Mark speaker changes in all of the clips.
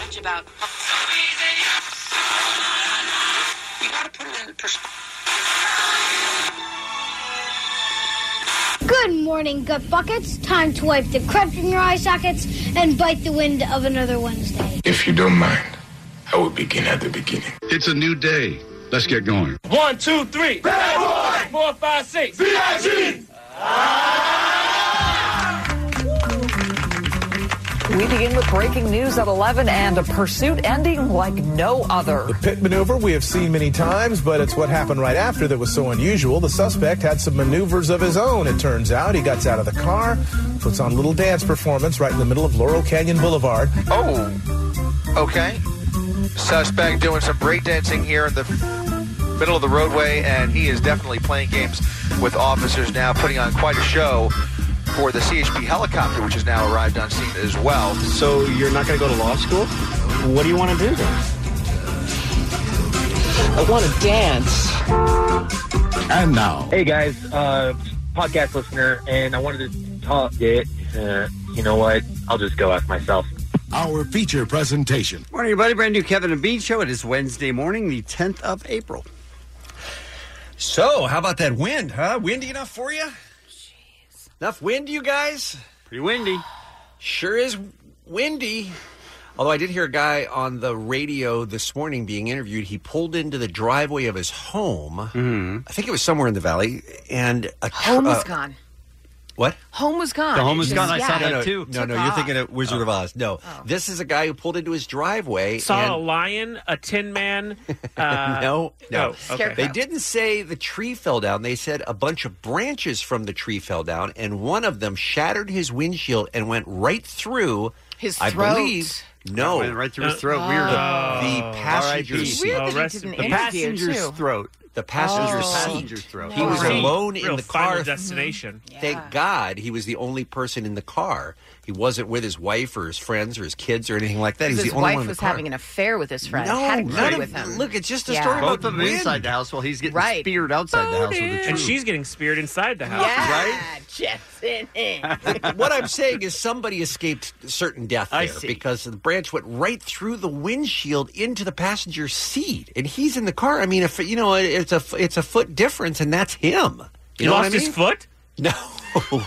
Speaker 1: much about. We gotta put it in perspective.
Speaker 2: Good morning, gut buckets. Time to wipe the crap from your eye sockets and bite the wind of another Wednesday.
Speaker 3: If you don't mind, I will begin at the beginning.
Speaker 4: It's a new day. Let's get going.
Speaker 5: One, two, three. Bad boy. Four, five, six.
Speaker 6: We begin with breaking news at 11 and a pursuit ending like no other.
Speaker 7: Pit maneuver we have seen many times, but it's what happened right after that was so unusual. The suspect had some maneuvers of his own, it turns out. He gets out of the car, puts on a little dance performance right in the middle of Laurel Canyon Boulevard.
Speaker 8: Oh, okay. Suspect doing some breakdancing here in the middle of the roadway, and he is definitely playing games with officers now, putting on quite a show for the CHP helicopter, which has now arrived on scene as well.
Speaker 9: So you're not going to go to law school? What do you want to do then? I want to dance.
Speaker 4: And now,
Speaker 9: Hey guys, uh, podcast listener, and I wanted to talk. Yeah, uh, you know what? I'll just go ask myself.
Speaker 4: our feature presentation.
Speaker 10: Morning, everybody. Brand new Kevin and Bean show. It is Wednesday morning, the 10th of April.
Speaker 8: So, how about that wind, huh? Windy enough for you? Enough wind, you guys?
Speaker 10: Pretty windy.
Speaker 8: Sure is windy. Although I did hear a guy on the radio this morning being interviewed, he pulled into the driveway of his home. I think it was somewhere in the valley, and a tr-
Speaker 11: Home was
Speaker 8: uh,
Speaker 11: gone.
Speaker 8: What?
Speaker 11: Home was gone. Just- yeah.
Speaker 8: No, no, No, no,
Speaker 11: Took
Speaker 8: you're
Speaker 11: off. Oh.
Speaker 8: thinking of Wizard of Oz. No, this is a guy who pulled into his driveway.
Speaker 5: Saw
Speaker 8: and
Speaker 5: a lion, a tin man. Uh,
Speaker 8: no, no.
Speaker 5: oh, okay.
Speaker 8: They didn't say the tree fell down. They said a bunch of branches from the tree fell down, and one of them shattered his windshield and went right through
Speaker 11: His
Speaker 8: I
Speaker 11: throat.
Speaker 8: believe. No,
Speaker 10: Went right through
Speaker 5: Uh,
Speaker 10: his throat. Weird.
Speaker 8: the passenger
Speaker 10: R.I.P.
Speaker 8: seat.
Speaker 11: Weird that he
Speaker 5: rest-
Speaker 11: didn't
Speaker 5: oh. the
Speaker 10: The
Speaker 11: interview,
Speaker 10: passenger's
Speaker 11: too.
Speaker 10: throat.
Speaker 8: The passenger
Speaker 11: Oh.
Speaker 8: seat.
Speaker 10: Passenger throat.
Speaker 8: He was
Speaker 11: Wow.
Speaker 8: alone
Speaker 5: Real
Speaker 8: in the
Speaker 5: final
Speaker 8: car.
Speaker 5: destination.
Speaker 8: Thank God he was the only person in the car. He wasn't with his wife or his friends or his kids or anything like that. He's
Speaker 11: His
Speaker 8: the only
Speaker 11: wife
Speaker 8: one in the
Speaker 11: was
Speaker 8: car.
Speaker 11: having an affair with his friend.
Speaker 8: No,
Speaker 11: Had a kid
Speaker 8: none of-
Speaker 11: with him.
Speaker 8: Look, it's just a
Speaker 11: Yeah. Both
Speaker 8: story about
Speaker 10: Both of them
Speaker 8: wind.
Speaker 10: inside the house while he's getting
Speaker 11: Right.
Speaker 10: speared outside the house with the
Speaker 5: And
Speaker 10: truth.
Speaker 5: she's getting speared inside the house.
Speaker 11: yeah,
Speaker 8: right?
Speaker 11: Jetson in.
Speaker 8: what I'm saying is somebody escaped certain death there
Speaker 10: I see.
Speaker 8: because the branch went right through the windshield into the passenger seat, and he's in the car. I mean, if you know, it's a it's a foot difference, and that's him. You
Speaker 5: He
Speaker 8: know
Speaker 5: lost
Speaker 8: what I mean?
Speaker 5: his foot,
Speaker 8: No.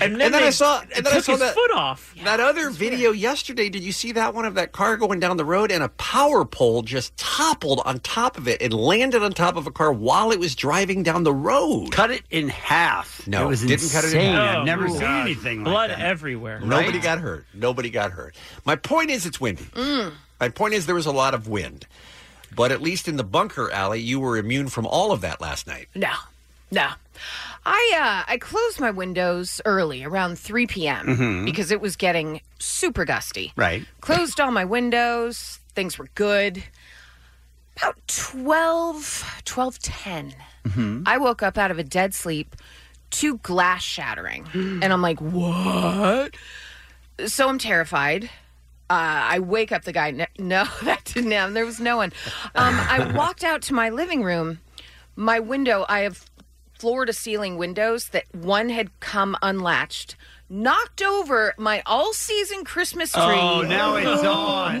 Speaker 5: and then,
Speaker 8: And then
Speaker 5: they
Speaker 8: I saw- and then I
Speaker 5: took
Speaker 8: saw
Speaker 5: his
Speaker 8: that-
Speaker 5: foot off.
Speaker 8: That other video yesterday, did you see that one of that car going down the road and a power pole just toppled on top of it and landed on top of a car while it was driving down the road?
Speaker 10: cut it in half.
Speaker 8: No,
Speaker 10: it was
Speaker 8: didn't cut it in
Speaker 10: insane.
Speaker 8: half.
Speaker 10: I've never
Speaker 5: Oh,
Speaker 10: seen
Speaker 5: God.
Speaker 10: anything like
Speaker 5: Blood
Speaker 10: that.
Speaker 5: everywhere.
Speaker 8: Nobody got hurt. Nobody got hurt. My point is, it's windy. My point is, there was a lot of wind. But at least in the bunker alley, you were immune from all of that last night.
Speaker 11: No, no. I uh, I closed my windows early, around 3 p.m.,
Speaker 8: Mm-hmm.
Speaker 11: because it was getting super gusty.
Speaker 10: Right.
Speaker 11: Closed all my windows. Things were good. About 12, 12,
Speaker 10: Mm-hmm.
Speaker 12: Mm-hmm.
Speaker 11: I woke up out of a dead sleep to glass shattering. and I'm like, what? So I'm terrified. Uh, I wake up the guy. ne- No, that didn't happen. There was no one. Um, I walked out to my living room. My window, I have floor to ceiling windows that one had come unlatched, knocked over my all season Christmas tree.
Speaker 10: Oh, now it's on.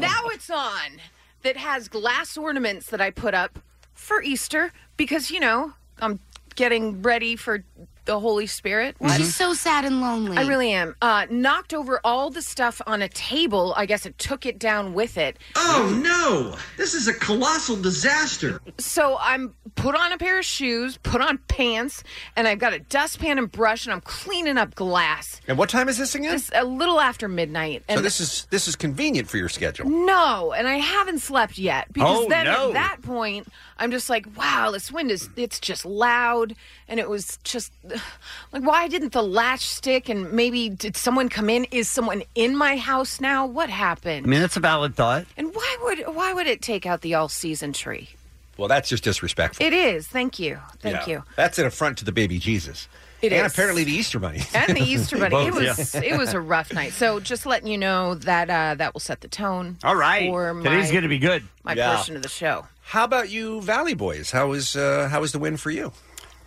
Speaker 11: Now it's on. That has glass ornaments that I put up for Easter because, you know, I'm getting ready for the Holy Spirit.
Speaker 6: She's so sad and lonely.
Speaker 11: I really am. Uh, knocked over all the stuff on a table. I guess it took it down with it.
Speaker 8: Oh,
Speaker 9: Oh no! This is a colossal disaster.
Speaker 11: So I'm put on a pair of shoes, put on pants, and I've got a dustpan and brush, and I'm cleaning up glass.
Speaker 8: And what time is this again?
Speaker 11: It's a little after midnight. And
Speaker 8: so this is this is convenient for your schedule.
Speaker 11: No, and I haven't slept yet because
Speaker 8: Oh,
Speaker 11: then
Speaker 8: no.
Speaker 11: at that point I'm just like, wow, this wind is it's just loud and it was just like why didn't the latch stick and maybe did someone come in? Is someone in my house now? What
Speaker 10: I
Speaker 11: happened?
Speaker 10: mean, that's a valid thought.
Speaker 11: And why would why would it take out the all season tree?
Speaker 8: Well, that's just disrespectful.
Speaker 11: It is. Thank you. Thank
Speaker 8: Yeah.
Speaker 11: you.
Speaker 8: That's an affront to the baby Jesus.
Speaker 11: It
Speaker 8: and
Speaker 11: is.
Speaker 8: apparently the Easter bunny.
Speaker 11: And the Easter bunny. it
Speaker 8: Both,
Speaker 11: was
Speaker 8: yeah.
Speaker 11: it was a rough night. So just letting you know that uh, that will set the tone.
Speaker 8: All right.
Speaker 11: For my,
Speaker 8: Today's gonna be good.
Speaker 11: My
Speaker 8: Yeah.
Speaker 11: portion of the show.
Speaker 8: How about you, Valley Boys? How was uh, how was the win for you?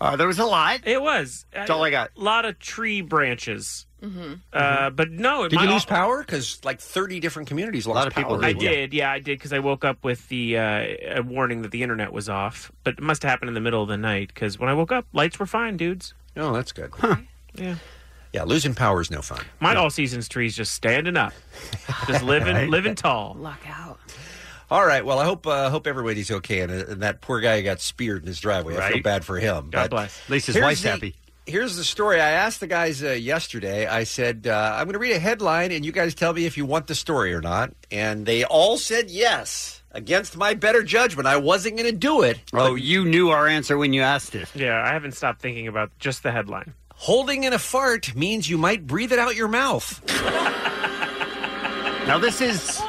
Speaker 10: Uh, there was a lot.
Speaker 5: It was. That's
Speaker 8: all I got.
Speaker 5: A lot of tree branches.
Speaker 11: Mm-hmm.
Speaker 5: Uh, but no, it
Speaker 8: Did you
Speaker 5: my-
Speaker 8: lose power? Because like thirty different communities lost power.
Speaker 5: I did, yeah, I did, because I woke up with the uh, a warning that the internet was off. But it must have happened in the middle of the night because when I woke up, lights were fine, dudes.
Speaker 8: Oh, that's good.
Speaker 5: Yeah.
Speaker 8: Yeah, losing power is no fun.
Speaker 5: My all seasons tree's just standing up, just living,
Speaker 8: Right.
Speaker 5: living tall.
Speaker 11: Luck out.
Speaker 8: All right. Well, I hope uh, hope everybody's okay, and, and that poor guy got speared in his driveway. I feel
Speaker 10: Right.
Speaker 8: bad for him.
Speaker 10: God
Speaker 8: but
Speaker 10: bless. At least his
Speaker 8: here's
Speaker 10: wife's
Speaker 8: the-
Speaker 10: happy.
Speaker 8: Here's the story. I asked the guys uh, yesterday. I said uh, I'm going to read a headline, and you guys tell me if you want the story or not. And they all said yes, against my better judgment. I wasn't going to do it.
Speaker 10: Oh, you knew our answer when you asked it.
Speaker 5: Yeah, I haven't stopped thinking about just the headline.
Speaker 8: Holding in a fart means you might breathe it out your mouth.
Speaker 10: now this is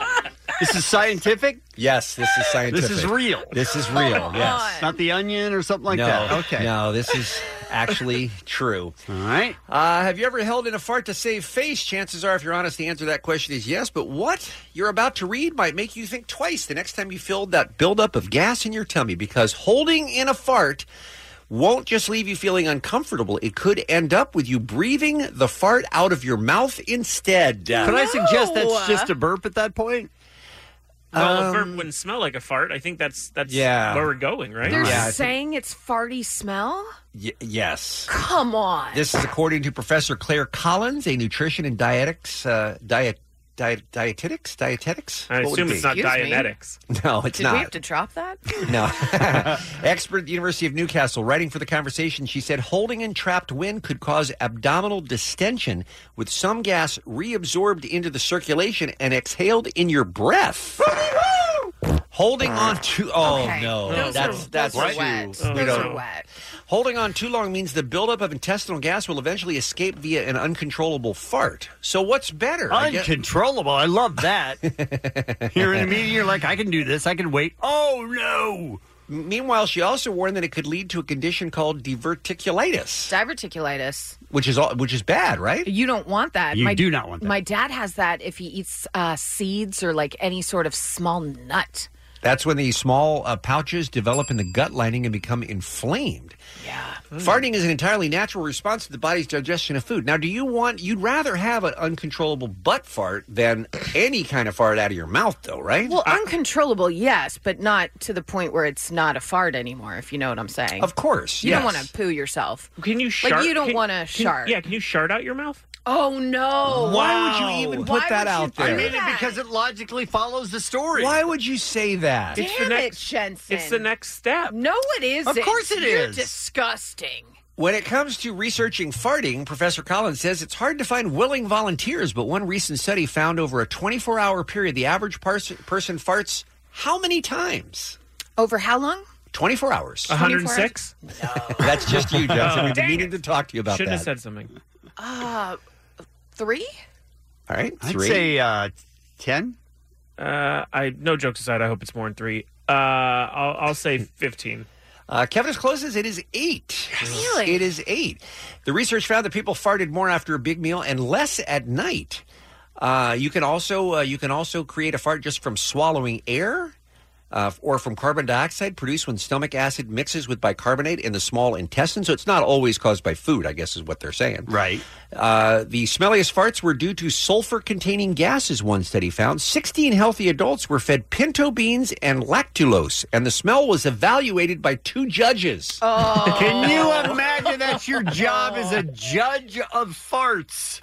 Speaker 10: this is scientific.
Speaker 8: Yes, this is scientific.
Speaker 10: This is real.
Speaker 8: This is real. yes.
Speaker 10: Not the onion or something like
Speaker 8: no,
Speaker 10: that. Okay.
Speaker 8: No, this is actually true. All right. Uh, have you ever held in a fart to save face? Chances are, if you're honest, the answer to that question is yes. But what you're about to read might make you think twice the next time you feel that buildup of gas in your tummy because holding in a fart won't just leave you feeling uncomfortable. It could end up with you breathing the fart out of your mouth instead.
Speaker 10: Could I suggest that's just a burp at that point?
Speaker 5: Well, a
Speaker 10: Um,
Speaker 5: burp wouldn't smell like a fart. I think that's that's
Speaker 8: Yeah.
Speaker 5: where we're going, right?
Speaker 11: They're
Speaker 8: Yeah, I think-
Speaker 11: saying it's farty smell?
Speaker 8: Y- yes.
Speaker 11: Come on.
Speaker 8: This is according to Professor Claire Collins, a nutrition and dietics uh, diet. Diet, dietetics? Dietetics?
Speaker 5: I
Speaker 8: What would
Speaker 5: assume
Speaker 8: it
Speaker 5: it's not
Speaker 8: be?
Speaker 5: Excuse me? Dianetics.
Speaker 8: No, it's
Speaker 11: Did
Speaker 8: not.
Speaker 11: we have to drop that?
Speaker 8: No. Expert at the University of Newcastle, writing for the conversation, she said holding in trapped wind could cause abdominal distension with some gas reabsorbed into the circulation and exhaled in your breath. Holding on too oh
Speaker 11: Okay.
Speaker 8: no.
Speaker 11: Those are-
Speaker 8: that's that's
Speaker 11: those are
Speaker 8: too-
Speaker 11: wet.
Speaker 5: Oh,
Speaker 8: we
Speaker 11: Those
Speaker 8: don't-
Speaker 11: are wet.
Speaker 8: Holding on too long means the buildup of intestinal gas will eventually escape via an uncontrollable fart. So what's better? I guess-
Speaker 10: Uncontrollable. I love that. You're in a meeting, you're like, I can do this. I can wait. Oh, no.
Speaker 8: Meanwhile, she also warned that it could lead to a condition called diverticulitis,
Speaker 11: Diverticulitis.
Speaker 8: which is all, which is bad, right?
Speaker 11: You don't want that.
Speaker 8: You do not want that.
Speaker 11: My dad has that if he eats uh, seeds or like any sort of small nut.
Speaker 8: That's when the small uh, pouches develop in the gut lining and become inflamed. Yeah. Mm. Farting is an entirely natural response to the body's digestion of food. Now, do you want, you'd rather have an uncontrollable butt fart than any kind of fart out of your mouth, though, right?
Speaker 11: Well, uncontrollable, yes, but not to the point where it's not a fart anymore. If you know what I'm saying.
Speaker 5: Of course,
Speaker 11: You don't
Speaker 5: yes.
Speaker 11: want to poo yourself.
Speaker 5: Can you shart?
Speaker 11: Like you don't
Speaker 5: can-
Speaker 11: want to
Speaker 5: can-
Speaker 11: shart.
Speaker 5: Yeah, can you shart out your mouth?
Speaker 11: Oh no!
Speaker 8: Why would you even put that out there?
Speaker 10: I mean it because it logically follows the story.
Speaker 8: Why would you say that?
Speaker 11: Damn it, Jensen!
Speaker 5: it's the next step.
Speaker 11: No, it isn't.
Speaker 8: course it
Speaker 11: You're
Speaker 8: is.
Speaker 11: disgusting.
Speaker 8: When it comes to researching farting, Professor Collins says it's hard to find willing volunteers, but one recent study found over a 24 hour period, the average pers- person farts how many times?
Speaker 11: Over how long?
Speaker 8: 24 hours.
Speaker 5: 106?
Speaker 8: That's just you, Justin.
Speaker 5: Oh,
Speaker 8: We've been
Speaker 5: dang
Speaker 8: meaning to talk to you about
Speaker 5: Shouldn't
Speaker 8: that.
Speaker 5: have said something.
Speaker 11: Uh, three.
Speaker 8: All right.
Speaker 10: I'd
Speaker 5: three.
Speaker 10: say uh, 10.
Speaker 5: Uh, I no jokes aside. I hope it's more than three. Uh, I'll, I'll say fifteen.
Speaker 8: Uh, Kevin is close as it is eight. Really? It is eight. The research found that people farted more after a big meal and less at night. Uh, you can also uh, you can also create a fart just from swallowing air. Uh, or from carbon dioxide produced when stomach acid mixes with bicarbonate in the small intestine. So it's not always caused by food, I guess, is what they're saying. Right. Uh, the smelliest farts were due to sulfur containing gases, one study found. 16 healthy adults were fed pinto beans and lactulose, and the smell was evaluated by two judges.
Speaker 11: Oh.
Speaker 10: Can you imagine that's your job as a judge of farts?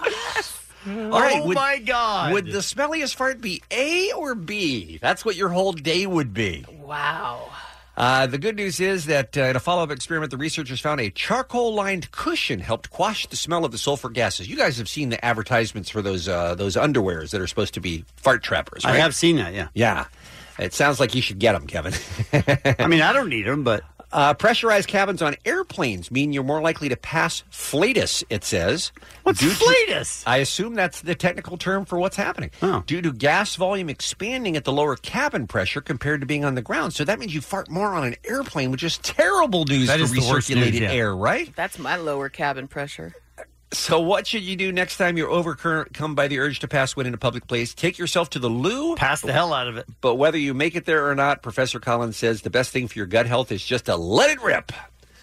Speaker 8: All right,
Speaker 10: oh
Speaker 8: would-
Speaker 10: my God.
Speaker 8: Would the smelliest fart be A or B? That's what your whole day would be.
Speaker 11: Wow.
Speaker 8: Uh, the good news is that uh, in a follow up experiment, the researchers found a charcoal lined cushion helped quash the smell of the sulfur gases. You guys have seen the advertisements for those uh, those underwears that are supposed to be fart trappers.
Speaker 10: I
Speaker 8: right?
Speaker 10: have seen that. Yeah.
Speaker 8: Yeah. It sounds like you should get them, Kevin.
Speaker 10: I mean, I don't need them, but.
Speaker 8: Uh, pressurized cabins on airplanes mean you're more likely to pass flatus, it says. What's flatus? I assume that's the technical term for what's happening.
Speaker 10: Oh.
Speaker 8: Due to gas volume expanding at the lower cabin pressure compared to being on the ground. So that means you fart more on an airplane, which is terrible news
Speaker 10: That
Speaker 8: for
Speaker 10: is the worst
Speaker 8: recirculated
Speaker 10: news, yeah.
Speaker 8: air, right?
Speaker 11: That's my lower cabin pressure.
Speaker 8: So, what should you do next time you're overcome by the urge to pass when in a public place? Take yourself to the loo. Pass
Speaker 10: the hell out of it.
Speaker 8: But whether you make it there or not, Professor Collins says the best thing for your gut health is just to let it rip.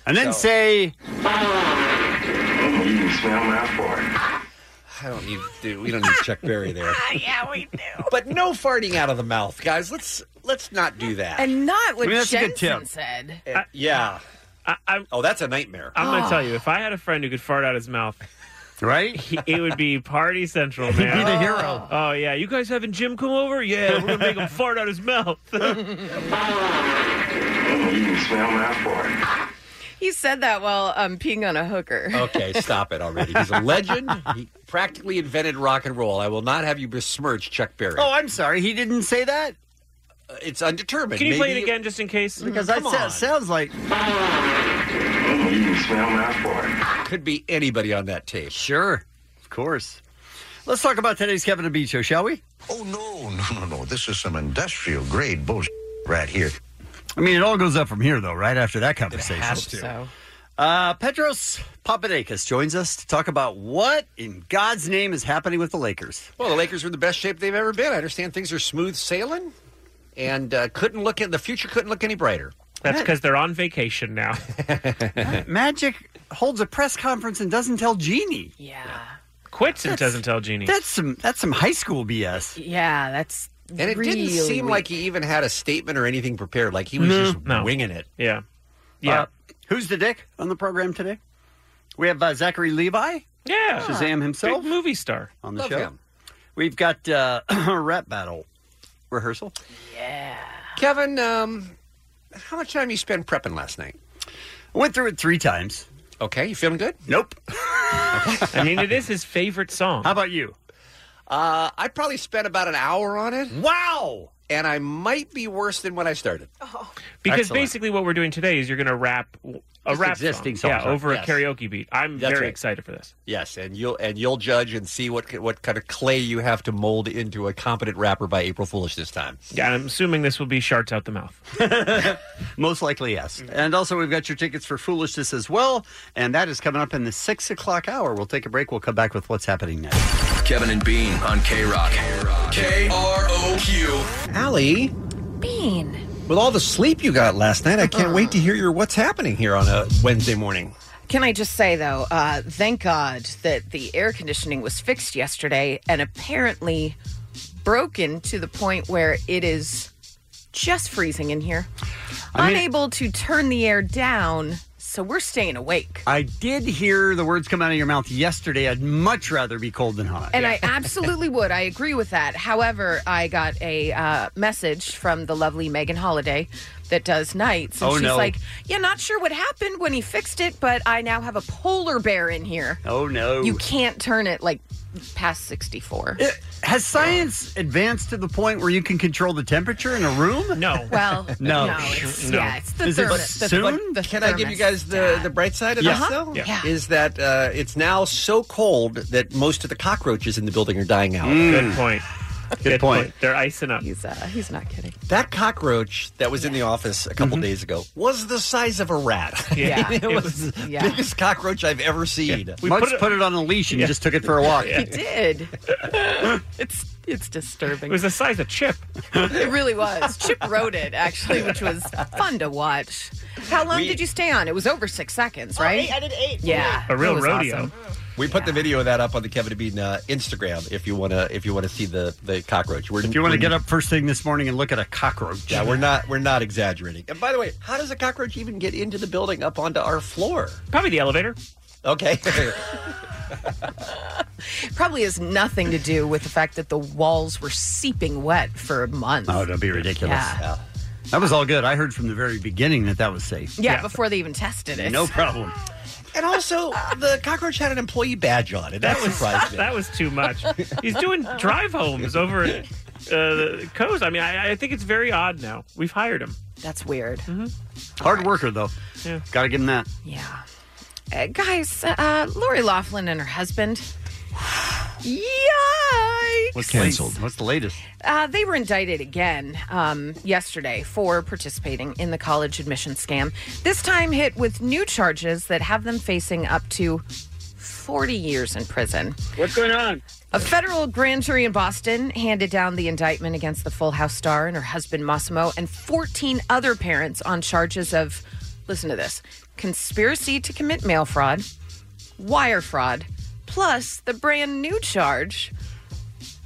Speaker 10: And then say,
Speaker 8: I don't need to, we don't need Chuck Berry there. yeah, we do. But no farting out of the mouth, guys. Let's let's not do that.
Speaker 11: And not what
Speaker 8: I mean, that's
Speaker 11: Jensen
Speaker 8: a good tip.
Speaker 11: said.
Speaker 8: Uh, yeah. oh, that's a nightmare.
Speaker 5: I'm going
Speaker 11: Oh.
Speaker 5: to tell you, if I had a friend who could fart out his mouth,
Speaker 10: Ah. right,
Speaker 5: it would be party central, man.
Speaker 10: be the hero.
Speaker 5: Oh yeah, you guys having Jim come over? Yeah, we're gonna make him fart out his mouth.
Speaker 11: He said that while um, peeing on a hooker.
Speaker 8: Okay, stop it already. He's a legend. He practically invented rock and roll. I will not have you besmirch Chuck Berry. Uh,
Speaker 10: "Oh, I'm sorry, he didn't say that."
Speaker 8: It's undetermined.
Speaker 5: Can you play it again just in case?
Speaker 10: Because that sa- sounds like
Speaker 8: Could be anybody on that tape.
Speaker 10: Sure, of course. Let's talk about today's Kevin and Beach Show, shall we?
Speaker 13: Oh, no, no, no, no. This is some industrial grade bullshit right here.
Speaker 10: I mean, it all goes up from here, though, right after that conversation.
Speaker 13: has to. So.
Speaker 10: Uh, Petros Papadakis joins us to talk about what in God's name is happening with the Lakers.
Speaker 8: Well, the Lakers are in the best shape they've ever been. I understand things are smooth sailing, and uh, couldn't look at the future. Couldn't look any brighter.
Speaker 5: That's because they're on vacation now.
Speaker 10: Magic holds a press conference and doesn't tell Genie.
Speaker 11: Yeah.
Speaker 5: Quits and doesn't tell Jeannie.
Speaker 10: That's some that's some high school BS.
Speaker 11: Yeah, that's.
Speaker 8: And it didn't
Speaker 11: really
Speaker 8: seem
Speaker 11: weak.
Speaker 8: like he even had a statement or anything prepared. Like he was
Speaker 10: No.
Speaker 8: just winging it.
Speaker 5: Yeah.
Speaker 10: Yeah. Uh, who's the dick on the program today? We have uh, Zachary Levi.
Speaker 5: Yeah.
Speaker 10: Shazam himself.
Speaker 5: Big movie star.
Speaker 10: On the
Speaker 5: Love
Speaker 10: show.
Speaker 5: him.
Speaker 10: We've got uh, a rap battle rehearsal.
Speaker 8: Kevin, um, how much time you spend prepping last night?
Speaker 10: I went through it three times.
Speaker 8: Okay, you feeling good?
Speaker 10: Nope.
Speaker 5: I mean, it is his favorite song. How
Speaker 10: about you?
Speaker 8: Uh, I probably spent about an hour on it.
Speaker 10: Wow!
Speaker 8: And I might be worse than when I started.
Speaker 5: Because
Speaker 8: Excellent.
Speaker 5: basically, what we're doing today is you're going to rap w- a
Speaker 8: Just
Speaker 5: rap
Speaker 8: existing
Speaker 5: song,
Speaker 8: songs,
Speaker 5: yeah,
Speaker 8: right?
Speaker 5: over
Speaker 8: Yes.
Speaker 5: a karaoke beat. I'm
Speaker 8: That's
Speaker 5: very
Speaker 8: right.
Speaker 5: excited for this.
Speaker 8: Yes, and you'll and you'll judge and see what what kind of clay you have to mold into a competent rapper by April Foolish this time.
Speaker 5: Yeah, and I'm assuming this will be sharts out the mouth.
Speaker 10: Most likely, yes. And also, we've got your tickets for Foolishness as well. And that is coming up in the six o'clock hour. We'll take a break. We'll come back with what's happening next.
Speaker 14: Kevin and Bean on K Rock. K R O Q.
Speaker 8: Allie,
Speaker 11: Bean.
Speaker 8: with all the sleep you got last night, I can't wait to hear your what's happening here on a Wednesday morning.
Speaker 11: Can I just say though, uh, thank God that the air conditioning was fixed yesterday and apparently broken to the point where it is just freezing in here.
Speaker 10: I mean-
Speaker 11: Unable to turn the air down, so we're staying awake.
Speaker 10: I did hear the words come out of your mouth yesterday. I'd much rather be cold than hot.
Speaker 11: And I absolutely would. I agree with that. However, I got a uh, message from the lovely Megan Holiday that does nights. And
Speaker 10: Oh,
Speaker 11: she's
Speaker 10: no.
Speaker 11: like, Yeah, not sure what happened when he fixed it, but I now have a polar bear in here.
Speaker 10: Oh, no.
Speaker 11: You can't turn it like past 64.
Speaker 10: Has science advanced to the point where you can control the temperature in a room?
Speaker 5: No.
Speaker 11: Well,
Speaker 10: no.
Speaker 11: no, it's- yeah, it's the
Speaker 10: Is it
Speaker 11: thermos- the-
Speaker 10: soon?
Speaker 11: what- the
Speaker 8: Can I give you guys the, the bright side of
Speaker 10: Yeah.
Speaker 8: this,
Speaker 10: Uh-huh.
Speaker 8: though?
Speaker 10: Yeah. Yeah.
Speaker 8: Is that uh, it's now so cold that most of the cockroaches in the building are dying out.
Speaker 5: Mm. Good point.
Speaker 8: Good,
Speaker 5: point. They're icing up.
Speaker 11: He's, uh, he's not kidding.
Speaker 8: That cockroach that was in the office a
Speaker 10: Mm-hmm.
Speaker 8: couple days ago was the size of a rat.
Speaker 10: Yeah.
Speaker 8: it
Speaker 10: It
Speaker 8: was,
Speaker 10: was-
Speaker 8: the
Speaker 10: yeah.
Speaker 8: biggest cockroach I've ever seen.
Speaker 10: We Mark's put it- put it on a leash and Yeah. just took it for a walk.
Speaker 11: He did. it's it's disturbing.
Speaker 5: It was the size of Chip.
Speaker 11: It really was. Chip wrote it actually, which was fun to watch. How long
Speaker 8: We-
Speaker 11: did you stay on? It was over six seconds, right? I did Oh, eight. Yeah, It was awesome.
Speaker 8: We put the video of that up on the Kevin and Bean uh, Instagram if you wanna if you wanna see the, the cockroach. We're,
Speaker 10: If you want to get up first thing this morning and look at a cockroach.
Speaker 8: Yeah, we're not we're not exaggerating. And by the way, how does a cockroach even get into the building up onto our floor?
Speaker 5: Probably the elevator.
Speaker 8: Okay.
Speaker 11: Probably has nothing to do with the fact that the walls were seeping wet for months.
Speaker 10: Oh, that'd be ridiculous.
Speaker 11: Yeah.
Speaker 10: That was all good. I heard from the very beginning that that was safe.
Speaker 11: Yeah, before they even tested it.
Speaker 10: No problem. And also, the cockroach had an employee badge on it. That
Speaker 5: That
Speaker 10: was
Speaker 5: was that was too much. He's doing drive homes over at uh, Co's. I mean, I, I think it's very odd now. We've hired him. Mm-hmm.
Speaker 11: That's weird.
Speaker 10: hard worker though.
Speaker 5: Yeah.
Speaker 10: Got to give him that.
Speaker 11: Yeah. Uh, guys, uh, Lori Laughlin and her husband. Yikes!
Speaker 10: What's canceled? What's the latest?
Speaker 11: Uh, they were indicted again um, yesterday for participating in the college admission scam. This time hit with new charges that have them facing up to 40 years in prison.
Speaker 15: What's going on?
Speaker 11: A federal grand jury in Boston handed down the indictment against the Full House star and her husband Massimo and 14 other parents on charges of, listen to this, conspiracy to commit mail fraud, wire fraud, plus the brand new charge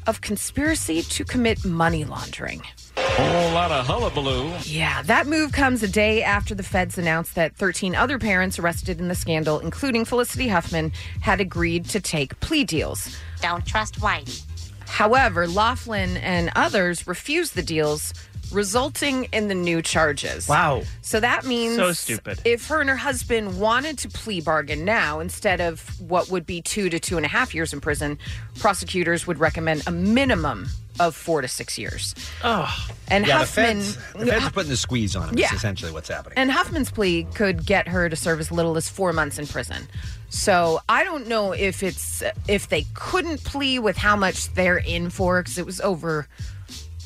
Speaker 11: of conspiracy to commit money laundering.
Speaker 16: Whole lot of hullabaloo.
Speaker 11: Yeah, that move comes a day after the feds announced that 13 other parents arrested in the scandal, including Felicity Huffman, had agreed to take plea deals. Don't trust Whitey. However, Laughlin and others refused the deals, resulting in the new charges.
Speaker 5: Wow.
Speaker 11: So that means
Speaker 5: So stupid.
Speaker 11: If her and her husband wanted to plea bargain now instead of what would be two to two and a half years in prison, prosecutors would recommend a minimum of four to six years.
Speaker 5: Oh,
Speaker 11: and
Speaker 8: yeah,
Speaker 11: Huffman.
Speaker 8: the feds, the feds are putting the squeeze on him.
Speaker 11: Yeah.
Speaker 8: Is essentially what's happening.
Speaker 11: And Huffman's plea could get her to serve as little as four months in prison. So I don't know if it's if they couldn't plea with how much they're in for because it was over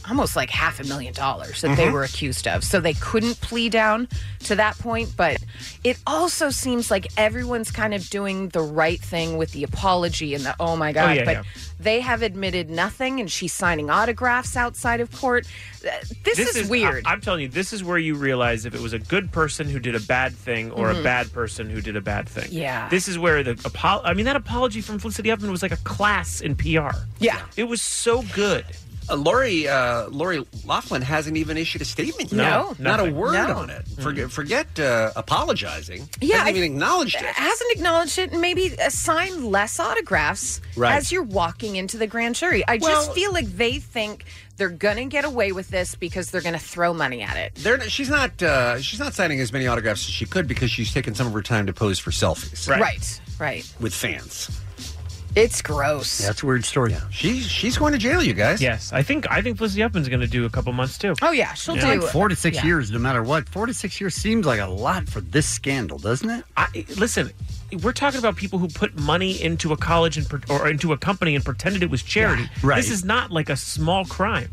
Speaker 11: almost like half a million dollars that they
Speaker 17: Mhm.
Speaker 11: were accused of. So they couldn't plea down to that point. But it also seems like everyone's kind of doing the right thing with the apology and the oh my god.
Speaker 17: yeah,
Speaker 11: but
Speaker 17: yeah.
Speaker 11: they have admitted nothing, and she's signing autographs outside of court. Uh, This, is, weird.
Speaker 5: I, am telling you, this is where you realize if it was a good person who did a bad thing or
Speaker 11: Mhm.
Speaker 5: a bad person who did a bad thing.
Speaker 11: Yeah.
Speaker 5: This is where the apo- I mean, that apology from Felicity Huffman was like a class in PR.
Speaker 11: Yeah.
Speaker 5: It was so good.
Speaker 8: Uh, Lori uh, Lori Laughlin hasn't even issued a statement. yet.
Speaker 5: No,
Speaker 8: not a
Speaker 5: nothing. Mm-hmm.
Speaker 8: word
Speaker 11: No.
Speaker 8: on it. Forget, forget uh, apologizing.
Speaker 11: Yeah,
Speaker 8: hasn't
Speaker 11: I-
Speaker 8: even acknowledged it.
Speaker 11: hasn't acknowledged it and maybe assign less autographs
Speaker 8: Right.
Speaker 11: as you're walking into the grand jury. I
Speaker 8: Well-
Speaker 11: just feel like they think they're going to get away with this because they're going to throw money at it.
Speaker 8: They're not, she's not uh, she's not signing as many autographs as she could because she's taken some of her time to pose for selfies
Speaker 11: Right. Right. right.
Speaker 8: with fans.
Speaker 11: It's gross.
Speaker 8: That's a weird story. Yeah. She's she's going to jail, you guys.
Speaker 5: Yes, I think I think Felicity Huffman's going to do a couple months too.
Speaker 11: Oh yeah, she'll
Speaker 10: Like four to six years, no matter what. Four to six years seems like a lot for this scandal, doesn't it?
Speaker 5: I, listen, we're talking about people who put money into a college and, pre- or into a company and pretended it was charity.
Speaker 10: right.
Speaker 5: This is not like a small crime.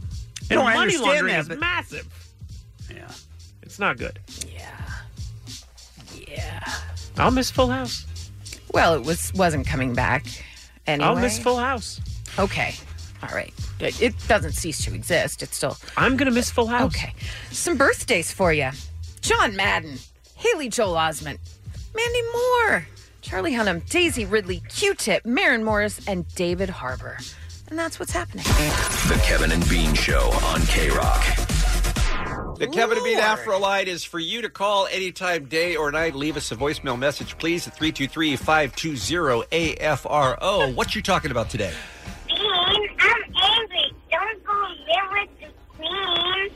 Speaker 5: And
Speaker 10: No, I
Speaker 5: money
Speaker 10: understand
Speaker 5: laundering
Speaker 10: that,
Speaker 5: is
Speaker 10: but-
Speaker 5: massive.
Speaker 10: Yeah.
Speaker 5: It's not good. I'll miss Full House.
Speaker 11: Well, it was wasn't coming back anyway.
Speaker 5: I'll miss Full House.
Speaker 11: Okay. All right. It, it doesn't cease to exist. It's still
Speaker 5: I'm going to miss Full House.
Speaker 11: Okay. Some birthdays for you. John Madden, Haley Joel Osment, Mandy Moore, Charlie Hunnam, Daisy Ridley, Q-Tip, Maren Morris, and David Harbour. And that's what's happening.
Speaker 14: The Kevin and Bean Show on K Rock.
Speaker 8: The Kevin and Bean Afro line is for you to call anytime, day or night. Leave us a voicemail message, please, at 323 520 AFRO. What you talking about today?
Speaker 2: Bean, I'm angry. Don't go live with the queen.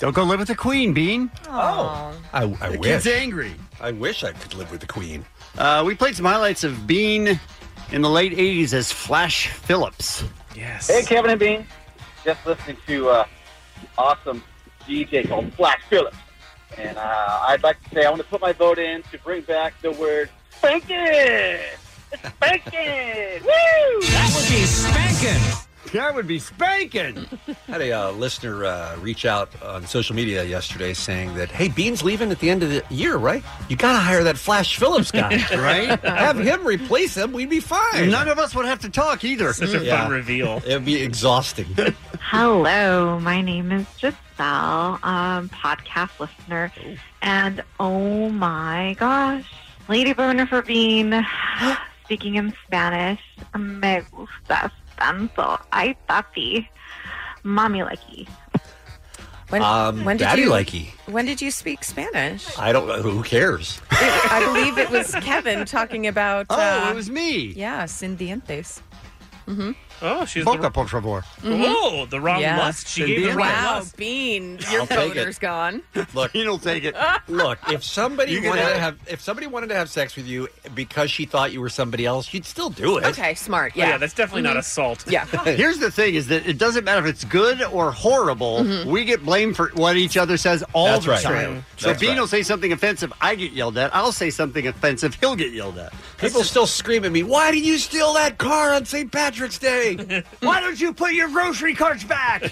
Speaker 10: Don't go live with the queen, Bean.
Speaker 2: Oh.
Speaker 8: I, I
Speaker 10: the
Speaker 8: wish.
Speaker 10: kid's angry.
Speaker 8: I wish I could live with the queen.
Speaker 10: Uh, we played some highlights of Bean in the late '80s as Flash Phillips.
Speaker 5: Yes.
Speaker 15: Hey, Kevin and Bean. Just listening to uh, awesome DJ called Black Phillips. And uh, I'd like to say I want to put my vote in to bring back the word spanking. Spanking. Woo! That would be spanking.
Speaker 10: That would be spanking.
Speaker 8: had a uh, listener uh, reach out on social media yesterday saying that, hey, Bean's leaving at the end of the year, right? You got to hire that Flash Phillips guy, right? Have him replace him. We'd be fine.
Speaker 10: None of us would have to talk either.
Speaker 8: Such a Yeah. fun
Speaker 5: reveal.
Speaker 8: It'd be exhausting.
Speaker 18: Hello, my name is Giselle, um, podcast listener, and oh my gosh, Lady Boner for Bean, speaking in Spanish, me gusta tanto, ay papi, mommy likey.
Speaker 11: When,
Speaker 8: Um, Daddy
Speaker 11: you,
Speaker 8: likey.
Speaker 11: When did you speak Spanish?
Speaker 8: I don't know. Who cares?
Speaker 11: I believe it was Kevin talking about.
Speaker 8: Oh,
Speaker 11: uh,
Speaker 8: it was me.
Speaker 11: Yeah, Cindientes. Mm-hmm.
Speaker 5: Oh, she's
Speaker 10: Boca, por favor.
Speaker 5: Oh, the wrong lust. She gave the
Speaker 10: Indeed.
Speaker 5: wrong
Speaker 11: Wow,
Speaker 5: lust.
Speaker 11: Bean, your
Speaker 10: I'll take it.
Speaker 11: boner's gone.
Speaker 8: Look, you don't take it. Look, if somebody
Speaker 11: You can
Speaker 8: wanted
Speaker 11: have
Speaker 8: to
Speaker 11: it.
Speaker 8: have if somebody wanted to have sex with you because she thought you were somebody else, you'd still do it. Oh,
Speaker 11: Okay, smart. Yeah, Mhm.
Speaker 5: assault.
Speaker 11: Yeah.
Speaker 10: Here's the thing: is that it doesn't matter if it's good or horrible.
Speaker 11: Mhm.
Speaker 10: We get blamed for what each other says all
Speaker 8: That's
Speaker 10: the
Speaker 8: right.
Speaker 10: time.
Speaker 8: True.
Speaker 10: So
Speaker 8: That's
Speaker 10: Bean
Speaker 8: right.
Speaker 10: will say something offensive, I get yelled at. I'll say something offensive, he'll get yelled at.
Speaker 8: People still scream at me. Why did you steal that car on St. Patrick's Day? Why don't you put your grocery carts back?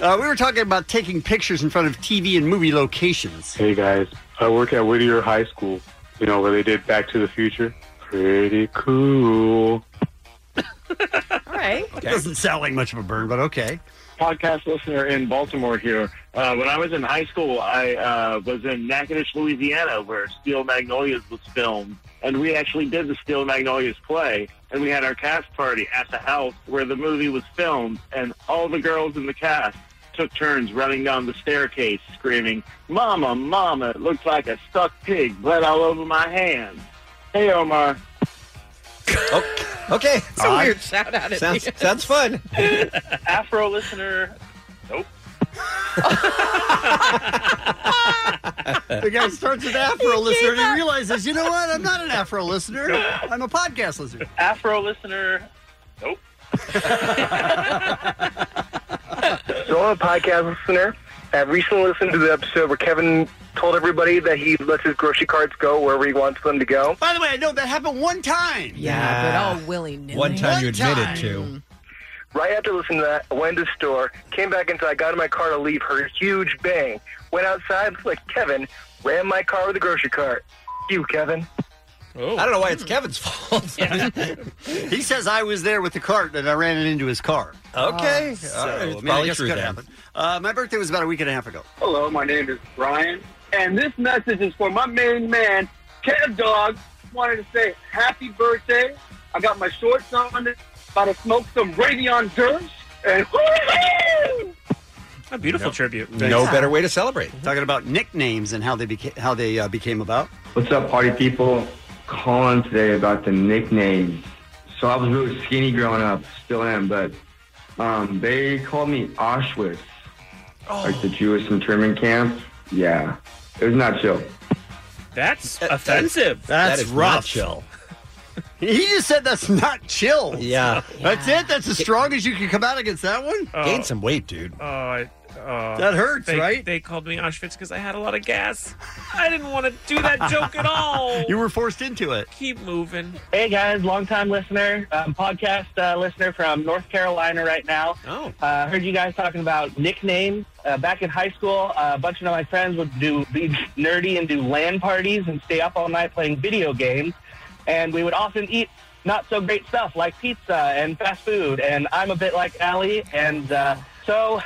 Speaker 10: Uh, we were talking about taking pictures in front of TV and movie locations.
Speaker 17: Hey guys, I work at Whittier High School. You know where they did Back to the Future? Pretty cool.
Speaker 11: All right.
Speaker 10: Doesn't sound like much of a burn, but okay.
Speaker 9: podcast listener in Baltimore here. Uh, when I was in high school, I uh, was in Natchitoches, Louisiana, where Steel Magnolias was filmed, and we actually did the Steel Magnolias play, and we had our cast party at the house where the movie was filmed, and all the girls in the cast took turns running down the staircase screaming, "Mama, Mama! It looks like a stuck pig bled all over my hand." Hey, Omar.
Speaker 8: Okay,
Speaker 11: It's a weird shout out. At the end.
Speaker 8: fun.
Speaker 9: Afro listener. Nope.
Speaker 10: The guy starts an Afro listener and he realizes, you know what? I'm not an Afro listener. I'm a podcast listener.
Speaker 9: Afro listener. Nope.
Speaker 19: So I'm a podcast listener. I've recently listened to the episode where Kevin told everybody that he lets his grocery carts go wherever he wants them to go.
Speaker 10: By the way, I know that happened one time.
Speaker 19: Yeah,
Speaker 11: but all willy nilly.
Speaker 19: One time you admitted
Speaker 8: to.
Speaker 19: Right after listening to that, I went to the store, came back inside, got in my car to leave, heard a huge bang. Went outside, looked like Kevin, ran my car with a grocery cart. F- You, Kevin.
Speaker 8: I don't know why it's Kevin's fault.
Speaker 10: He says I was there with the cart and I ran it into his car.
Speaker 8: Okay.
Speaker 10: so,
Speaker 8: All right. It's
Speaker 10: I mean, I
Speaker 8: probably
Speaker 10: guess it
Speaker 8: true
Speaker 10: could
Speaker 8: then.
Speaker 10: happen. Uh, my birthday was about a week and a half ago.
Speaker 9: Hello, my name is Brian, and this message is for my main man, Kev Dog. Wanted to say happy birthday. I got my shorts on, about to smoke some Radeon Dirge, and woo
Speaker 5: A beautiful tribute.
Speaker 8: No better way to celebrate.
Speaker 10: Talking about nicknames and how they became how they uh, became about.
Speaker 6: What's up, party people? Calling today about the nicknames. So I was really skinny growing up, still am, but um, they called me Auschwitz,
Speaker 9: Oh.
Speaker 6: like the Jewish internment camp. Yeah, it was not chill.
Speaker 5: That's offensive.
Speaker 10: That's
Speaker 6: that is
Speaker 10: rough.
Speaker 6: not chill.
Speaker 10: He just said that's not chill.
Speaker 8: Yeah.
Speaker 10: That's it. That's as strong as you can come out against that one.
Speaker 8: Gain some weight, dude.
Speaker 5: Oh, I- oh.
Speaker 10: That hurts,
Speaker 5: They-
Speaker 10: right?
Speaker 5: They called me Auschwitz because I had a lot of gas. I didn't want to do that joke at all.
Speaker 10: You were forced into it.
Speaker 5: Keep moving.
Speaker 9: Hey guys, longtime listener, um, podcast uh, listener from North Carolina right now.
Speaker 8: Oh,
Speaker 9: uh, heard you guys talking about nicknames. Uh, back in high school, uh, a bunch of my friends would do be nerdy and do LAN parties and stay up all night playing video games, and we would often eat not so great stuff like pizza and fast food. And I'm a bit like Allie, and uh, so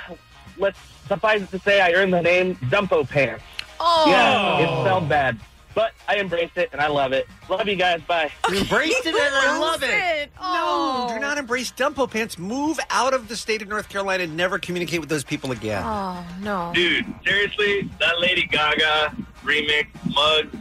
Speaker 9: let's suffice it to say, I earned the name Dumpo Pants.
Speaker 11: Oh.
Speaker 9: yeah, it felt bad. But I embraced it and I love it. Love you guys. Bye.
Speaker 11: Mm-hmm.
Speaker 8: Embraced it and I love it.
Speaker 11: Oh.
Speaker 8: No, do not embrace Dumpo Pants. Move out of the state of North Carolina and never communicate with those people again.
Speaker 11: Oh no.
Speaker 9: Dude, seriously, that Lady Gaga remix mugs,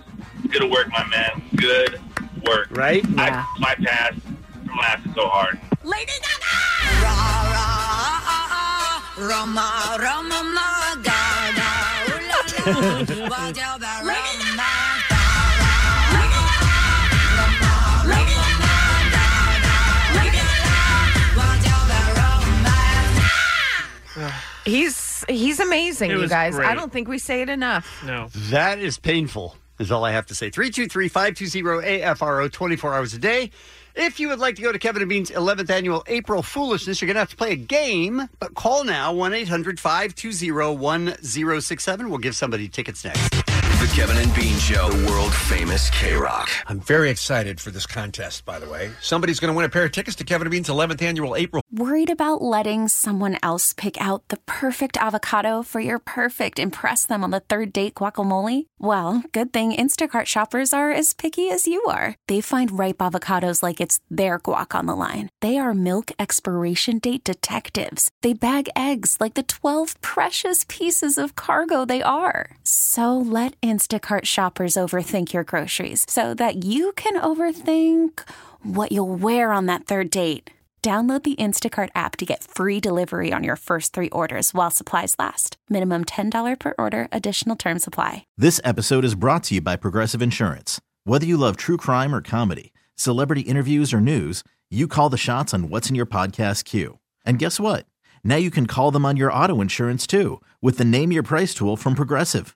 Speaker 9: good work, my man. Good work.
Speaker 10: Right?
Speaker 9: Yeah. I my pass from laughing so hard.
Speaker 2: Lady Gaga! Ra, ra, ah, ah, ah, Roma, Roma, ma, Gaga. Ooh la, la, what you about Roma? Lady Gaga! Lady Gaga! What you about Roma?
Speaker 11: He's he's amazing,
Speaker 10: It
Speaker 11: you
Speaker 10: was
Speaker 11: guys. I
Speaker 10: great.
Speaker 11: don't think we say it enough.
Speaker 5: No.
Speaker 10: That is painful, is all I have to say. 323 520 AFRO 24 hours a day. If you would like to go to Kevin and Bean's 11th annual April Foolishness, you're going to have to play a game, but call now 1 800 520 1067. We'll give somebody tickets next.
Speaker 14: The Kevin and Bean Show, the world famous K Rock.
Speaker 8: I'm very excited for this contest, by the way. Somebody's going to win a pair of tickets to Kevin and Bean's 11th annual April.
Speaker 20: Worried about letting someone else pick out the perfect avocado for your perfect impress them on the third date guacamole? Well, good thing Instacart shoppers are as picky as you are. They find ripe avocados like it's their guac on the line. They are milk expiration date detectives. They bag eggs like the 12 precious pieces of cargo they are. So let Instacart shoppers overthink your groceries so that you can overthink what you'll wear on that third date. Download the Instacart app to get free delivery on your first three orders while supplies last. Minimum $10 per order, additional term supply.
Speaker 21: This episode is brought to you by Progressive Insurance. Whether you love true crime or comedy, celebrity interviews or news, you call the shots on what's in your podcast queue. And guess what? Now you can call them on your auto insurance too with the Name Your Price tool from Progressive.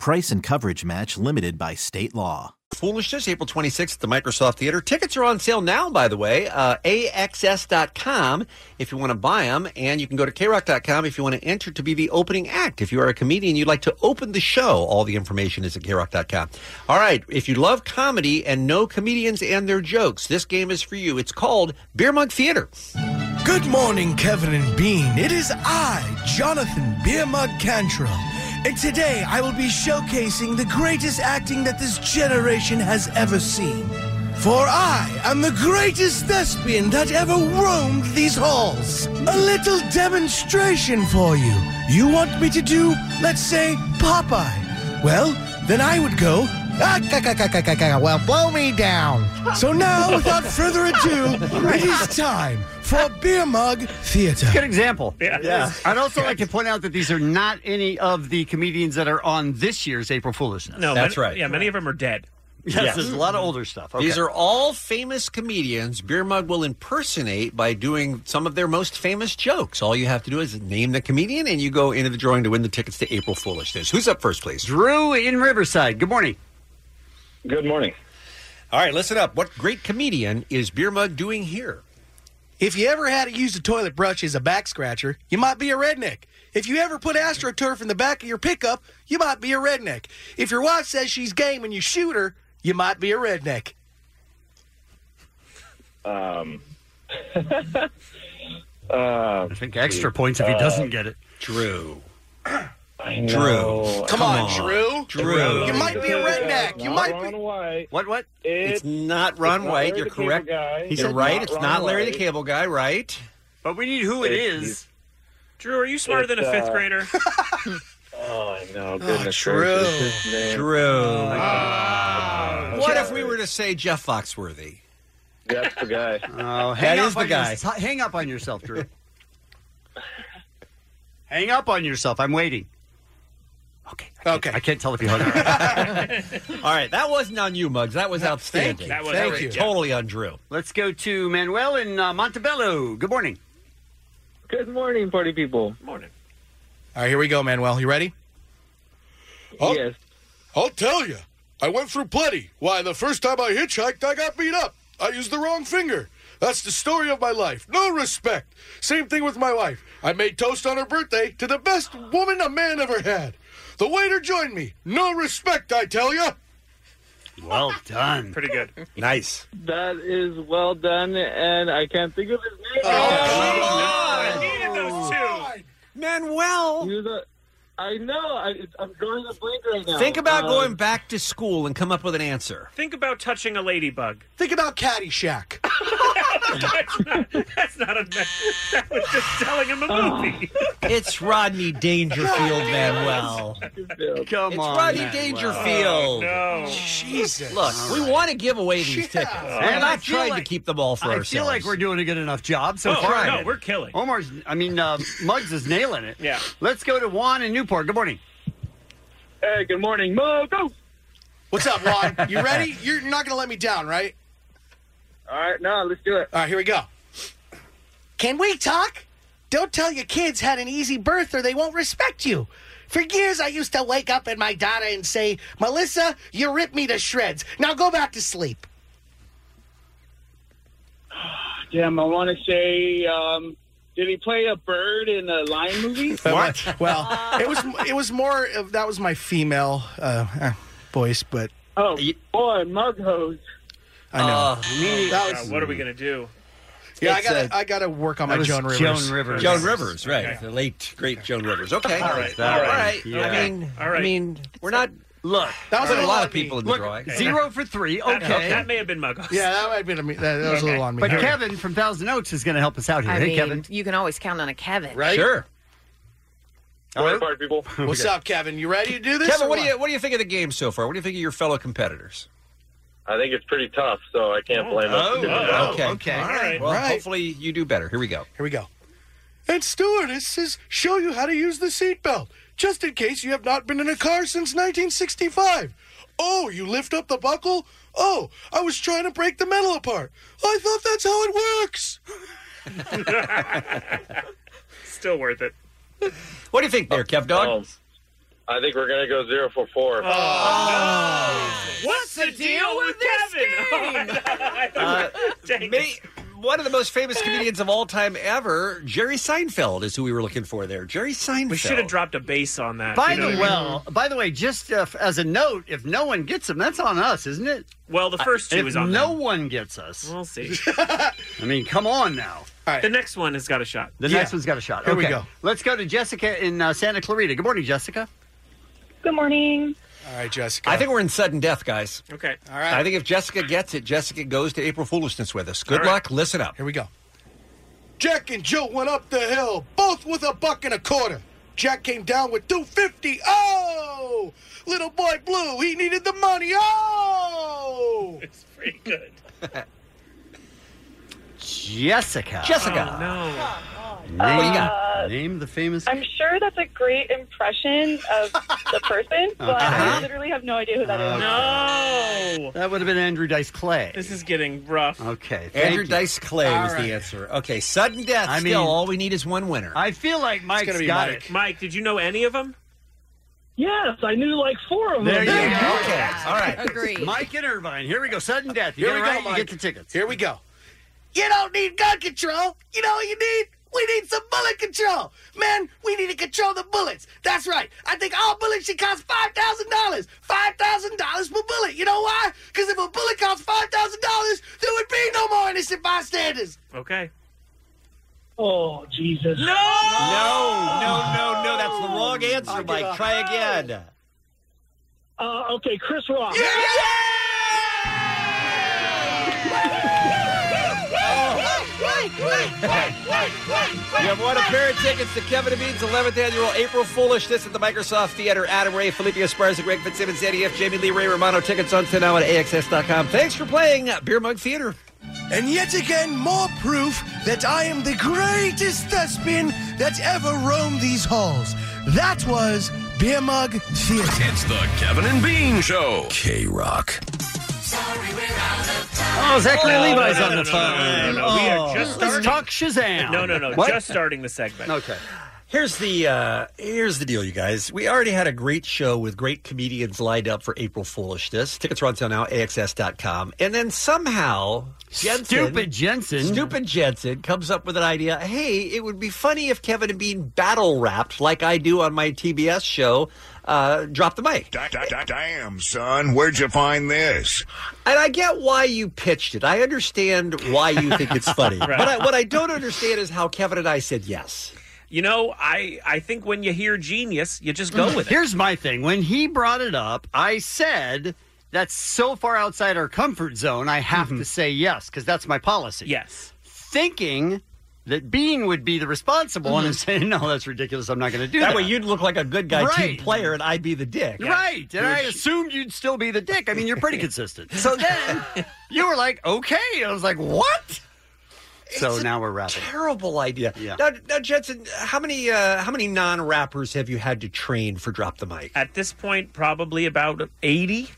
Speaker 21: Price and coverage match limited by state law.
Speaker 8: Foolishness, April 26th at the Microsoft Theater. Tickets are on sale now, by the way. Uh, AXS.com if you want to buy them. And you can go to KRock.com if you want to enter to be the opening act. If you are a comedian, you'd like to open the show. All the information is at KRock.com. All right. If you love comedy and know comedians and their jokes, this game is for you. It's called Beer Mug Theater.
Speaker 4: Good morning, Kevin and Bean. It is I, Jonathan Beer Mug Cantrell. And today I will be showcasing the greatest acting that this generation has ever seen. For I am the greatest thespian that ever roamed these halls. A little demonstration for you. You want me to do, let's say, Popeye? Well, then I would go. "Ah, ca- ca- ca- ca- ca- ca- Well, blow me down. So now, without further ado, it is time for Beer Mug Theater.
Speaker 10: Good example.
Speaker 4: Yeah.
Speaker 10: I'd also like to point out that these are not any of the comedians that are on this year's April Foolishness.
Speaker 8: No, That's many- right.
Speaker 5: Yeah, many of them are dead.
Speaker 10: Yes,
Speaker 8: Yeah.
Speaker 10: there's a lot of older stuff. Okay.
Speaker 8: These are all famous comedians. Beer Mug will impersonate by doing some of their most famous jokes. All you have to do is name the comedian, and you go into the drawing to win the tickets to April Foolishness. Who's up first, please?
Speaker 10: Drew in Riverside. Good morning.
Speaker 8: Good morning. All right, listen up. What great comedian is Beer Mug doing here?
Speaker 4: If you ever had to use a toilet brush as a back scratcher, you might be a redneck. If you ever put AstroTurf in the back of your pickup, you might be a redneck. If your wife says she's game and you shoot her, you might be a redneck.
Speaker 22: Um, uh, I
Speaker 10: think extra points if he doesn't
Speaker 4: uh,
Speaker 10: get it.
Speaker 8: Drew.
Speaker 22: know.
Speaker 4: Drew. Come,
Speaker 22: Come
Speaker 4: on,
Speaker 22: on.
Speaker 4: Drew.
Speaker 22: Drew.
Speaker 4: You might be a redneck. You might be.
Speaker 8: What? What?
Speaker 4: It's,
Speaker 8: It's not Ron
Speaker 4: not
Speaker 8: White.
Speaker 4: Larry
Speaker 8: You're
Speaker 4: the Cable
Speaker 8: correct.
Speaker 4: Guy.
Speaker 8: He's
Speaker 4: It's
Speaker 8: right.
Speaker 4: not
Speaker 8: it's
Speaker 4: Ron
Speaker 8: not Larry the
Speaker 4: White.
Speaker 8: Cable Guy, right?
Speaker 10: But we need who it
Speaker 5: It's-
Speaker 10: is.
Speaker 5: Drew, are you smarter than a
Speaker 8: It's,
Speaker 5: fifth
Speaker 8: uh,
Speaker 5: grader?
Speaker 22: Oh, I know.
Speaker 8: goodness
Speaker 22: gracious, his name-
Speaker 8: Drew. what
Speaker 22: Okay.
Speaker 8: if we were to say Jeff Foxworthy?
Speaker 22: That's the guy.
Speaker 10: Oh, hang up on your- hang up on yourself, Drew. hang up on yourself. I'm waiting. Okay. Okay. I can't tell if you hung up.
Speaker 8: All right, that wasn't on you, Muggs. That was outstanding.
Speaker 10: That was
Speaker 8: Thank
Speaker 10: great,
Speaker 8: you.
Speaker 10: Jeff.
Speaker 8: Totally on Drew.
Speaker 10: Let's go to Manuel in uh, Montebello. Good morning.
Speaker 4: Good morning, party people. Morning. All right, here we go, Manuel. You ready?
Speaker 9: yes. I'll tell you. I went through plenty. Why, the first time I hitchhiked, I got beat up. I used the wrong finger. That's the story of my life. No respect. Same thing with my wife. I made toast on her birthday to the best woman a man ever had. The waiter joined me. No respect, I tell you.
Speaker 10: Well done.
Speaker 9: Pretty good.
Speaker 8: Nice.
Speaker 9: That is well done, and I can't think of his name.
Speaker 8: Oh,
Speaker 9: needed those two.
Speaker 8: Manuel.
Speaker 9: I know. Oh, I, I'm drawing a blank right now.
Speaker 8: Think about
Speaker 9: Uh,
Speaker 8: going back to school and come up with an answer.
Speaker 5: Think about touching a ladybug.
Speaker 4: Think about Caddyshack.
Speaker 5: That's not a. That was just telling him a
Speaker 10: Oh.
Speaker 5: movie.
Speaker 8: It's Rodney Dangerfield, Manuel.
Speaker 10: Come
Speaker 8: it's
Speaker 10: on,
Speaker 8: Rodney
Speaker 10: Manuel.
Speaker 8: Dangerfield.
Speaker 10: Oh, no.
Speaker 4: Jesus.
Speaker 8: Look, we want to give away these tickets.
Speaker 10: And
Speaker 8: And
Speaker 10: I
Speaker 8: I've
Speaker 10: feel
Speaker 8: tried
Speaker 10: like-
Speaker 8: to keep them all for
Speaker 10: I
Speaker 8: ourselves.
Speaker 10: feel like we're doing a good enough job so
Speaker 8: Oh,
Speaker 10: far.
Speaker 8: no, we're
Speaker 5: killing.
Speaker 10: Omar's, I mean, uh, Muggs is nailing it. Yeah. Let's go to Juan in Newport. Good morning.
Speaker 9: Hey, good morning, Mo. Uh, Go.
Speaker 4: What's up, Juan? You ready? You're not going to let me down, right?
Speaker 9: All right, no, let's do it.
Speaker 4: All right, here we go. Can we talk? Don't tell your kids had an easy birth or they won't respect you. For years, I used to wake up at my daughter and say, Melissa, you ripped me to shreds. Now go back to sleep.
Speaker 9: Damn, I want to say, um, did he play a bird in a lion movie?
Speaker 4: What? well, it was it was more of that was my female uh, uh, voice, but
Speaker 9: Oh, boy, mug hose.
Speaker 4: I know.
Speaker 5: Oh,
Speaker 4: That
Speaker 5: God,
Speaker 4: was-
Speaker 5: what are we gonna do?
Speaker 4: yeah, I
Speaker 5: It's,
Speaker 4: gotta
Speaker 5: uh,
Speaker 4: I gotta work on
Speaker 5: that
Speaker 4: my
Speaker 5: was
Speaker 4: Joan Rivers.
Speaker 5: Joan Rivers.
Speaker 8: Joan Rivers, right? The late, great Joan Rivers. Okay,
Speaker 5: All right, all right,
Speaker 8: all right.
Speaker 5: yeah.
Speaker 8: I mean,
Speaker 5: All right.
Speaker 8: I mean, we're not
Speaker 10: Look,
Speaker 8: That was
Speaker 10: Put
Speaker 8: a lot of people in the
Speaker 10: Look,
Speaker 8: drawing.
Speaker 10: Zero for three. Okay.
Speaker 5: That- that may have been Muggles.
Speaker 10: Yeah,
Speaker 5: that
Speaker 10: might
Speaker 5: have been a,
Speaker 10: that
Speaker 5: was a little on me.
Speaker 10: But
Speaker 5: Here we go.
Speaker 10: Kevin from Thousand Oaks is going to help us out here.
Speaker 11: I
Speaker 10: hey,
Speaker 11: mean,
Speaker 10: Kevin.
Speaker 11: you can always count on a Kevin,
Speaker 10: All right.
Speaker 9: people?
Speaker 10: What's up,
Speaker 9: Kevin? You ready to do
Speaker 8: Kevin, what do you what do you think of the game so far? What do you think of your fellow competitors?
Speaker 9: I think it's pretty tough, Oh, so I can't blame us. for doing that.
Speaker 8: okay,
Speaker 9: All right.
Speaker 8: Well,
Speaker 9: Right.
Speaker 8: hopefully you do better. Here we go.
Speaker 9: Here we go.
Speaker 4: And stewardesses show you how to use the seatbelt, just in case you have not been in a car since 1965. Oh, you lift up the buckle? Oh, I was trying to break the metal apart. I thought that's how it works.
Speaker 5: Still worth it.
Speaker 8: What do you think there, Kev Dog?
Speaker 9: Um, I think we're gonna go zero for four. Oh.
Speaker 8: Oh,
Speaker 5: What's the deal with Kevin?
Speaker 8: Uh, may- one of the most famous comedians of all time ever, Jerry Seinfeld, is who we were looking for there. Jerry Seinfeld.
Speaker 5: We should have dropped a base on that.
Speaker 10: By
Speaker 5: you know
Speaker 10: the
Speaker 5: what I mean?
Speaker 10: well, by the way, just uh, f- as a note, if no one gets them, that's on us, isn't it?
Speaker 5: Well, the first
Speaker 10: two
Speaker 5: two is on
Speaker 10: No
Speaker 5: them.
Speaker 10: one gets us.
Speaker 5: We'll see.
Speaker 10: I mean, come on now.
Speaker 5: The next one has got a shot.
Speaker 10: The next one's got a shot.
Speaker 5: Here we
Speaker 10: Okay.
Speaker 5: go.
Speaker 10: Let's go to Jessica in uh, Santa Clarita. Good morning, Jessica.
Speaker 23: Good morning.
Speaker 8: All right, Jessica. I think we're in sudden death, guys.
Speaker 5: Okay.
Speaker 8: All right. I think if Jessica gets it, Jessica goes to April Foolishness with us. Good
Speaker 4: All right.
Speaker 8: luck. Listen up. Here we go.
Speaker 4: Jack and Jill went up the hill, both with a buck and a quarter. Jack came down with 250. Oh! Little boy Blue, he needed the money. Oh!
Speaker 5: It's pretty good.
Speaker 10: Jessica.
Speaker 5: Oh,
Speaker 8: Jessica.
Speaker 10: Name,
Speaker 23: What do you got?
Speaker 10: name the famous.
Speaker 23: I'm sure that's a great impression of the person, but
Speaker 8: Uh-huh.
Speaker 23: I literally have no idea who that is.
Speaker 8: Uh,
Speaker 5: No.
Speaker 10: That would have been Andrew Dice Clay.
Speaker 5: This is getting rough.
Speaker 10: Okay. thank
Speaker 8: Andrew
Speaker 10: you.
Speaker 8: Dice Clay
Speaker 10: All
Speaker 8: was
Speaker 10: right.
Speaker 8: the answer. Okay, sudden death.
Speaker 10: I
Speaker 8: still,
Speaker 10: mean-
Speaker 8: all we need is one winner.
Speaker 10: I feel like Mike's
Speaker 5: It's gonna be
Speaker 10: got
Speaker 5: Mike.
Speaker 10: it.
Speaker 5: Mike, did you know any of them?
Speaker 23: Yes, I knew like four of
Speaker 10: There you
Speaker 5: There you
Speaker 10: go.
Speaker 5: go.
Speaker 10: Okay. All right.
Speaker 5: Agreed.
Speaker 10: Mike and Irvine. Here we go. Sudden death. You
Speaker 4: Here
Speaker 10: get
Speaker 4: we
Speaker 10: it
Speaker 4: go,
Speaker 10: right,
Speaker 4: Mike.
Speaker 10: You get the tickets.
Speaker 4: Here we go. You don't need gun control. You know what you need? We need some bullet control. Man, we need to control the bullets. That's right. I think all bullets should cost $5,000. $5,000 per bullet. You know why? Because if a bullet costs $5,000, there would be no more innocent bystanders.
Speaker 5: Okay.
Speaker 23: Oh, Jesus.
Speaker 5: No!
Speaker 8: No, no, no, no. That's the wrong answer, Mike. Try again.
Speaker 23: Uh, okay, Chris Rock.
Speaker 8: You have won a pair of tickets to Kevin and Bean's 11th annual April Foolishness at the Microsoft Theater. Adam Ray, Felipe Esparza, Greg Fitzsimmons, Andy F. Jamie Lee Ray Romano. Tickets on sale now at AXS.com. Thanks for playing Beer Mug Theater.
Speaker 24: And yet again, more proof that I am the greatest thespian that ever roamed these halls. That was Beer Mug Theater.
Speaker 14: It's the Kevin and Bean Show. K Rock.
Speaker 10: Oh, Zachary
Speaker 5: Oh,
Speaker 10: Levi's
Speaker 5: no,
Speaker 10: on
Speaker 5: no,
Speaker 10: the
Speaker 5: no,
Speaker 10: phone.
Speaker 5: no, no, no, no. We are
Speaker 10: Oh.
Speaker 5: just
Speaker 10: Let's
Speaker 5: starting-
Speaker 10: talk Shazam.
Speaker 5: No, no, no.
Speaker 8: What?
Speaker 5: Just starting the segment.
Speaker 10: Okay.
Speaker 8: Here's the uh, here's the deal, you guys. We already had a great show with great comedians lined up for April Foolishness. Tickets are on sale now, AXS.com. And then somehow Jensen,
Speaker 10: Stupid Jensen.
Speaker 8: Stupid Jensen comes up with an idea. Hey, it would be funny if Kevin and Bean battle rapped like I do on my TBS show. Uh, drop the mic.
Speaker 25: Damn, son, where'd you find this?
Speaker 8: And I get why you pitched it. I understand why you think it's funny.
Speaker 5: Right.
Speaker 8: But I, what I don't understand is how Kevin and I said yes.
Speaker 5: You know, I I think when you hear genius, you just go with it.
Speaker 10: Mm. Here's my thing. When he brought it up, I said that's so far outside our comfort zone. I have
Speaker 8: Mm-hmm.
Speaker 10: to say yes because that's my policy.
Speaker 5: Yes,
Speaker 10: thinking that Bean would be the responsible one and saying, "No, that's ridiculous. I'm not going to do that."
Speaker 8: Mm-hmm. way you'd look like a good guy team
Speaker 10: Right.
Speaker 8: player, and I'd be the dick.
Speaker 10: Right, and I assumed you'd still be the dick. I mean, you're pretty consistent. So then you were like, "Okay," I was like, "What?" So now we're wrapping.
Speaker 8: terrible idea.
Speaker 10: Yeah.
Speaker 8: Now, now, Jensen, how many uh, how many non rappers have you had to train for drop the mic?
Speaker 5: At this point, probably about eighty.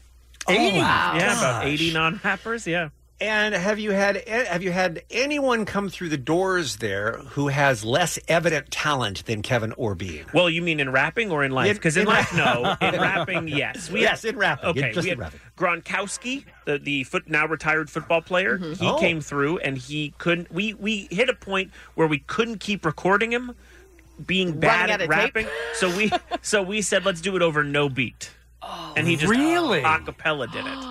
Speaker 8: 80?
Speaker 5: Yeah, about
Speaker 8: Gosh.
Speaker 5: eighty non-rappers. Yeah.
Speaker 8: And have you had eh, have you had anyone come through the doors there who has less evident talent than Kevin or Bean?
Speaker 5: Well, you mean in rapping or in life?
Speaker 8: In-
Speaker 5: Because in,
Speaker 8: in
Speaker 5: life, no.
Speaker 8: rap-
Speaker 5: In rapping, yes.
Speaker 8: Yes, in rapping.
Speaker 5: Okay,
Speaker 8: Just
Speaker 5: we
Speaker 8: in
Speaker 5: had
Speaker 8: rapping.
Speaker 5: Gronkowski, the the foot now retired football player. He
Speaker 8: Oh.
Speaker 5: came through and he couldn't. We we hit a point where we couldn't keep recording him being bad
Speaker 11: Running out
Speaker 5: at
Speaker 11: of tape?
Speaker 5: rapping. So we so we said let's do it over no beat.
Speaker 8: Oh.
Speaker 5: and he just
Speaker 10: really?
Speaker 5: a cappella did it.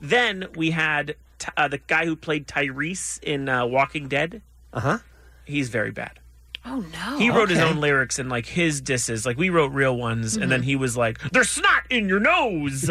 Speaker 5: then we had t- uh, the guy who played Tyrese in uh, Walking Dead.
Speaker 8: Uh huh.
Speaker 5: He's very bad.
Speaker 11: Oh no.
Speaker 5: He wrote his own lyrics and like his disses. Like we wrote real ones,
Speaker 11: Mhm.
Speaker 5: and then he was like, "There's snot in your nose.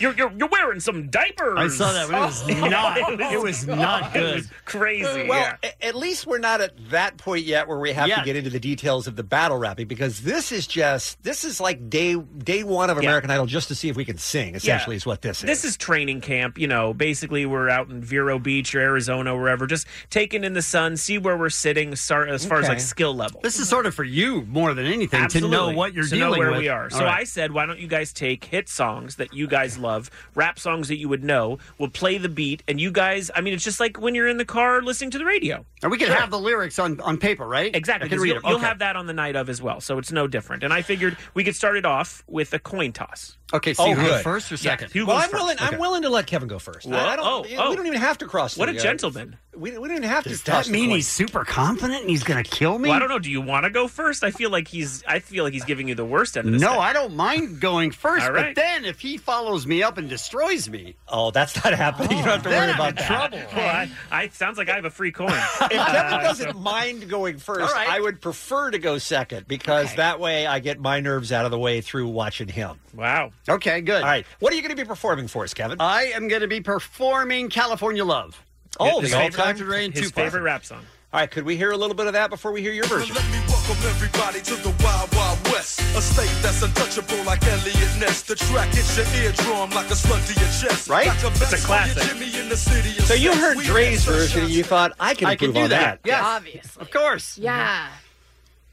Speaker 5: you're, you're you're wearing some diapers." Oh
Speaker 8: I saw that, but it was not- it was not
Speaker 5: It was
Speaker 8: good.
Speaker 5: crazy.
Speaker 8: Well,
Speaker 5: yeah.
Speaker 8: a- at least we're not at that point yet where we have to
Speaker 5: Yet.
Speaker 8: get into the details of the battle rapping because this is just this is like day day one of
Speaker 5: Yeah.
Speaker 8: American Idol just to see if we can sing.
Speaker 5: Yeah.
Speaker 8: Essentially, is what this is.
Speaker 5: This is training camp. You know, basically, we're out in Vero Beach or Arizona, wherever, just taking in the sun, see where we're sitting start, as far as like
Speaker 10: Okay.
Speaker 5: skill level.
Speaker 10: This is sort of for you more than anything
Speaker 5: Absolutely.
Speaker 10: to know what you're
Speaker 5: to
Speaker 10: dealing
Speaker 5: know where
Speaker 10: with.
Speaker 5: we are. So
Speaker 10: All right.
Speaker 5: I said, why don't you guys take hit songs that you guys love, rap songs that you would know, we'll play the beat, and you guys, I mean, it's just like when you're in the car listening to the radio.
Speaker 10: And we can have the lyrics on, on paper, right?
Speaker 5: Exactly.
Speaker 10: I can
Speaker 5: 'cause
Speaker 10: read
Speaker 5: you'll,
Speaker 10: them.
Speaker 5: you'll
Speaker 10: Okay.
Speaker 5: have that on the night of as well, so it's no different. And I figured we could start it off with a coin toss.
Speaker 10: Okay,
Speaker 8: so you go first or
Speaker 5: Oh, Yeah,
Speaker 8: second?
Speaker 5: who
Speaker 8: Well,
Speaker 5: goes
Speaker 8: I'm willing-
Speaker 5: first?
Speaker 8: I'm willing to let Kevin go first. I-
Speaker 5: Whoa,
Speaker 8: I don't-
Speaker 5: oh,
Speaker 8: we
Speaker 5: oh.
Speaker 8: don't even have to cross
Speaker 5: What
Speaker 8: the,
Speaker 5: a
Speaker 8: uh,
Speaker 5: gentleman!
Speaker 8: We, we didn't have
Speaker 10: Does
Speaker 8: to.
Speaker 10: that mean he's super confident and he's going to kill me?
Speaker 5: Well, I don't know. Do you want to go first? I feel like he's. I feel like he's giving you the worst end of this.
Speaker 10: no,
Speaker 5: thing.
Speaker 10: I don't mind going first,
Speaker 5: All right.
Speaker 10: but then if he follows me up and destroys me,
Speaker 8: oh, that's not happening. you don't have to
Speaker 10: then
Speaker 8: worry
Speaker 10: I'm
Speaker 8: about
Speaker 10: in
Speaker 8: that.
Speaker 10: trouble.
Speaker 5: Well, I, I sounds like I have a free coin. Uh,
Speaker 8: If Kevin doesn't mind going first,
Speaker 5: All right.
Speaker 8: I would prefer to go second because that way I get my nerves out of the way through watching him.
Speaker 5: Wow.
Speaker 10: Okay, good.
Speaker 8: All right. What are you going to be performing for us, Kevin?
Speaker 10: I am going to be performing California Love.
Speaker 8: Oh,
Speaker 10: His
Speaker 8: the all
Speaker 10: favorite-
Speaker 8: time Rain
Speaker 10: his favorite
Speaker 5: rap song.
Speaker 8: All right, could we hear a little bit of that before we hear your version?
Speaker 21: Welcome everybody to the Wild Wild West, a state that's untouchable like Elliot Ness. The track hits your eardrum like a slug to your chest.
Speaker 8: Right?
Speaker 21: Like
Speaker 8: It's a
Speaker 21: vest on
Speaker 8: classic.
Speaker 21: your Jimmy in the city of
Speaker 8: So you
Speaker 21: sex.
Speaker 8: heard
Speaker 21: We
Speaker 8: Dre's
Speaker 21: had
Speaker 8: version and you thought, I can
Speaker 10: I can
Speaker 8: improve
Speaker 10: do
Speaker 8: on that.
Speaker 10: that. Yes.
Speaker 11: Obviously.
Speaker 10: Of course.
Speaker 11: Yeah.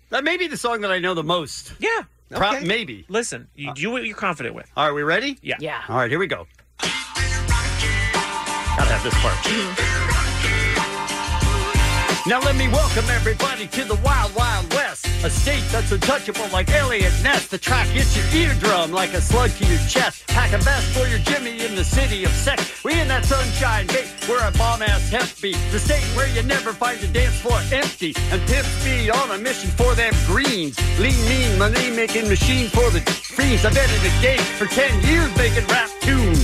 Speaker 10: That may be the song that I know the most.
Speaker 5: Yeah.
Speaker 10: Pro-
Speaker 5: Okay.
Speaker 10: Maybe.
Speaker 5: Listen, you do what you're confident with.
Speaker 10: All right, we ready?
Speaker 5: Yeah.
Speaker 11: Yeah.
Speaker 10: All right, here we go. Gotta have this part. Now let me welcome everybody to the Wild Wild West, a state that's untouchable like alien nest. The track hits your eardrum like a slug to your chest. Pack a vest for your Jimmy in the city of sex. We in that sunshine bait, we're a bomb ass hemp beat. The state where you never find a dance floor empty, and pimps be on a mission for them greens. Lean, mean, money making machine for the fiends. I've been in the game for ten years making rap tunes.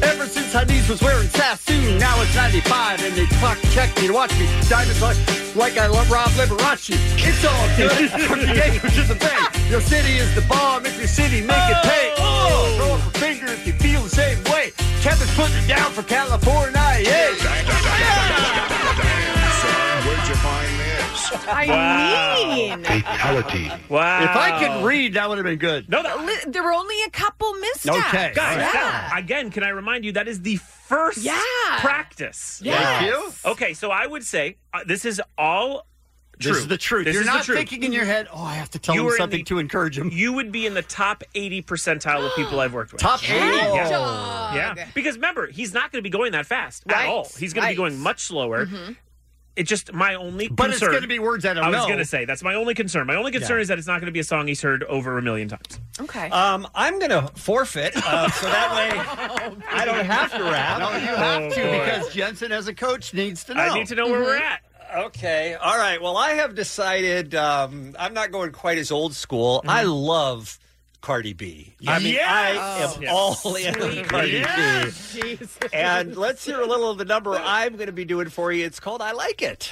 Speaker 10: Ever since Hadid was wearing Sassoon, now it's 95 and they clock check me to watch me. Diamonds like, like I love Rob Liberace. It's all good from the acre to the bay. Your city is the bomb if your city make it pay. Oh, throw up a finger if you feel the same way. Kevin's putting it down for California. Yeah.
Speaker 25: Son, where'd you find this?
Speaker 11: I mean,
Speaker 25: Fatality.
Speaker 5: Wow.
Speaker 10: If I could read, that would have been good.
Speaker 5: No,
Speaker 11: Li- there were only a couple missteps.
Speaker 10: Okay.
Speaker 5: Guys,
Speaker 10: All right.
Speaker 5: that- again, can I remind you that is the first
Speaker 11: Yeah.
Speaker 5: practice?
Speaker 11: Yes. Thank you.
Speaker 5: Okay, so I would say uh, this is all true.
Speaker 10: This is the truth.
Speaker 5: This
Speaker 10: You're
Speaker 5: is
Speaker 10: not
Speaker 5: the truth.
Speaker 10: thinking in your head, oh, I have to tell
Speaker 5: You
Speaker 10: him
Speaker 5: were in
Speaker 10: something
Speaker 5: the-
Speaker 10: to encourage him.
Speaker 5: You would be in the top 80 percentile of people I've worked with.
Speaker 10: Top 80?
Speaker 5: Yeah.
Speaker 10: Cat
Speaker 5: Yeah.
Speaker 10: dog.
Speaker 5: Because remember, he's not going to be going that fast
Speaker 10: Right.
Speaker 5: at all. He's going to
Speaker 10: Right.
Speaker 5: be going much slower.
Speaker 11: Mm-hmm.
Speaker 5: It just my only
Speaker 10: But it's
Speaker 5: concern.
Speaker 10: going to be words I don't
Speaker 5: I
Speaker 10: know.
Speaker 5: was going to say that's my only concern. My only concern
Speaker 8: Yeah.
Speaker 5: is that it's not going to be a song he's heard over a million times.
Speaker 11: Okay.
Speaker 8: Um, I'm going to forfeit, uh, so that way I don't have to rap.
Speaker 10: No, you have
Speaker 5: Oh,
Speaker 10: to because Jensen, as a coach, needs to know.
Speaker 8: I
Speaker 10: Mm-hmm.
Speaker 8: need to know where we're at. Okay. All right. Well, I have decided um, I'm not going quite as old school. I love Cardi B. I mean, I
Speaker 10: Mm-hmm. Yes!
Speaker 8: am
Speaker 10: Yes.
Speaker 8: all in on
Speaker 10: Sweet.
Speaker 8: Cardi
Speaker 10: Yes!
Speaker 8: B. And let's hear a little of the number I'm going to be doing for you. It's called I Like It.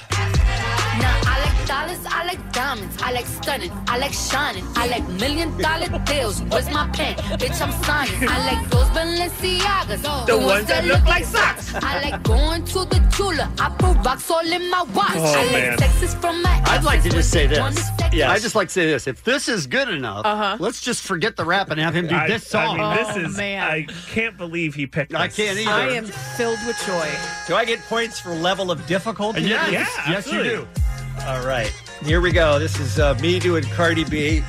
Speaker 12: Now I like dollars, I like diamonds, I like stunning, I like shining, I like million dollar deals. Where's my pen? Bitch, I'm signing. I like those Balenciagas,
Speaker 2: The ones that look like
Speaker 12: socks. I like going to the Tula. I put rocks all in my watch.
Speaker 10: Oh,
Speaker 12: I
Speaker 10: man.
Speaker 12: like sexes from my.
Speaker 10: I'd like to just say
Speaker 12: One
Speaker 10: this.
Speaker 12: second.
Speaker 10: I just like to say this. If this is good enough,
Speaker 12: Uh-huh.
Speaker 10: let's just forget the rap and have him do
Speaker 5: I-
Speaker 10: this song.
Speaker 5: I mean, this is. I can't believe he picked.
Speaker 10: I
Speaker 5: this.
Speaker 10: can't either. I am
Speaker 11: filled with joy.
Speaker 8: Do I get points for level of difficulty?
Speaker 10: Yes.
Speaker 8: Uh, Yeah,
Speaker 10: Yes, you
Speaker 8: absolutely.
Speaker 10: do.
Speaker 8: All right. Here we go. This is uh, me doing Cardi B.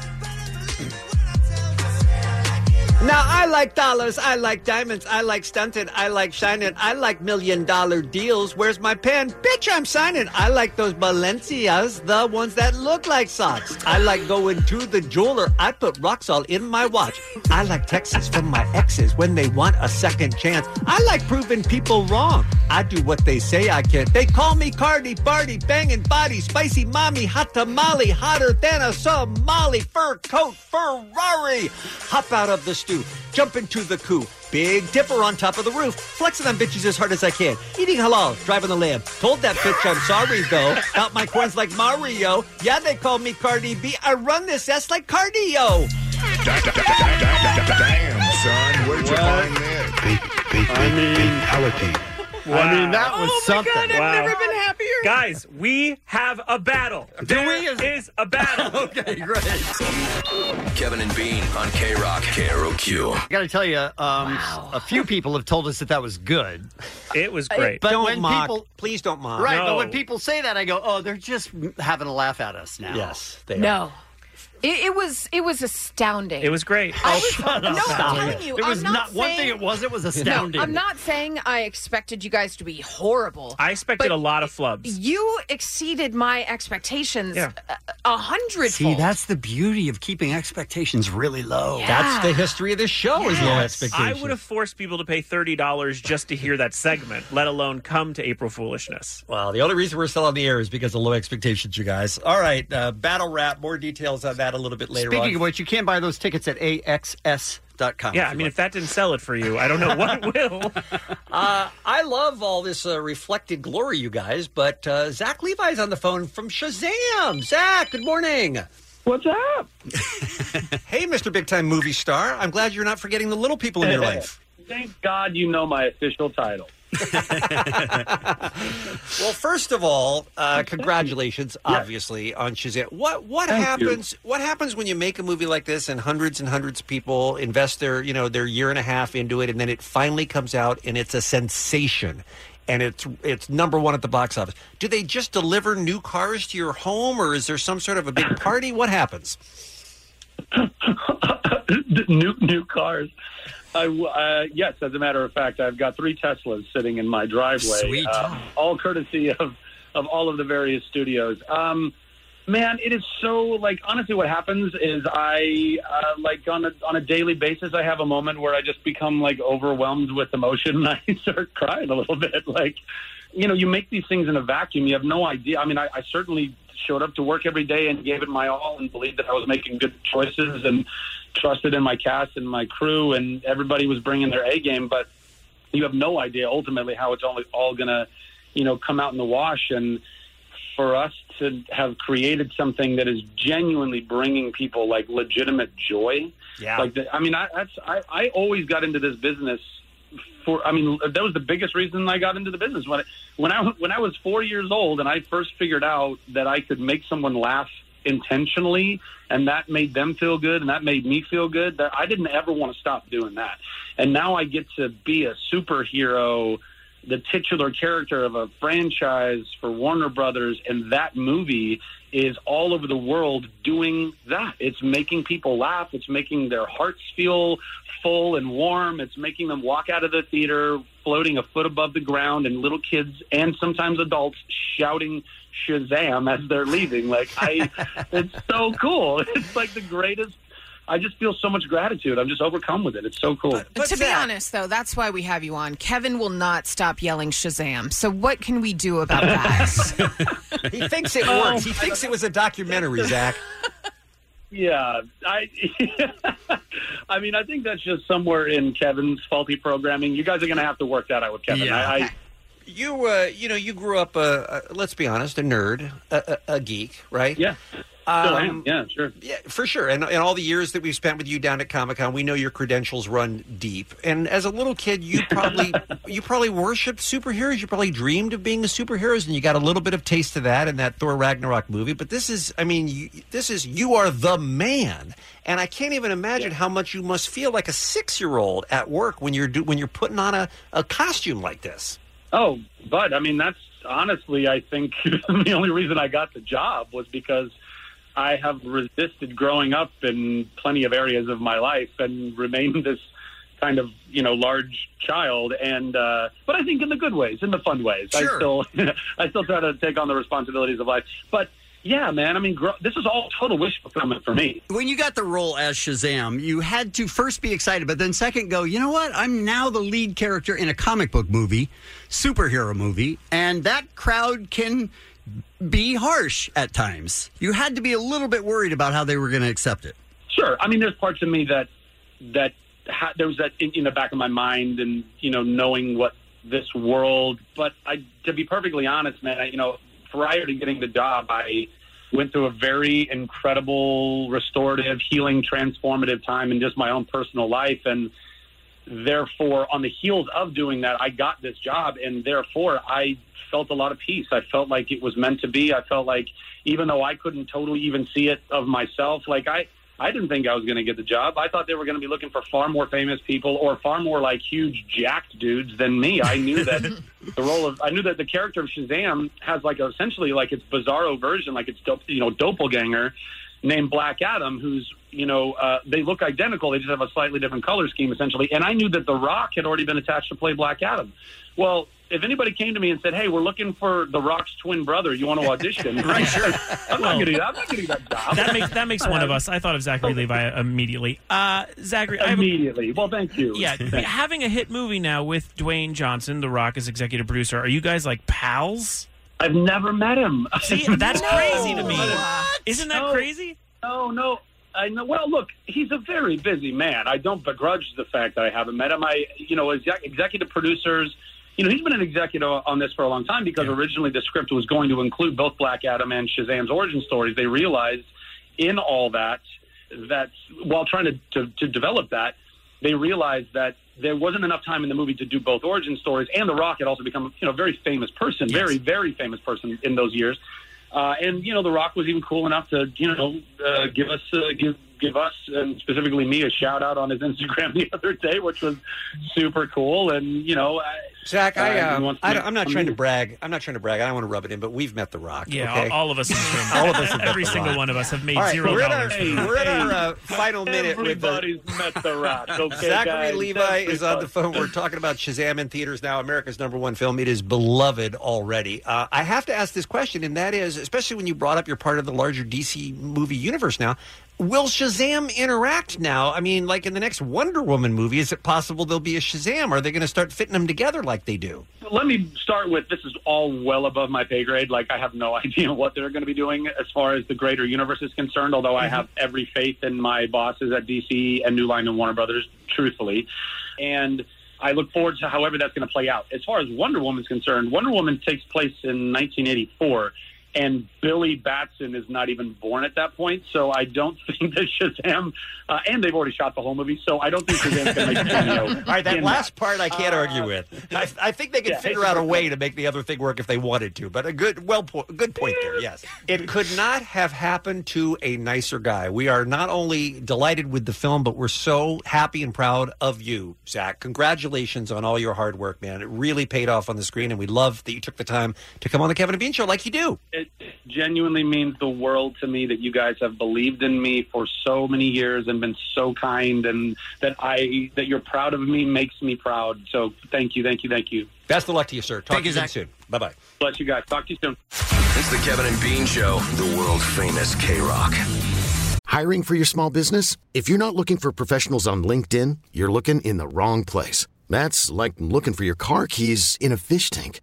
Speaker 8: Now, I like dollars. I like diamonds. I like stunted. I like shining. I like million dollar deals. Where's my pen? Bitch, I'm signing. I like those Balencias, the ones that look like socks. I like going to the jeweler. I put rocks all in my watch. I like texts from my exes when they want a second chance. I like proving people wrong. I do what they say I can. They call me Cardi, Barty, banging body, spicy mommy, hot tamale, hotter than a Somali, fur coat, Ferrari. Hop out of the
Speaker 10: stew. Jump into the coup. Big Dipper on top of the roof. Flexing on bitches as hard as I can. Eating halal. Driving the lamb. Told that bitch I'm sorry, though. Out my corns like Mario. Yeah, they call me Cardi B. I run this ass like cardio.
Speaker 25: Damn, son, where'd you find that? I mean, fatality.
Speaker 5: Wow.
Speaker 25: God, I've never
Speaker 5: been happier. Guys, we have a battle. There is a battle.
Speaker 10: okay, great.
Speaker 14: Kevin and Bean on K Rock KROQ.
Speaker 10: I got to tell you, um, a few people have told us that that was good.
Speaker 5: It was
Speaker 8: great.
Speaker 10: But
Speaker 8: Don't
Speaker 10: when
Speaker 8: mock.
Speaker 10: people,
Speaker 8: please don't mock.
Speaker 10: Right, but
Speaker 8: No.
Speaker 10: when people say that, I go, "Oh, they're just having a laugh at us now."
Speaker 8: Yes,
Speaker 10: they
Speaker 11: No. It, it was it was astounding.
Speaker 5: It was great.
Speaker 10: Oh,
Speaker 11: I was- no, I'm telling you,
Speaker 10: There was
Speaker 11: I'm
Speaker 10: not,
Speaker 11: not,
Speaker 10: one
Speaker 11: saying,
Speaker 10: thing it was. It was
Speaker 11: No,
Speaker 10: astounding.
Speaker 11: I'm not saying I expected you guys to be horrible.
Speaker 5: I expected a lot of flubs.
Speaker 11: You exceeded my expectations Uh,
Speaker 10: Yeah.
Speaker 11: a, a hundredfold.
Speaker 10: See, that's the beauty of keeping expectations really low.
Speaker 5: That's the
Speaker 10: history of this show
Speaker 5: I would have forced people to pay thirty dollars just to hear that segment, let alone come to April Foolishness.
Speaker 8: Well, the only reason we're still on the air is because of low expectations, you guys. All right, uh, battle rap. More details on that a little bit later
Speaker 10: Speaking
Speaker 8: on.
Speaker 10: of which, you can buy those tickets at axs.com.
Speaker 5: Yeah, I mean, if that didn't sell it for you, I don't know what will.
Speaker 8: uh, I love all this uh, reflected glory, you guys. But uh, Zach Levi's on the phone from Shazam. Zach, good morning.
Speaker 26: What's up?
Speaker 8: hey, Mr. Big Time Movie Star. I'm glad you're not forgetting the little people in your life.
Speaker 26: Thank God you know my official title.
Speaker 8: Well, first of all, uh, congratulations, obviously, on Shazam. What what
Speaker 26: Thank you.
Speaker 8: happens? What happens when you make a movie like this and hundreds and hundreds of people invest their you know their year and a half into it, and then it finally comes out and it's a sensation, and it's it's number one at the box office. Do they just deliver new cars to your home, or is there some sort of a big party? What happens?
Speaker 26: new new cars. I w uh, yes, as a matter of fact, I've got three Teslas sitting in my driveway,
Speaker 13: Sweet.
Speaker 26: uh, all courtesy of of all of the various studios. Um, man, it is so like honestly, what happens is I uh, like on a on a daily basis, I have a moment where I just become like overwhelmed with emotion and I start crying a little bit, like you know, you make these things in a vacuum. You have no idea. I mean, I, I certainly showed up to work every day and gave it my all and believed that I was making good choices and trusted in my cast and my crew and everybody was bringing their A game. But you have no idea ultimately how it's only all going to, you know, come out in the wash. And for us to have created something that is genuinely bringing people like legitimate joy.
Speaker 16: Yeah.
Speaker 26: Like, the, I mean, I, that's, I, I always got into this business for I mean that was the biggest reason I got into the business when I, when I when I was 4 years old and I first figured out that I could make someone laugh intentionally and that made them feel good and that made me feel good that I didn't ever want to stop doing that and now I get to be a superhero the titular character of a franchise for Warner Brothers and that movie is all over the world doing that. It's making people laugh, it's making their hearts feel full and warm, it's making them walk out of the theater floating a foot above the ground and little kids and sometimes adults shouting Shazam as they're leaving. Like I it's so cool. It's like the greatest I just feel so much gratitude. I'm just overcome with it. It's so cool.
Speaker 11: to be honest, though, that's why we have you on. Kevin will not stop yelling Shazam. So what can we do about that?
Speaker 8: He thinks it
Speaker 11: Oh.
Speaker 26: Um,
Speaker 8: works. He thinks it was a documentary, Zach.
Speaker 26: Yeah, I. I mean, I think that's just somewhere in Kevin's faulty programming. You guys are going to have to work that out with Kevin. I, I,
Speaker 8: you uh, you know you grew up uh, uh, let's be honest a nerd a, a, a geek right Um,
Speaker 26: yeah Still am. yeah sure
Speaker 8: yeah for sure and, and all the years that we've spent with you down at comic-con we know your credentials run deep and as a little kid you probably you probably worshiped superheroes you probably dreamed of being a superheroes and you got a little bit of taste of that in that thor ragnarok movie but this is i mean you, this is you are the man and i can't even imagine how much you must feel like a six-year-old at work when you're do, when you're putting on a, a costume like this
Speaker 26: Oh, but I mean, that's honestly, I think the only reason I got the job was because I have resisted growing up in plenty of areas of my life and remained this kind of you know large child and uh but i think in the good ways in the fun ways i still i still try to take on the responsibilities of life but yeah man i mean grow, this is all total wish fulfillment for me
Speaker 10: When you got the role as Shazam, you had to first be excited, but then second go, you know what? I'm now the lead character in a comic book movie, superhero movie, and that crowd can be harsh at times. You had to be a little bit worried about how they were going to accept it.
Speaker 26: Sure. I mean, there's parts of me that that ha- there was that in, in the back of my mind, and you know, knowing what this world. But I, to be perfectly honest, man, I, you know, prior to getting the job, I went through a very incredible, restorative, healing, transformative time in just my own personal life, and therefore, on the heels of doing that, I got this job, and therefore, I felt a lot of peace. I felt like it was meant to be. I felt like, even though I couldn't totally even see it of myself, like I, I didn't think I was going to get the job. I thought they were going to be looking for far more famous people or far more like huge jacked dudes than me. I knew that the role of, I knew that the character of Shazam has like a, essentially like its bizarro version, like its dop- you know doppelganger named Black Adam, who's you know uh, they look identical, they just have a slightly different color scheme essentially. And I knew that The Rock had already been attached to play Black Adam. Well, if anybody came to me and said, "Hey, we're looking for The Rock's twin brother, you want to audition?"
Speaker 5: Right, sure.
Speaker 26: I'm not going to do that. I'm not going to do that job.
Speaker 5: That makes that makes one of us. I thought of Zachary Levi immediately. Uh, Zachary, I have a-
Speaker 26: immediately. well, thank you.
Speaker 5: Yeah, having a hit movie now with Dwayne Johnson, The Rock, as executive producer. Are you guys like pals?
Speaker 26: I've never met him.
Speaker 5: See, that's
Speaker 26: No.
Speaker 5: crazy to me.
Speaker 26: What?
Speaker 5: Isn't that
Speaker 26: No.
Speaker 5: crazy?
Speaker 26: No, no. I know. Well, look, he's a very busy man. I don't begrudge the fact that I haven't met him. I, you know, exec- executive producers. You know, he's been an executive on this for a long time because originally the script was going to include both Black Adam and Shazam's origin stories. They realized in all that that while trying to, to, to develop that, they realized that there wasn't enough time in the movie to do both origin stories. And The Rock had also become, you know, a very famous person, very, very famous person in those years. Uh, and you know, The Rock was even cool enough to you know uh, give us uh, give give us and specifically me a shout out on his Instagram the other day, which was super cool. And you know, I,
Speaker 8: Zach, I,
Speaker 26: Uh, he
Speaker 8: uh,
Speaker 26: wants to
Speaker 8: I
Speaker 26: make-
Speaker 8: don't, I'm not trying to brag. I'm not trying to brag. I don't want to rub it in, but we've met The Rock.
Speaker 5: Yeah,
Speaker 8: okay?
Speaker 5: all, all of us. In this room.
Speaker 8: All of us have met
Speaker 5: Every
Speaker 8: The
Speaker 5: single
Speaker 8: Rock.
Speaker 5: one of us have made
Speaker 8: All right,
Speaker 5: zero
Speaker 8: we're at our-
Speaker 5: dollars.
Speaker 8: we're at our, uh, final minute with the-
Speaker 26: everybody's met The Rock. Okay,
Speaker 8: Zachary
Speaker 26: guys?
Speaker 8: Levi is on the
Speaker 26: Everybody.
Speaker 8: phone. We're talking about Shazam in theaters now, America's number one film. It is beloved already. Uh, I have to ask this question, and that is, especially when you brought up you're part of the larger DC movie universe now, will Shazam interact now? I mean, like in the next Wonder Woman movie, is it possible there'll be a Shazam? Are they going to start fitting them together like they do?
Speaker 26: let me start with this is all well above my pay grade. Like I have no idea what they're going to be doing as far as the greater universe is concerned. Although I have every faith in my bosses at DC and New Line and Warner Brothers, truthfully, and I look forward to however that's going to play out. As far as Wonder Woman's concerned, Wonder Woman takes place in 1984. And Billy Batson is not even born at that point, so I don't think that Shazam. Uh, and they've already shot the whole movie, so I don't think Shazam's going to make a cameo. Uh,
Speaker 8: All right, that
Speaker 26: in
Speaker 8: last part I can't argue with. I, I think they could
Speaker 26: yeah,
Speaker 8: figure
Speaker 26: it's a
Speaker 8: out a
Speaker 26: good
Speaker 8: way to make the other thing work if they wanted to. But a good, well, po- good point there. Yes, it could not have happened to a nicer guy. We are not only delighted with the film, but we're so happy and proud of you, Zach. Congratulations on all your hard work, man. It really paid off on the screen, and we love that you took the time to come on the Kevin and Bean Show like you do.
Speaker 26: it genuinely means the world to me that you guys have believed in me for so many years and been so kind and that I that you're proud of me makes me proud. So thank you, thank you, thank you.
Speaker 8: Best of luck to you, sir. Talk to you again soon. Bye bye.
Speaker 26: Bless you guys. Talk to you soon.
Speaker 14: It's the Kevin and Bean Show, the world famous K Rock.
Speaker 15: Hiring for your small business? If you're not looking for professionals on LinkedIn, you're looking in the wrong place. That's like looking for your car keys in a fish tank.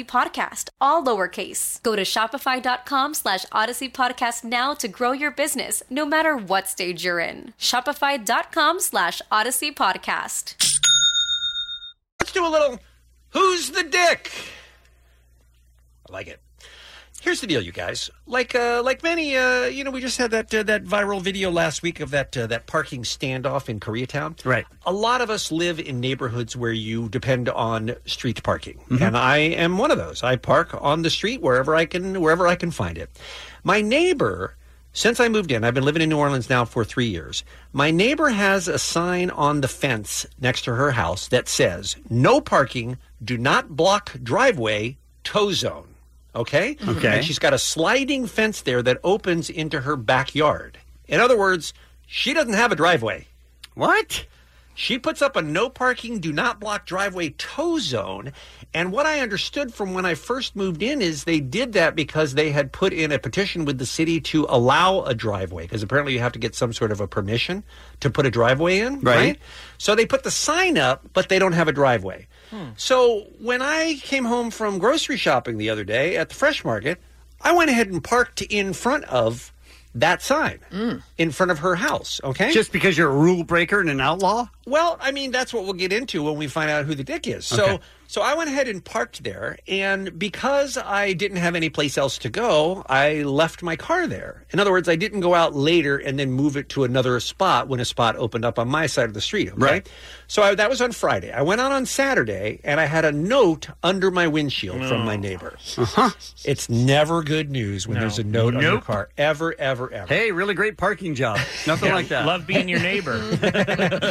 Speaker 13: Podcast, all lowercase. Go to Shopify.com slash Odyssey Podcast now to grow your business no matter what stage you're in. Shopify.com slash Odyssey Podcast.
Speaker 8: Let's do a little Who's the Dick? I like it. Here's the deal, you guys. Like, uh, like many, uh, you know, we just had that uh, that viral video last week of that uh, that parking standoff in Koreatown. Right. A lot of us live in neighborhoods where you depend on street parking, and I am one of those. I park on the street wherever I can, wherever I can find it. My neighbor, since I moved in, I've been living in New Orleans now for three years. My neighbor has a sign on the fence next to her house that says "No parking, do not block driveway, tow zone." Okay.
Speaker 10: Okay.
Speaker 8: And she's got a sliding fence there that opens into her backyard. In other words, she doesn't have a driveway. What? She puts up a no parking, do not block driveway tow zone. And what I understood from when I first moved in is they did that because they had put in a petition with the city to allow a driveway, because apparently you have to get some sort of a permission to put a driveway in.
Speaker 10: Right.
Speaker 8: So they put the sign up, but they don't have a driveway.
Speaker 10: Hmm.
Speaker 8: So when I came home from grocery shopping the other day at the fresh market, I went ahead and parked in front of that sign, in front of her house. Okay,
Speaker 10: Just because you're a rule breaker and an outlaw?
Speaker 8: well, I mean, that's what we'll get into when we find out who the dick is. So,
Speaker 10: Okay.
Speaker 8: so I went ahead and parked there, and because I didn't have any place else to go, I left my car there. In other words, I didn't go out later and then move it to another spot when a spot opened up on my side of the street. Okay? Right. So I, that was on Friday. I went out on Saturday, and I had a note under my windshield from my neighbor. Uh-huh. It's never good news when
Speaker 10: No.
Speaker 8: there's a note on your
Speaker 10: Nope.
Speaker 8: car, ever, ever, ever.
Speaker 10: Hey, really great parking job. Nothing
Speaker 8: Yeah.
Speaker 10: like that.
Speaker 8: Love being your neighbor.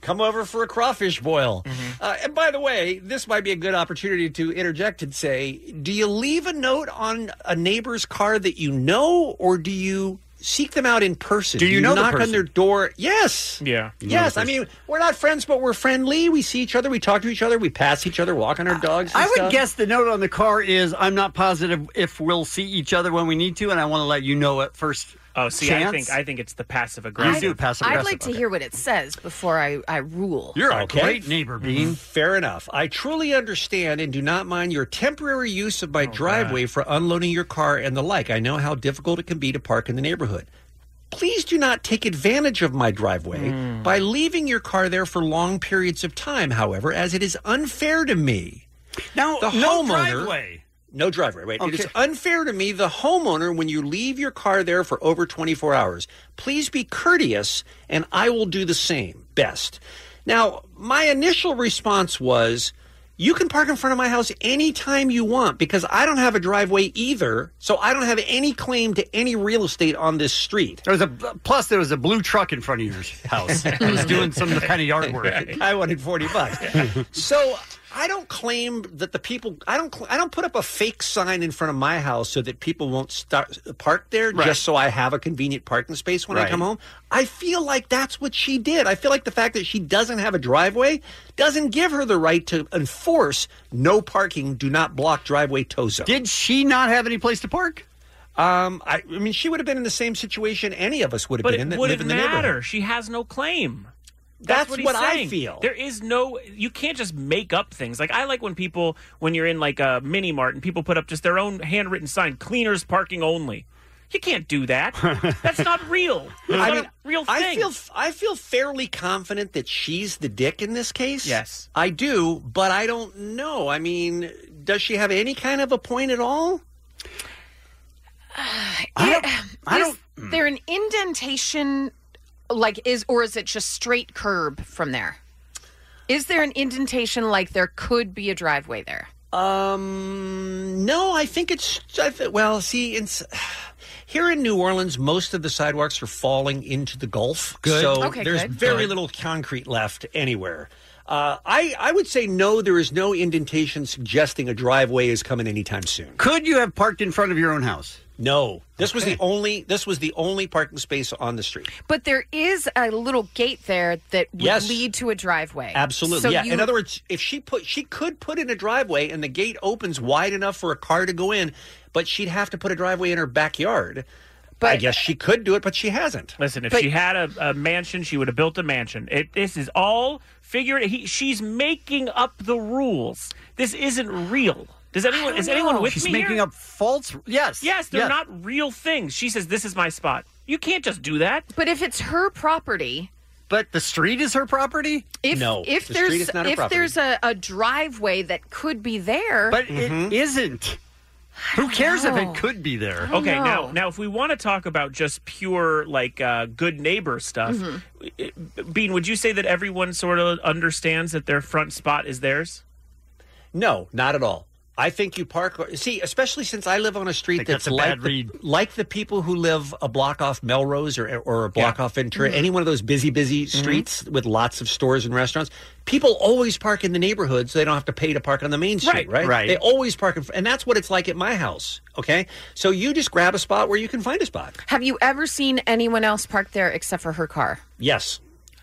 Speaker 8: Come over for a crawfish boil.
Speaker 10: Mm-hmm.
Speaker 8: Uh, and by the way, this might be a good opportunity to interject and say, do you leave a note on a neighbor's car that you know, or do you seek them out in person?
Speaker 10: Do you know the
Speaker 8: knock on
Speaker 10: person?
Speaker 8: their door? Yes.
Speaker 5: Yeah.
Speaker 8: Yes, I mean we're not friends, but we're friendly. We see each other, we talk to each other, we pass each other, walk on our dogs. and
Speaker 10: I would
Speaker 8: stuff.
Speaker 10: guess the note on the car is I'm not positive if we'll see each other when we need to, and I want to let you know at first.
Speaker 5: Oh, see, I think I think it's the passive aggressive.
Speaker 10: do passive
Speaker 11: I'd like to hear what it says before I, I rule.
Speaker 10: neighbor,
Speaker 8: Bean. Mm-hmm. Fair enough. I truly understand and do not mind your temporary use of my
Speaker 10: Oh,
Speaker 8: driveway for unloading your car and the like. I know how difficult it can be to park in the neighborhood. Please do not take advantage of my driveway
Speaker 10: Hmm.
Speaker 8: by leaving your car there for long periods of time, however, as it is unfair to me.
Speaker 10: Now,
Speaker 8: the
Speaker 10: no
Speaker 8: homeowner.
Speaker 10: driveway.
Speaker 8: No driveway, right? It is
Speaker 10: Okay.
Speaker 8: unfair to me, the homeowner, when you leave your car there for over 24 hours. Please be courteous, and I will do the same best. Now, my initial response was you can park in front of my house anytime you want because I don't have a driveway either, so I don't have any claim to any real estate on this street.
Speaker 10: There was a plus. There was a blue truck in front of your house. I was doing some kind of yard work.
Speaker 8: I wanted forty bucks. so I don't claim that the people. I don't. cl- I don't put up a fake sign in front of my house so that people won't start park there
Speaker 10: Right.
Speaker 8: just so I have a convenient parking space when I
Speaker 10: Right.
Speaker 8: come home. I feel like that's what she did. I feel like the fact that she doesn't have a driveway doesn't give her the right to enforce no parking, do not block driveway tow zone.
Speaker 10: Did she not have any place to park?
Speaker 8: Um, I, I mean, she would have been in the same situation any of us would have
Speaker 5: But
Speaker 8: been in.
Speaker 5: it
Speaker 8: that
Speaker 5: wouldn't
Speaker 8: live in the
Speaker 5: matter.
Speaker 8: neighborhood.
Speaker 5: She has no claim.
Speaker 8: That's
Speaker 5: he's
Speaker 8: what I
Speaker 5: saying.
Speaker 8: feel.
Speaker 5: There is no. You can't just make up things. Like I like when people, when you're in like a mini mart, and people put up just their own handwritten sign: "Cleaners parking only." You can't do that. That's not real. That's
Speaker 8: I
Speaker 5: not
Speaker 8: mean,
Speaker 5: a real thing.
Speaker 8: I feel I feel fairly confident that she's the dick in this case.
Speaker 5: Yes.
Speaker 8: I do, but I don't know. I mean, does she have any kind of a point at all?
Speaker 11: I don't. is there an indentation, like is or is it just straight curb from there? Is there an indentation like there could be a driveway there?
Speaker 8: Um, no, I think it's I th- well. See, in, s- here in New Orleans, most of the sidewalks are falling into the Gulf.
Speaker 10: Good.
Speaker 8: So
Speaker 10: Okay,
Speaker 8: there's
Speaker 10: good.
Speaker 8: very
Speaker 10: Good.
Speaker 8: little concrete left anywhere. Uh, I I would say no. There is no indentation suggesting a driveway is coming anytime soon.
Speaker 10: Could you have parked in front of your own house?
Speaker 8: No, this was the only this was the only parking space on the street.
Speaker 11: But there is a little gate there that would
Speaker 8: Yes.
Speaker 11: lead to a driveway.
Speaker 8: Absolutely.
Speaker 11: So
Speaker 8: yeah.
Speaker 11: you-
Speaker 8: In other words, if she put she could put in a driveway and the gate opens wide enough for a car to go in, but she'd have to put a driveway in her backyard. I guess she could do it, but she hasn't.
Speaker 5: Listen, if
Speaker 8: But-
Speaker 5: she had a, a mansion, she would have built a mansion. It, this is all figured. He, she's making up the rules. This isn't real. Does anyone
Speaker 10: don't
Speaker 5: is anyone
Speaker 10: know.
Speaker 5: with
Speaker 10: She's
Speaker 5: me?
Speaker 10: making
Speaker 5: up
Speaker 10: false. Yes,
Speaker 5: yes, they're
Speaker 10: yes.
Speaker 5: not real things. She says this is my spot. You can't just do that.
Speaker 11: But if it's her property,
Speaker 10: But the street is her property.
Speaker 11: if
Speaker 10: no,
Speaker 11: if there's if there's a, a driveway that could be there,
Speaker 10: but
Speaker 5: Mm-hmm.
Speaker 10: it Hmm? isn't. Who
Speaker 5: cares if it
Speaker 11: know.
Speaker 10: could be there?
Speaker 11: don't
Speaker 5: Okay,
Speaker 11: know.
Speaker 5: now now if we want to talk about just pure like uh, good neighbor stuff,
Speaker 11: Mhm.
Speaker 5: it- Bean, would you say that everyone sort of understands that their front spot is theirs?
Speaker 8: No, not at all. I think you park. See, especially since I live on a street
Speaker 10: Think that's
Speaker 8: that's,
Speaker 10: a
Speaker 8: like
Speaker 10: bad
Speaker 8: the,
Speaker 10: read.
Speaker 8: like the people who live a block off Melrose or or a block off Ventura,
Speaker 10: Mhm.
Speaker 8: any one of those busy, busy streets with lots of stores and restaurants. People always park in the neighborhood, so they don't have to pay to park on the main street,
Speaker 10: Right,
Speaker 8: right?
Speaker 10: right.
Speaker 8: They always park, in, fr- and that's what it's like at my house. Okay, so you just grab a spot where you can find a spot.
Speaker 11: have you ever seen anyone else parked there except for her car?
Speaker 8: Yes.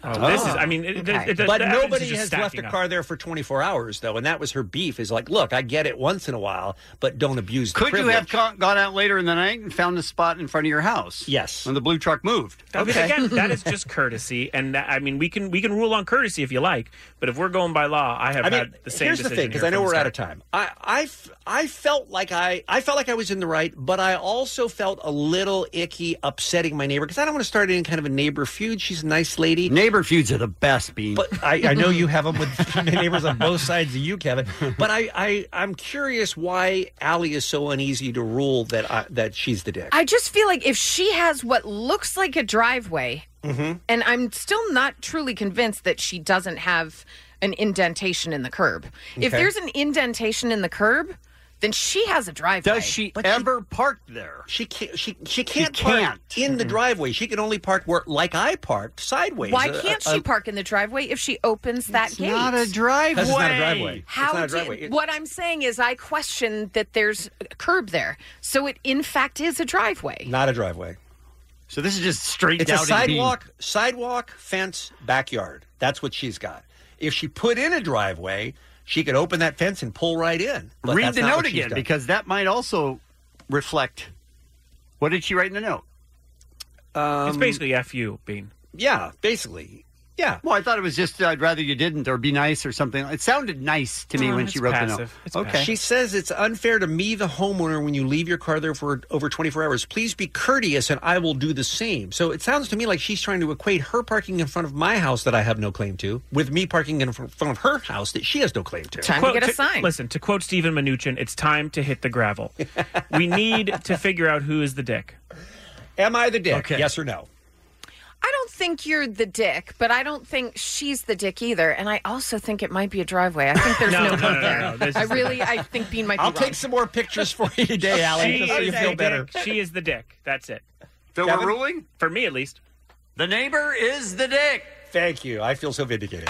Speaker 5: Oh, this is- I mean, it- it- it-
Speaker 8: but
Speaker 5: the evidence
Speaker 8: nobody
Speaker 5: is just
Speaker 8: has left a
Speaker 5: stacking up.
Speaker 8: car there for 24 hours, though, and that was her beef. Is like, look, I get it once in a while, but don't abuse. The
Speaker 10: Could you
Speaker 8: privilege.
Speaker 10: have gone gone out later in the night and found a spot in front of your house?
Speaker 8: Yes.
Speaker 10: When the blue truck moved.
Speaker 5: I mean, again, that is just courtesy, and that, I mean, we can we can rule on courtesy if you like, but if we're going by law, I have
Speaker 8: I mean,
Speaker 5: had the same.
Speaker 8: here's the
Speaker 5: decision
Speaker 8: thing, 'cause
Speaker 5: here
Speaker 8: I know
Speaker 5: from the
Speaker 8: we're out of
Speaker 5: start.
Speaker 8: time. I, I, f- I felt like I, I felt like I was in the right, but I also felt a little icky upsetting my neighbor because I don't want to start any kind of a neighbor feud. She's a nice lady.
Speaker 10: Neighbor feuds are the best, Bean.
Speaker 8: But I, I know you have them with neighbors on both sides of you, Kevin. But I, I, I'm curious why Allie is so uneasy to rule that I, that she's the dick.
Speaker 11: I just feel like if she has what looks like a driveway,
Speaker 8: Mm-hmm.
Speaker 11: and I'm still not truly convinced that she doesn't have an indentation in the curb. If
Speaker 10: Okay.
Speaker 11: there's an indentation in the curb, then she has a driveway.
Speaker 10: Does she ever park there?
Speaker 8: She can't. She she can't
Speaker 10: can't. Mm-hmm.
Speaker 8: park in the driveway. She can only park where, like I parked, sideways.
Speaker 11: Why
Speaker 8: A-
Speaker 11: can't
Speaker 8: a-
Speaker 11: she park in the driveweway if she opens that gate?
Speaker 10: not a driveway.
Speaker 8: That's not a driveway. It's
Speaker 11: How
Speaker 8: not a
Speaker 11: do-
Speaker 8: driveway. It-
Speaker 11: what I'm saying is, I question that there's a curb there, so it in fact is a driveway.
Speaker 8: Not a driveway.
Speaker 10: So this is just straight
Speaker 8: It's a
Speaker 10: doubting Bean.
Speaker 8: sidewalk, sidewalk, fence, backyard. That's what she's got. If she put in a driveway, she could open that fence and pull right in. But
Speaker 10: Read
Speaker 8: that's
Speaker 10: the
Speaker 8: not
Speaker 10: note
Speaker 8: what she's
Speaker 10: again
Speaker 8: done.
Speaker 10: because that might also reflect. What did she write in the note?
Speaker 8: Um,
Speaker 5: it's basically f you, Bean.
Speaker 8: Yeah, basically. Yeah.
Speaker 10: Well, I thought it was just I'd rather you didn't or be nice or something. It sounded nice to me
Speaker 8: Oh,
Speaker 10: when
Speaker 8: it's
Speaker 10: she wrote the note.
Speaker 8: passive. It's passive. She says it's unfair to me, the homeowner, when you leave your car there for over 24 hours. Please be courteous and I will do the same. So it sounds to me like she's trying to equate her parking in front of my house that I have no claim to with me parking in fr- front of her house that she has no claim to.
Speaker 5: Quote- Listen, to quote Stephen Mnuchin, it's time to hit the gravel. we need to figure out who is the dick.
Speaker 8: Am I the dick? Yes or no?
Speaker 11: I don't think you're the dick, but I don't think she's the dick either. And I also think it might be a driveway. I think there's no,
Speaker 8: No, no, no,
Speaker 11: curb
Speaker 8: no,
Speaker 11: there.
Speaker 8: no, this
Speaker 11: I
Speaker 8: is-
Speaker 11: really, I think Bean might.
Speaker 8: I'll
Speaker 11: be wrong.
Speaker 8: take some more pictures for you today, Allie.
Speaker 5: She
Speaker 8: just so
Speaker 5: is
Speaker 8: you
Speaker 5: the
Speaker 8: feel better.
Speaker 5: dick. She is the dick. That's it.
Speaker 10: So
Speaker 8: Kevin?
Speaker 10: ruling?
Speaker 5: For me, at least.
Speaker 10: The neighbor is the dick.
Speaker 8: Thank you. I feel so vindicated.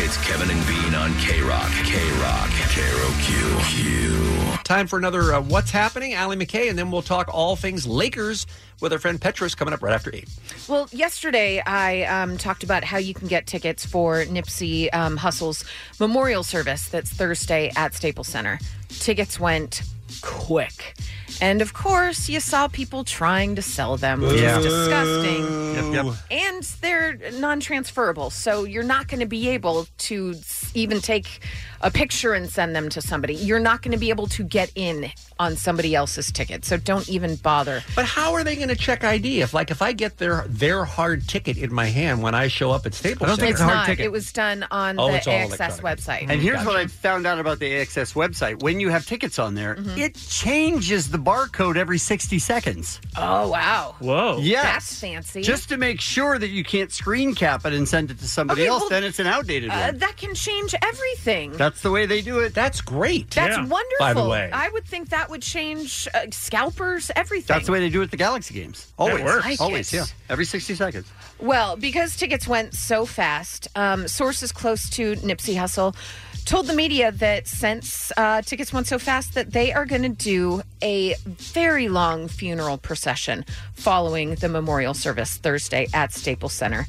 Speaker 14: It's Kevin and Bean on K Rock. K Rock. K Q.
Speaker 8: Time for another uh, What's Happening, Allie McKay, and then we'll talk all things Lakers with our friend Petros coming up right after 8.
Speaker 11: Well, yesterday I um, talked about how you can get tickets for Nipsey um, Hussle's memorial service that's Thursday at Staples Center. Tickets went quick. And of course, you saw people trying to sell them, which
Speaker 2: Yeah.
Speaker 11: is disgusting.
Speaker 2: Yep, yep.
Speaker 11: And they're non transferable. So you're not going to be able to s- even take a picture and send them to somebody. You're not going to be able to get in on somebody else's ticket. So don't even bother.
Speaker 8: But how are they going to check ID if, like, if I get their their hard ticket in my hand when I show up at Staples? Center?
Speaker 11: It's not. It was done on
Speaker 8: Oh,
Speaker 11: the
Speaker 8: it's all
Speaker 11: AXS website.
Speaker 10: And here's what I found out about the AXS website. When you have tickets on there,
Speaker 11: Mm-hmm.
Speaker 10: it changes the barcode every 60 seconds.
Speaker 11: Oh wow!
Speaker 5: Whoa.
Speaker 10: Yes.
Speaker 11: that's fancy.
Speaker 10: Just to make sure that you can't screen cap it and send it to somebody
Speaker 11: Okay,
Speaker 10: else,
Speaker 11: well,
Speaker 10: then it's an outdated
Speaker 11: uh,
Speaker 10: one.
Speaker 11: that can change everything.
Speaker 10: That's the way they do it.
Speaker 8: That's great.
Speaker 11: That's wonderful. I would think that would change uh, scalpers, everything.
Speaker 10: That's the way they do it at the Galaxy games. Always.
Speaker 11: works. I like
Speaker 10: Always,
Speaker 11: it.
Speaker 10: yeah. Every 60 seconds.
Speaker 11: Well, because tickets went so fast, um, sources close to Nipsey Hussle told the media that since uh, tickets went so fast, that they are going to do a very long funeral procession following the memorial service Thursday at Staples Center.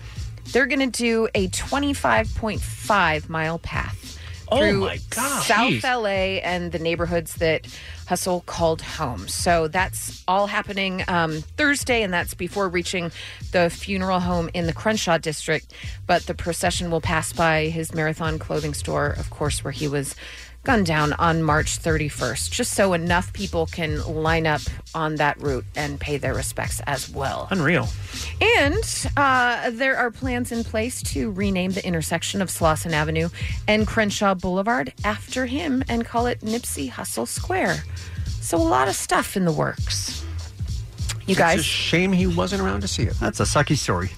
Speaker 11: They're going to do a 25.5 mile path
Speaker 5: Oh
Speaker 11: through
Speaker 5: my God.
Speaker 11: South
Speaker 5: Jeez.
Speaker 11: LA and the neighborhoods that Hustle called home. So that's all happening um, Thursday, and that's before reaching the funeral home in the Crenshaw district. But the procession will pass by his marathon clothing store, of course, where he was gunned down on March 31st, just so enough people can line up on that route and pay their respects as well.
Speaker 5: Unreal.
Speaker 11: And uh, there are plans in place to rename the intersection of Slauson Avenue and Crenshaw Boulevard after him and call it Nipsey Hustle Square. So a lot of stuff in the works. You
Speaker 10: It's a
Speaker 11: guys,
Speaker 10: shame he wasn't around to see it. That's a sucky story.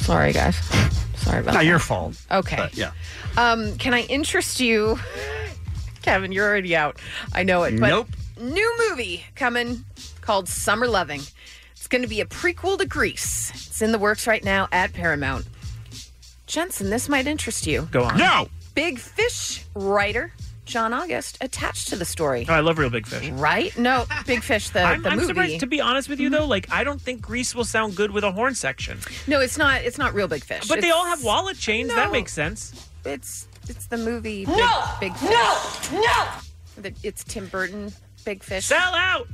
Speaker 11: sorry guys, sorry about
Speaker 10: Not
Speaker 11: that.
Speaker 10: your fault.
Speaker 11: Okay.
Speaker 10: But, yeah.
Speaker 11: um, can I interest you, Kevin? You're already out. I know it. But
Speaker 10: Nope.
Speaker 11: New movie coming called Summer Loving. It's going to be a prequel to Grease. It's in the works right now at Paramount. Jensen, this might interest you.
Speaker 5: Go on. No.
Speaker 11: Big Fish writer John August attached to the story.
Speaker 5: Oh, I love Real Big Fish.
Speaker 11: Right? No, Big Fish the,
Speaker 5: I'm,
Speaker 11: the
Speaker 5: I'm
Speaker 11: movie.
Speaker 5: surprised. To be honest with you, though, like I don't think Grease will sound good with a horn section.
Speaker 11: no, it's not. It's not real Big Fish.
Speaker 5: But they
Speaker 11: It's-
Speaker 5: all have wallet chains. That
Speaker 11: No.
Speaker 5: makes sense.
Speaker 11: It's it's the movie. Big,
Speaker 5: No!
Speaker 11: Big Fish.
Speaker 5: No!
Speaker 11: no. It's Tim Burton. Big Fish.
Speaker 5: Sell out.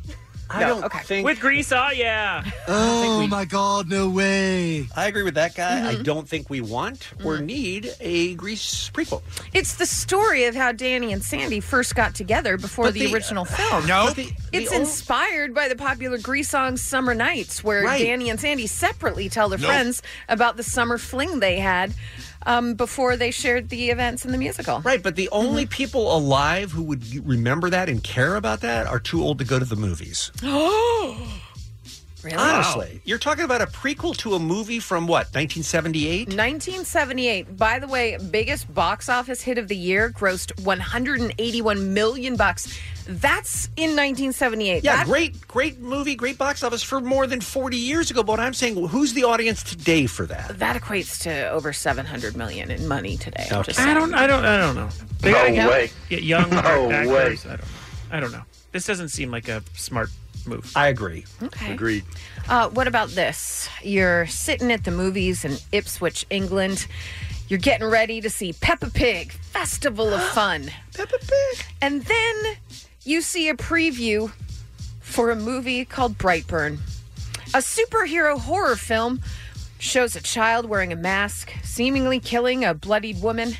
Speaker 10: I
Speaker 5: No,
Speaker 10: don't think.
Speaker 5: With Grease, oh yeah.
Speaker 10: oh my God! No way. I agree with that guy.
Speaker 11: Mm-hmm.
Speaker 10: I don't think we want or need a Grease prequel.
Speaker 11: Mm. It's the story of how Danny and Sandy first got together before
Speaker 10: But
Speaker 11: the,
Speaker 10: the-
Speaker 11: original film.
Speaker 10: No. But the-
Speaker 11: it's
Speaker 10: the old-
Speaker 11: inspired by the popular Grease song "Summer Nights," where
Speaker 10: Right.
Speaker 11: Danny and Sandy separately tell their
Speaker 10: No.
Speaker 11: friends about the summer fling they had um, before they shared the events in the musical.
Speaker 10: Right, but
Speaker 8: The
Speaker 11: Mm-hmm.
Speaker 8: only people alive who would remember that and care about that are too old to go to the movies.
Speaker 11: Oh, really?
Speaker 8: Honestly, you're talking about a prequel to a movie from what, 1978?
Speaker 11: 1978. By the way, biggest box office hit of the year, grossed 181 million bucks. That's in 1978.
Speaker 8: Yeah,
Speaker 11: That-
Speaker 8: great, great movie, great box office for more than 40 years ago. But I'm saying, who's the audience today for that?
Speaker 11: That equates to over 700 million in money today. I'm just
Speaker 5: Oh, I
Speaker 11: saying.
Speaker 5: don't. I don't. uh, I don't know. They
Speaker 11: No
Speaker 5: gotta get-
Speaker 11: way.
Speaker 5: Get young.
Speaker 11: No
Speaker 5: actors.
Speaker 11: way.
Speaker 5: I don't. Know. I don't know. This doesn't seem like a smart move.
Speaker 8: I agree.
Speaker 11: Okay.
Speaker 8: Agreed.
Speaker 11: Uh, what about this? You're sitting at the movies in Ipswich, England. You're getting ready to see Peppa Pig, Festival of Fun. Peppa Pig. And then you see a preview for a movie called Brightburn, a superhero horror film. Shows a child wearing a mask, seemingly killing a bloodied woman.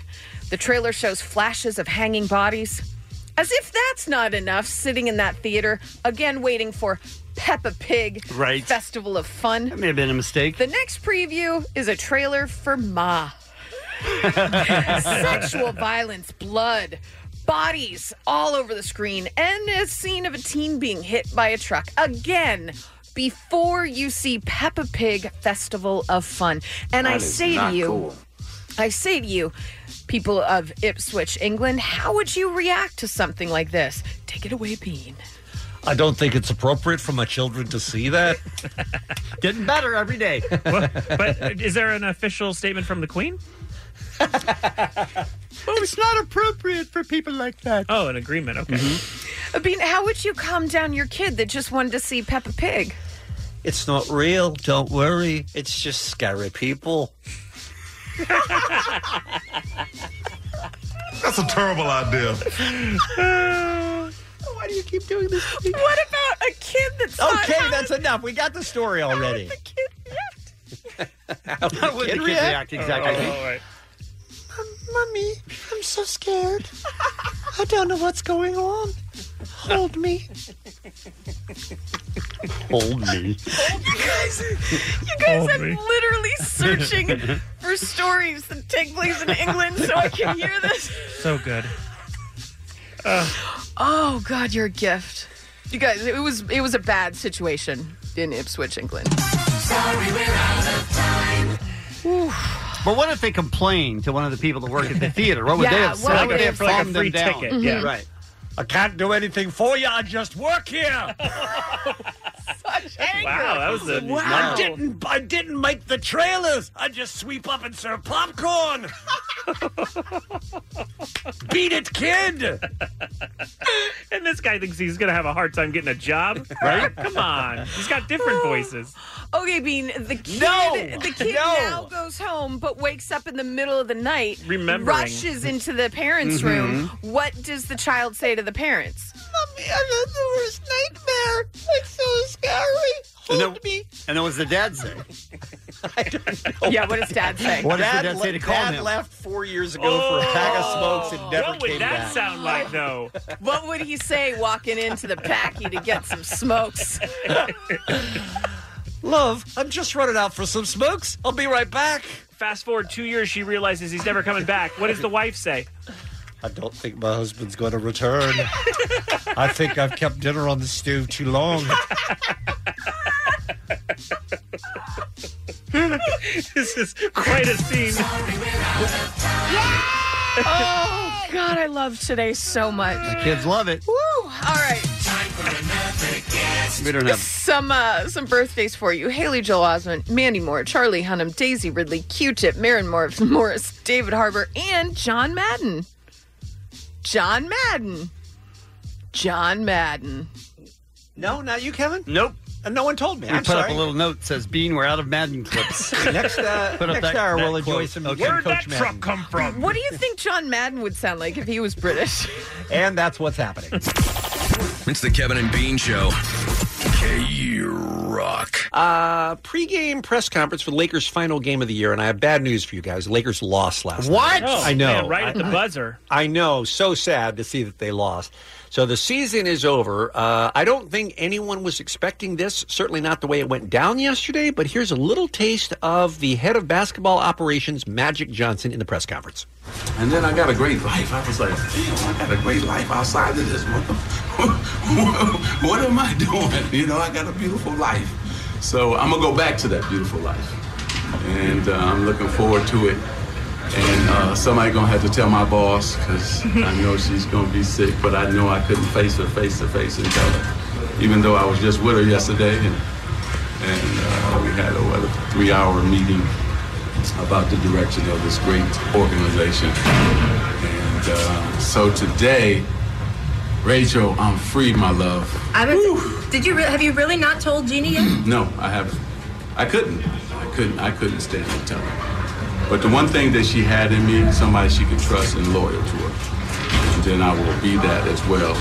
Speaker 11: The trailer shows flashes of hanging bodies. As if that's not enough, sitting in that theater, again waiting for Peppa Pig
Speaker 10: Right.
Speaker 11: Festival of Fun.
Speaker 10: That may have been a mistake.
Speaker 11: The next preview is a trailer for Ma. Sexual violence, blood, bodies all over the screen, and a scene of a teen being hit by a truck. Again, before you see Peppa Pig Festival of Fun. And I
Speaker 2: That is
Speaker 11: say
Speaker 2: not
Speaker 11: to you,
Speaker 2: cool.
Speaker 11: I say to you, people of Ipswich, England, how would you react to something like this? Take it away, Bean.
Speaker 8: I don't think it's appropriate for my children to see that.
Speaker 10: Getting better every day.
Speaker 5: but is there an official statement from the Queen?
Speaker 10: it's not appropriate for people like that.
Speaker 5: Oh, an agreement. Okay.
Speaker 11: Bean, how would you calm down your kid that just wanted to see Peppa Pig?
Speaker 8: It's not real. Don't worry. It's just scary people.
Speaker 10: Mm-hmm.
Speaker 25: That's a terrible idea.
Speaker 10: Why do you keep doing this? To me?
Speaker 11: What about a kid that's not
Speaker 10: okay? That's enough. We got the story already. How would the kid react? exactly?
Speaker 8: Oh.
Speaker 9: Um,
Speaker 2: Mummy, I'm so scared. I don't know what's going on. Hold me.
Speaker 10: Hold
Speaker 11: You
Speaker 10: me.
Speaker 11: guys, you guys, I'm literally searching for stories that take place in England so I can hear this.
Speaker 5: So good.
Speaker 11: Oh God, you're a gift. You guys, it was it was a bad situation in Ipswich, England.
Speaker 2: Sorry, we're out of time.
Speaker 10: But what if they complained to one of the people that work at the theater? What would they
Speaker 2: Yeah,
Speaker 10: have
Speaker 2: what
Speaker 10: said?
Speaker 2: would they have said?
Speaker 10: calmed
Speaker 2: Like
Speaker 10: them
Speaker 2: a free
Speaker 10: down?
Speaker 2: ticket, yeah. Mhm.
Speaker 10: Right. I can't do anything for you. I just work here.
Speaker 16: such anger.
Speaker 5: Wow, that was a-
Speaker 16: wow.
Speaker 5: Wow.
Speaker 16: I didn't, I didn't make the trailers. I just sweep up and serve popcorn.
Speaker 5: Beat it, kid! and this guy thinks he's going to have a hard time getting a job, right? Come on. He's got
Speaker 8: Oh.
Speaker 5: different voices.
Speaker 11: Okay, Bean, the kid,
Speaker 5: No!
Speaker 11: the kid
Speaker 5: No!
Speaker 11: now goes home, but wakes up in the middle of the night,
Speaker 5: Remembering.
Speaker 11: rushes into the parents'
Speaker 5: Mhm.
Speaker 11: room. What does the child say to the parents? Mommy, I'm in the worst nightmare. It's so scary.
Speaker 10: And then, and then what's the dad say?
Speaker 11: yeah, what does dad say?
Speaker 10: What does the dad say to call
Speaker 8: Dad
Speaker 10: him?
Speaker 8: left four years ago for a pack of smokes and never
Speaker 5: What would
Speaker 8: came
Speaker 5: that
Speaker 8: back.
Speaker 5: sound like, though?
Speaker 11: What would he say walking into the packy to get some smokes?
Speaker 8: Love, I'm just running out for some smokes. I'll be right back.
Speaker 5: Fast forward two years, she realizes he's never coming back. What does the wife say?
Speaker 8: I don't think my husband's going to return. I think I've kept dinner on the stove too long.
Speaker 5: Oh. this is quite a scene.
Speaker 11: oh God, I love today so much.
Speaker 10: Kids love it.
Speaker 11: Woo! All right.
Speaker 10: We don't have.
Speaker 11: some uh, some birthdays for you: Haley Joel Osment, Mandy Moore, Charlie Hunnam, Daisy Ridley, Q-Tip, Marin Morris, Morris, David Harbour, and John Madden. John Madden. John Madden.
Speaker 8: No, not you, Kevin.
Speaker 10: Nope.
Speaker 8: And no one told
Speaker 10: We
Speaker 8: me. I'm
Speaker 10: put up
Speaker 8: sorry.
Speaker 10: a little note that says, Bean, we're out of Madden clips.
Speaker 8: Next, uh,
Speaker 10: Put up
Speaker 8: next
Speaker 10: that-
Speaker 8: hour,
Speaker 10: that
Speaker 8: we'll enjoy
Speaker 10: quote.
Speaker 8: some
Speaker 10: Okay.
Speaker 8: some
Speaker 10: Where'd
Speaker 8: Coach
Speaker 10: that truck
Speaker 8: Madden.
Speaker 5: come from?
Speaker 11: What do you think John Madden would sound like if he was British?
Speaker 8: And that's what's happening.
Speaker 14: It's the Kevin and Bean Show. K Rock.
Speaker 8: Uh, pre-game press conference for the Lakers' final game of the year, and I have bad news for you guys. The Lakers lost last night.
Speaker 5: Oh,
Speaker 8: I know.
Speaker 5: man, right at the
Speaker 8: I- I-
Speaker 5: buzzer.
Speaker 8: I know. So sad to see that they lost. So the season is over. Uh, I don't think anyone was expecting this. Certainly not the way it went down yesterday. But here's a little taste of the head of basketball operations, Magic Johnson, in the press conference.
Speaker 18: And then I got a great life. I was like, damn, I got a great life outside of this. What, what am I doing? You know, I got a beautiful life. So I'm going to go back to that beautiful life. And uh, I'm looking forward to it. And uh, somebody going to have to tell my boss because I know she's going to be sick, but I know I couldn't face her face to face and tell her. Even though I was just with her yesterday and, and uh, we had a, what, a three hour meeting about the direction of this great organization. And uh, so today, Rachel, I'm free, my love.
Speaker 19: I'm a, did you re- have you really not told Jeannie yet?
Speaker 18: No, I haven't. I couldn't. I couldn't. I couldn't stand and tell her. But the one thing that she had in me, somebody she could trust and loyal to her. And then I will be that as well.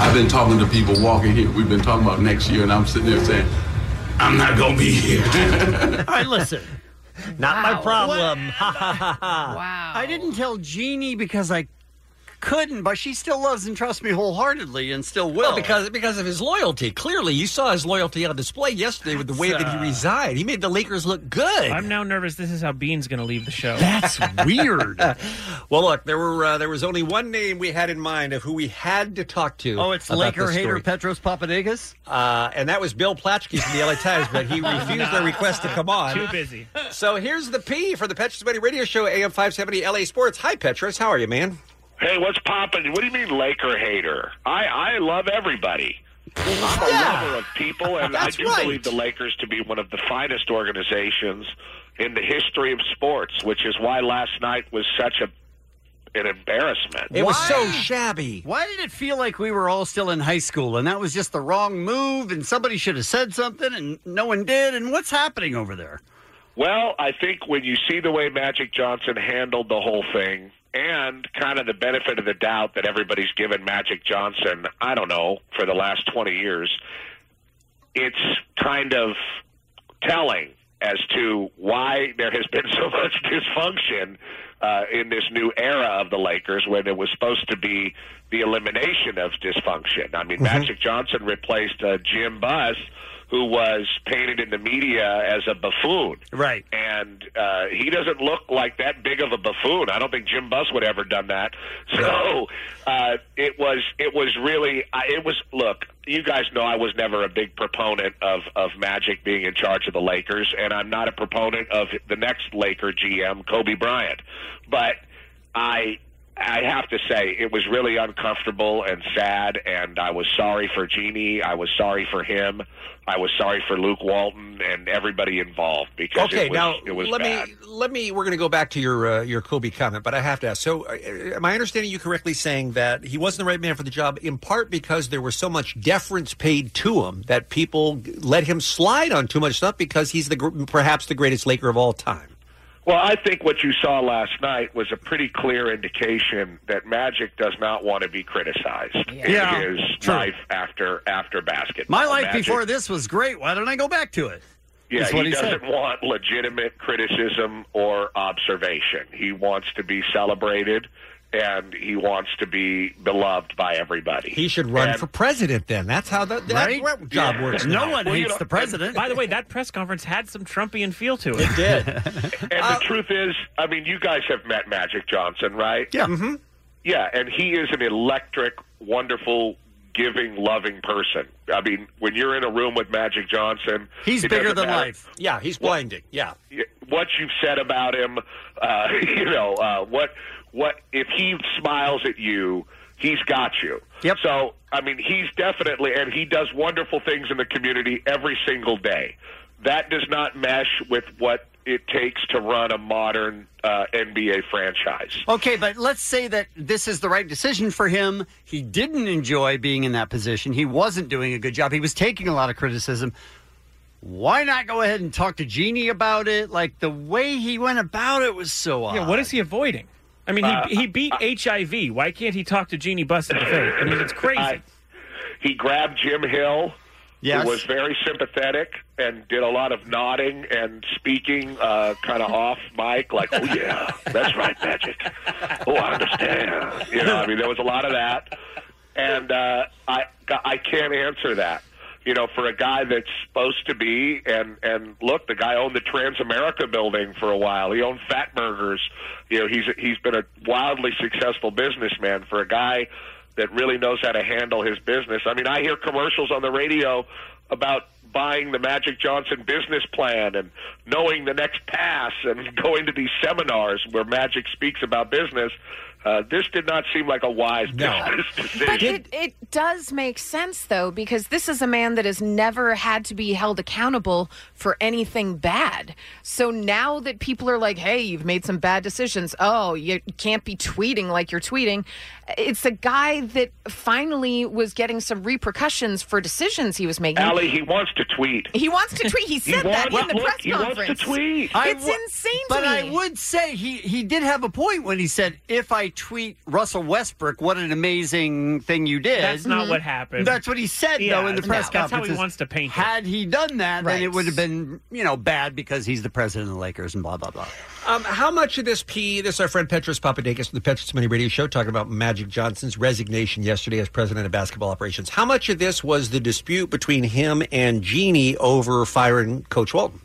Speaker 18: I've been talking to people walking here. We've been talking about next year, and I'm sitting there saying, I'm not going to be here.
Speaker 10: All right, listen. Not
Speaker 18: Wow.
Speaker 10: my problem. Ha ha ha ha. Wow. I didn't tell Jeannie because I couldn't, but she still loves and trusts me wholeheartedly and still will.
Speaker 8: Well, because because of his loyalty. Clearly, you saw his loyalty on display yesterday with the way
Speaker 10: uh,
Speaker 8: that he resigned. He made the Lakers look good.
Speaker 5: uh, I'm now nervous. This is how Bean's going to leave the show.
Speaker 8: That's weird. well, look, there were uh, there was only one name we had in mind of who we had to talk to.
Speaker 10: Oh, it's
Speaker 8: about
Speaker 10: Laker
Speaker 8: this
Speaker 10: hater
Speaker 8: story.
Speaker 10: Petros Papadakis?
Speaker 8: Uh, and that was Bill Platchke from the LA Times, but he refused their request to come on.
Speaker 5: Too busy.
Speaker 8: So here's the P for the Petros Money Radio Show, AM 570 LA Sports. Hi, Petros. How are you, man?
Speaker 27: Hey, what's poppin'? What do you mean, Laker hater? I I love everybody. I'm a lover of people, and I
Speaker 8: That's
Speaker 27: do
Speaker 8: right.
Speaker 27: believe the Lakers to be one of the finest organizations in the history of sports, which is why last night was such a an embarrassment.
Speaker 8: shabby.
Speaker 10: Why did it feel like we were all still in high school and that was just the wrong move and somebody should have said something and no one did? And what's happening over there?
Speaker 27: Well, I think when you see the way Magic Johnson handled the whole thing and kind of the benefit of the doubt that everybody's given Magic Johnson, I don't know, for the last 20 years, it's kind of telling as to why there has been so much dysfunction uh, in this new era of the Lakers when it was supposed to be the elimination of dysfunction. I mean, Magic Johnson replaced uh, Jim Buss, who was painted in the media as a buffoon.
Speaker 10: Right.
Speaker 27: And uh, he doesn't look like that big of a buffoon. I don't think Jim Buss would ever done that. So uh, it was it was really I- it was look. You guys know I was never a big proponent of of Magic being in charge of the Lakers, and I'm not a proponent of the next Laker GM, Kobe Bryant. But I I have to say, it was really uncomfortable and sad, and I was sorry for Jeannie. I was sorry for him. I was sorry for Luke Walton and everybody involved because
Speaker 8: Okay,
Speaker 27: it was,
Speaker 8: now
Speaker 27: it was
Speaker 8: let
Speaker 27: bad.
Speaker 8: me let me. We're going to go back to your uh, your Kobe comment, but I have to ask. So, uh, am I understanding you correctly saying that he wasn't the right man for the job in part because there was so much deference paid to him that people g- let him slide on too much stuff because he's the gr- perhaps the greatest Laker of all time.
Speaker 27: Well, I think what you saw last night was a pretty clear indication that Magic does not want to be criticized
Speaker 10: Yeah.
Speaker 27: in his
Speaker 10: True.
Speaker 27: life after after basketball.
Speaker 10: My life
Speaker 27: Magic-
Speaker 10: before this was great. Why don't I go back to it?
Speaker 27: Yeah,
Speaker 10: is what
Speaker 27: he,
Speaker 10: he said.
Speaker 27: doesn't want legitimate criticism or observation. He wants to be celebrated, and he wants to be beloved by everybody.
Speaker 8: He should run
Speaker 27: And-
Speaker 8: for president. Then that's how the that
Speaker 27: Right?
Speaker 8: job
Speaker 27: Yeah.
Speaker 8: works.
Speaker 27: No
Speaker 8: now.
Speaker 27: one Well, you hates know, the
Speaker 5: president. By the way, that press conference had some Trumpian feel to it.
Speaker 8: It did.
Speaker 27: And
Speaker 10: Uh,
Speaker 27: the truth is, I mean, you guys have met Magic Johnson, right?
Speaker 10: Yeah.
Speaker 8: Mm-hmm.
Speaker 27: Yeah, and he is an electric, wonderful, giving, loving person. I mean, when you're in a room with Magic Johnson,
Speaker 10: He's
Speaker 27: it
Speaker 10: bigger
Speaker 27: doesn't
Speaker 10: than
Speaker 27: matter
Speaker 10: life.
Speaker 8: Yeah, he's blinding. Yeah.
Speaker 27: what you've said about him, uh, you know, uh, what what if he smiles at you, he's got you. Yep. So I mean, he's definitely, and he does wonderful things in the community every single day. That does not mesh with what it takes to run a modern uh, NBA franchise.
Speaker 10: Okay, but let's say that this is the right decision for him. He didn't enjoy being in that position. He wasn't doing a good job. He was taking a lot of criticism. Why not go ahead and talk to Jeannie about it? Like the way he went about it was so odd.
Speaker 5: Yeah, what is he avoiding? I mean,
Speaker 10: Uh,
Speaker 5: he, he beat HIV. Why can't he talk to Jeannie Buss in the face? I mean, it's crazy.
Speaker 27: He grabbed Jim Hill.
Speaker 5: Yes.
Speaker 27: Who was very sympathetic and did a lot of nodding and speaking uh, kind of off mic, like, oh, yeah, that's right, Magic. Oh, I understand. You know, I mean, there was a lot of that. And uh, I, I can't answer that. You know, for a guy that's supposed to be, and, and look, the guy owned the Transamerica building for a while. He owned Fat Burgers. You know, he's, he's been a wildly successful businessman for a guy that really knows how to handle his business. I mean, I hear commercials on the radio about buying the Magic Johnson business plan and knowing the next pass and going to these seminars where Magic speaks about business. Uh, this did not seem like a wise business
Speaker 11: But
Speaker 27: decision.
Speaker 11: it, it does make sense, though, because this is a man that has never had to be held accountable for anything bad. So now that people are like, hey, you've made some bad decisions. Oh, you can't be tweeting like you're tweeting. It's a guy that finally was getting some repercussions for decisions he was making.
Speaker 27: Allie, he wants to tweet.
Speaker 11: He wants to tweet. He said that in the press conference. It's
Speaker 10: wa-
Speaker 11: insane to
Speaker 10: but
Speaker 11: me.
Speaker 10: I would say he he did have a point when he said, "If I tweet Russell Westbrook, what an amazing thing you did."
Speaker 5: That's
Speaker 11: Mm-hmm.
Speaker 5: not what happened.
Speaker 10: That's what he said
Speaker 5: Yeah,
Speaker 10: though in the
Speaker 5: no.
Speaker 10: press
Speaker 5: That's
Speaker 10: conference.
Speaker 5: how he wants to paint it.
Speaker 10: Had he done that,
Speaker 5: Right.
Speaker 10: then it would have been you know bad because he's the president of the Lakers and blah blah blah.
Speaker 8: Um, how much of this P? This is our friend Petros Papadakis from the Petros Money Radio Show talking about Magic Johnson's resignation yesterday as president of basketball operations. How much of this was the dispute between him and Jeannie over firing Coach Walton?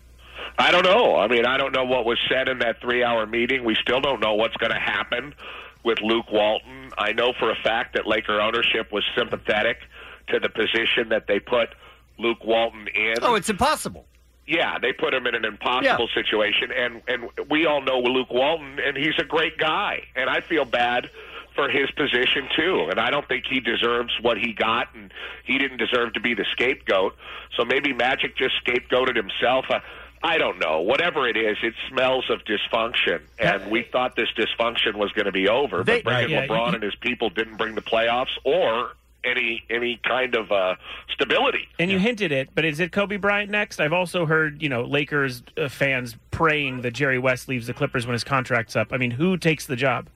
Speaker 27: I don't know. I mean, I don't know what was said in that three hour meeting. We still don't know what's going to happen with Luke Walton. I know for a fact that Laker ownership was sympathetic to the position that they put Luke Walton in.
Speaker 10: Oh, it's impossible.
Speaker 27: Yeah, they put him in an impossible situation, and and we all know Luke Walton, and he's a great guy, and I feel bad for his position too, and I don't think he deserves what he got, and he didn't deserve to be the scapegoat. So maybe Magic just scapegoated himself. Uh, I don't know. Whatever it is, it smells of dysfunction, and we thought this dysfunction was going to be over,
Speaker 10: They-
Speaker 27: but bringing
Speaker 10: Right, yeah,
Speaker 27: LeBron
Speaker 10: you-
Speaker 27: and his people didn't bring the playoffs or any any kind of uh, stability.
Speaker 5: And you hinted it, but is it Kobe Bryant next? I've also heard, you know, Lakers uh, fans praying that Jerry West leaves the Clippers when his contract's up. I mean, who takes the job?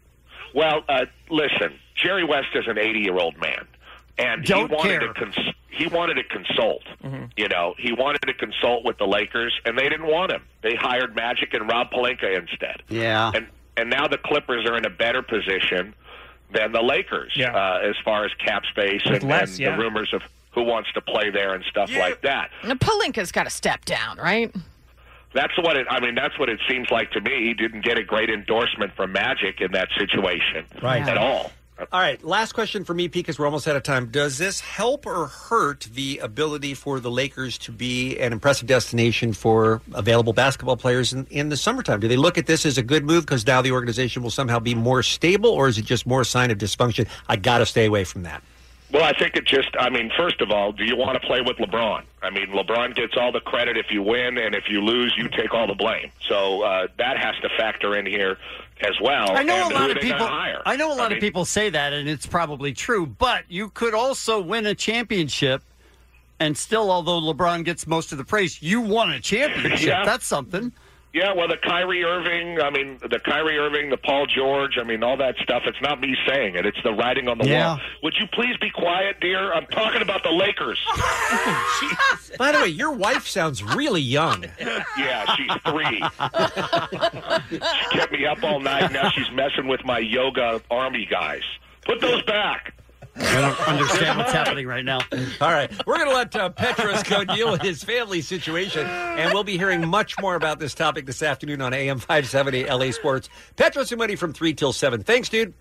Speaker 27: Well, uh, listen, Jerry West is an 80 year old man, and
Speaker 5: Don't
Speaker 27: he wanted to
Speaker 5: care.
Speaker 27: cons- he wanted to consult.
Speaker 5: Mm-hmm.
Speaker 27: You know, he wanted to consult with the Lakers, and they didn't want him. They hired Magic and Rob Palenka instead.
Speaker 10: Yeah.
Speaker 27: And and now the Clippers are in a better position than the Lakers uh, as far as cap space
Speaker 11: With
Speaker 27: and,
Speaker 11: less,
Speaker 27: and
Speaker 11: yeah.
Speaker 27: the rumors of who wants to play there and stuff like that.
Speaker 11: Now, Palinka's got to step down, right?
Speaker 27: That's what it. I mean, that's what it seems like to me. He didn't get a great endorsement from Magic in that situation
Speaker 11: Right.
Speaker 27: at all.
Speaker 10: All right, last question for me, Pete, because we're almost out of time. Does this help or hurt the ability for the Lakers to be an impressive destination for available basketball players in, in the summertime? Do they look at this as a good move because now the organization will somehow be more stable, or is it just more a sign of dysfunction? I got to stay away from that.
Speaker 27: Well, I think it just, I mean, first of all, do you want to play with LeBron? I mean, LeBron gets all the credit if you win, and if you lose, you take all the blame. So uh, that has to factor in here as well.
Speaker 10: I know
Speaker 27: and
Speaker 10: a
Speaker 27: who
Speaker 10: lot of
Speaker 27: they gonna
Speaker 10: people.
Speaker 27: Hire.
Speaker 10: I know a lot of
Speaker 27: mean,
Speaker 10: people say that, and it's probably true. But you could also win a championship, and still, although LeBron gets most of the praise, you won a championship.
Speaker 27: Yeah.
Speaker 10: That's something.
Speaker 27: Yeah, well, the Kyrie Irving, I mean, the Kyrie Irving, the Paul George, I mean, all that stuff. It's not me saying it; it's the writing on the
Speaker 10: Yeah.
Speaker 27: wall. Would you please be quiet, dear? I'm talking about the Lakers.
Speaker 8: By the way, your wife sounds really young.
Speaker 27: yeah, she's three. she kept me up all night. Now she's messing with my yoga army guys. Put those back.
Speaker 10: I don't understand what's happening right now. All right, we're going to let uh, Petros go deal with his family situation, and we'll be hearing much more about this topic this afternoon on AM 570 LA Sports. Petros and Money from 3 till 7. Thanks, dude.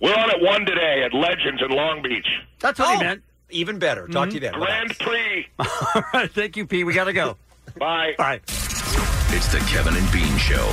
Speaker 27: We're on at 1 today at Legends in Long Beach.
Speaker 10: That's what he meant. Even better. Talk to you then.
Speaker 27: Grand Prix.
Speaker 10: Mm-hmm. All right, thank you, Pete. We got to go.
Speaker 27: Bye.
Speaker 10: Bye.
Speaker 14: It's the Kevin and Bean Show.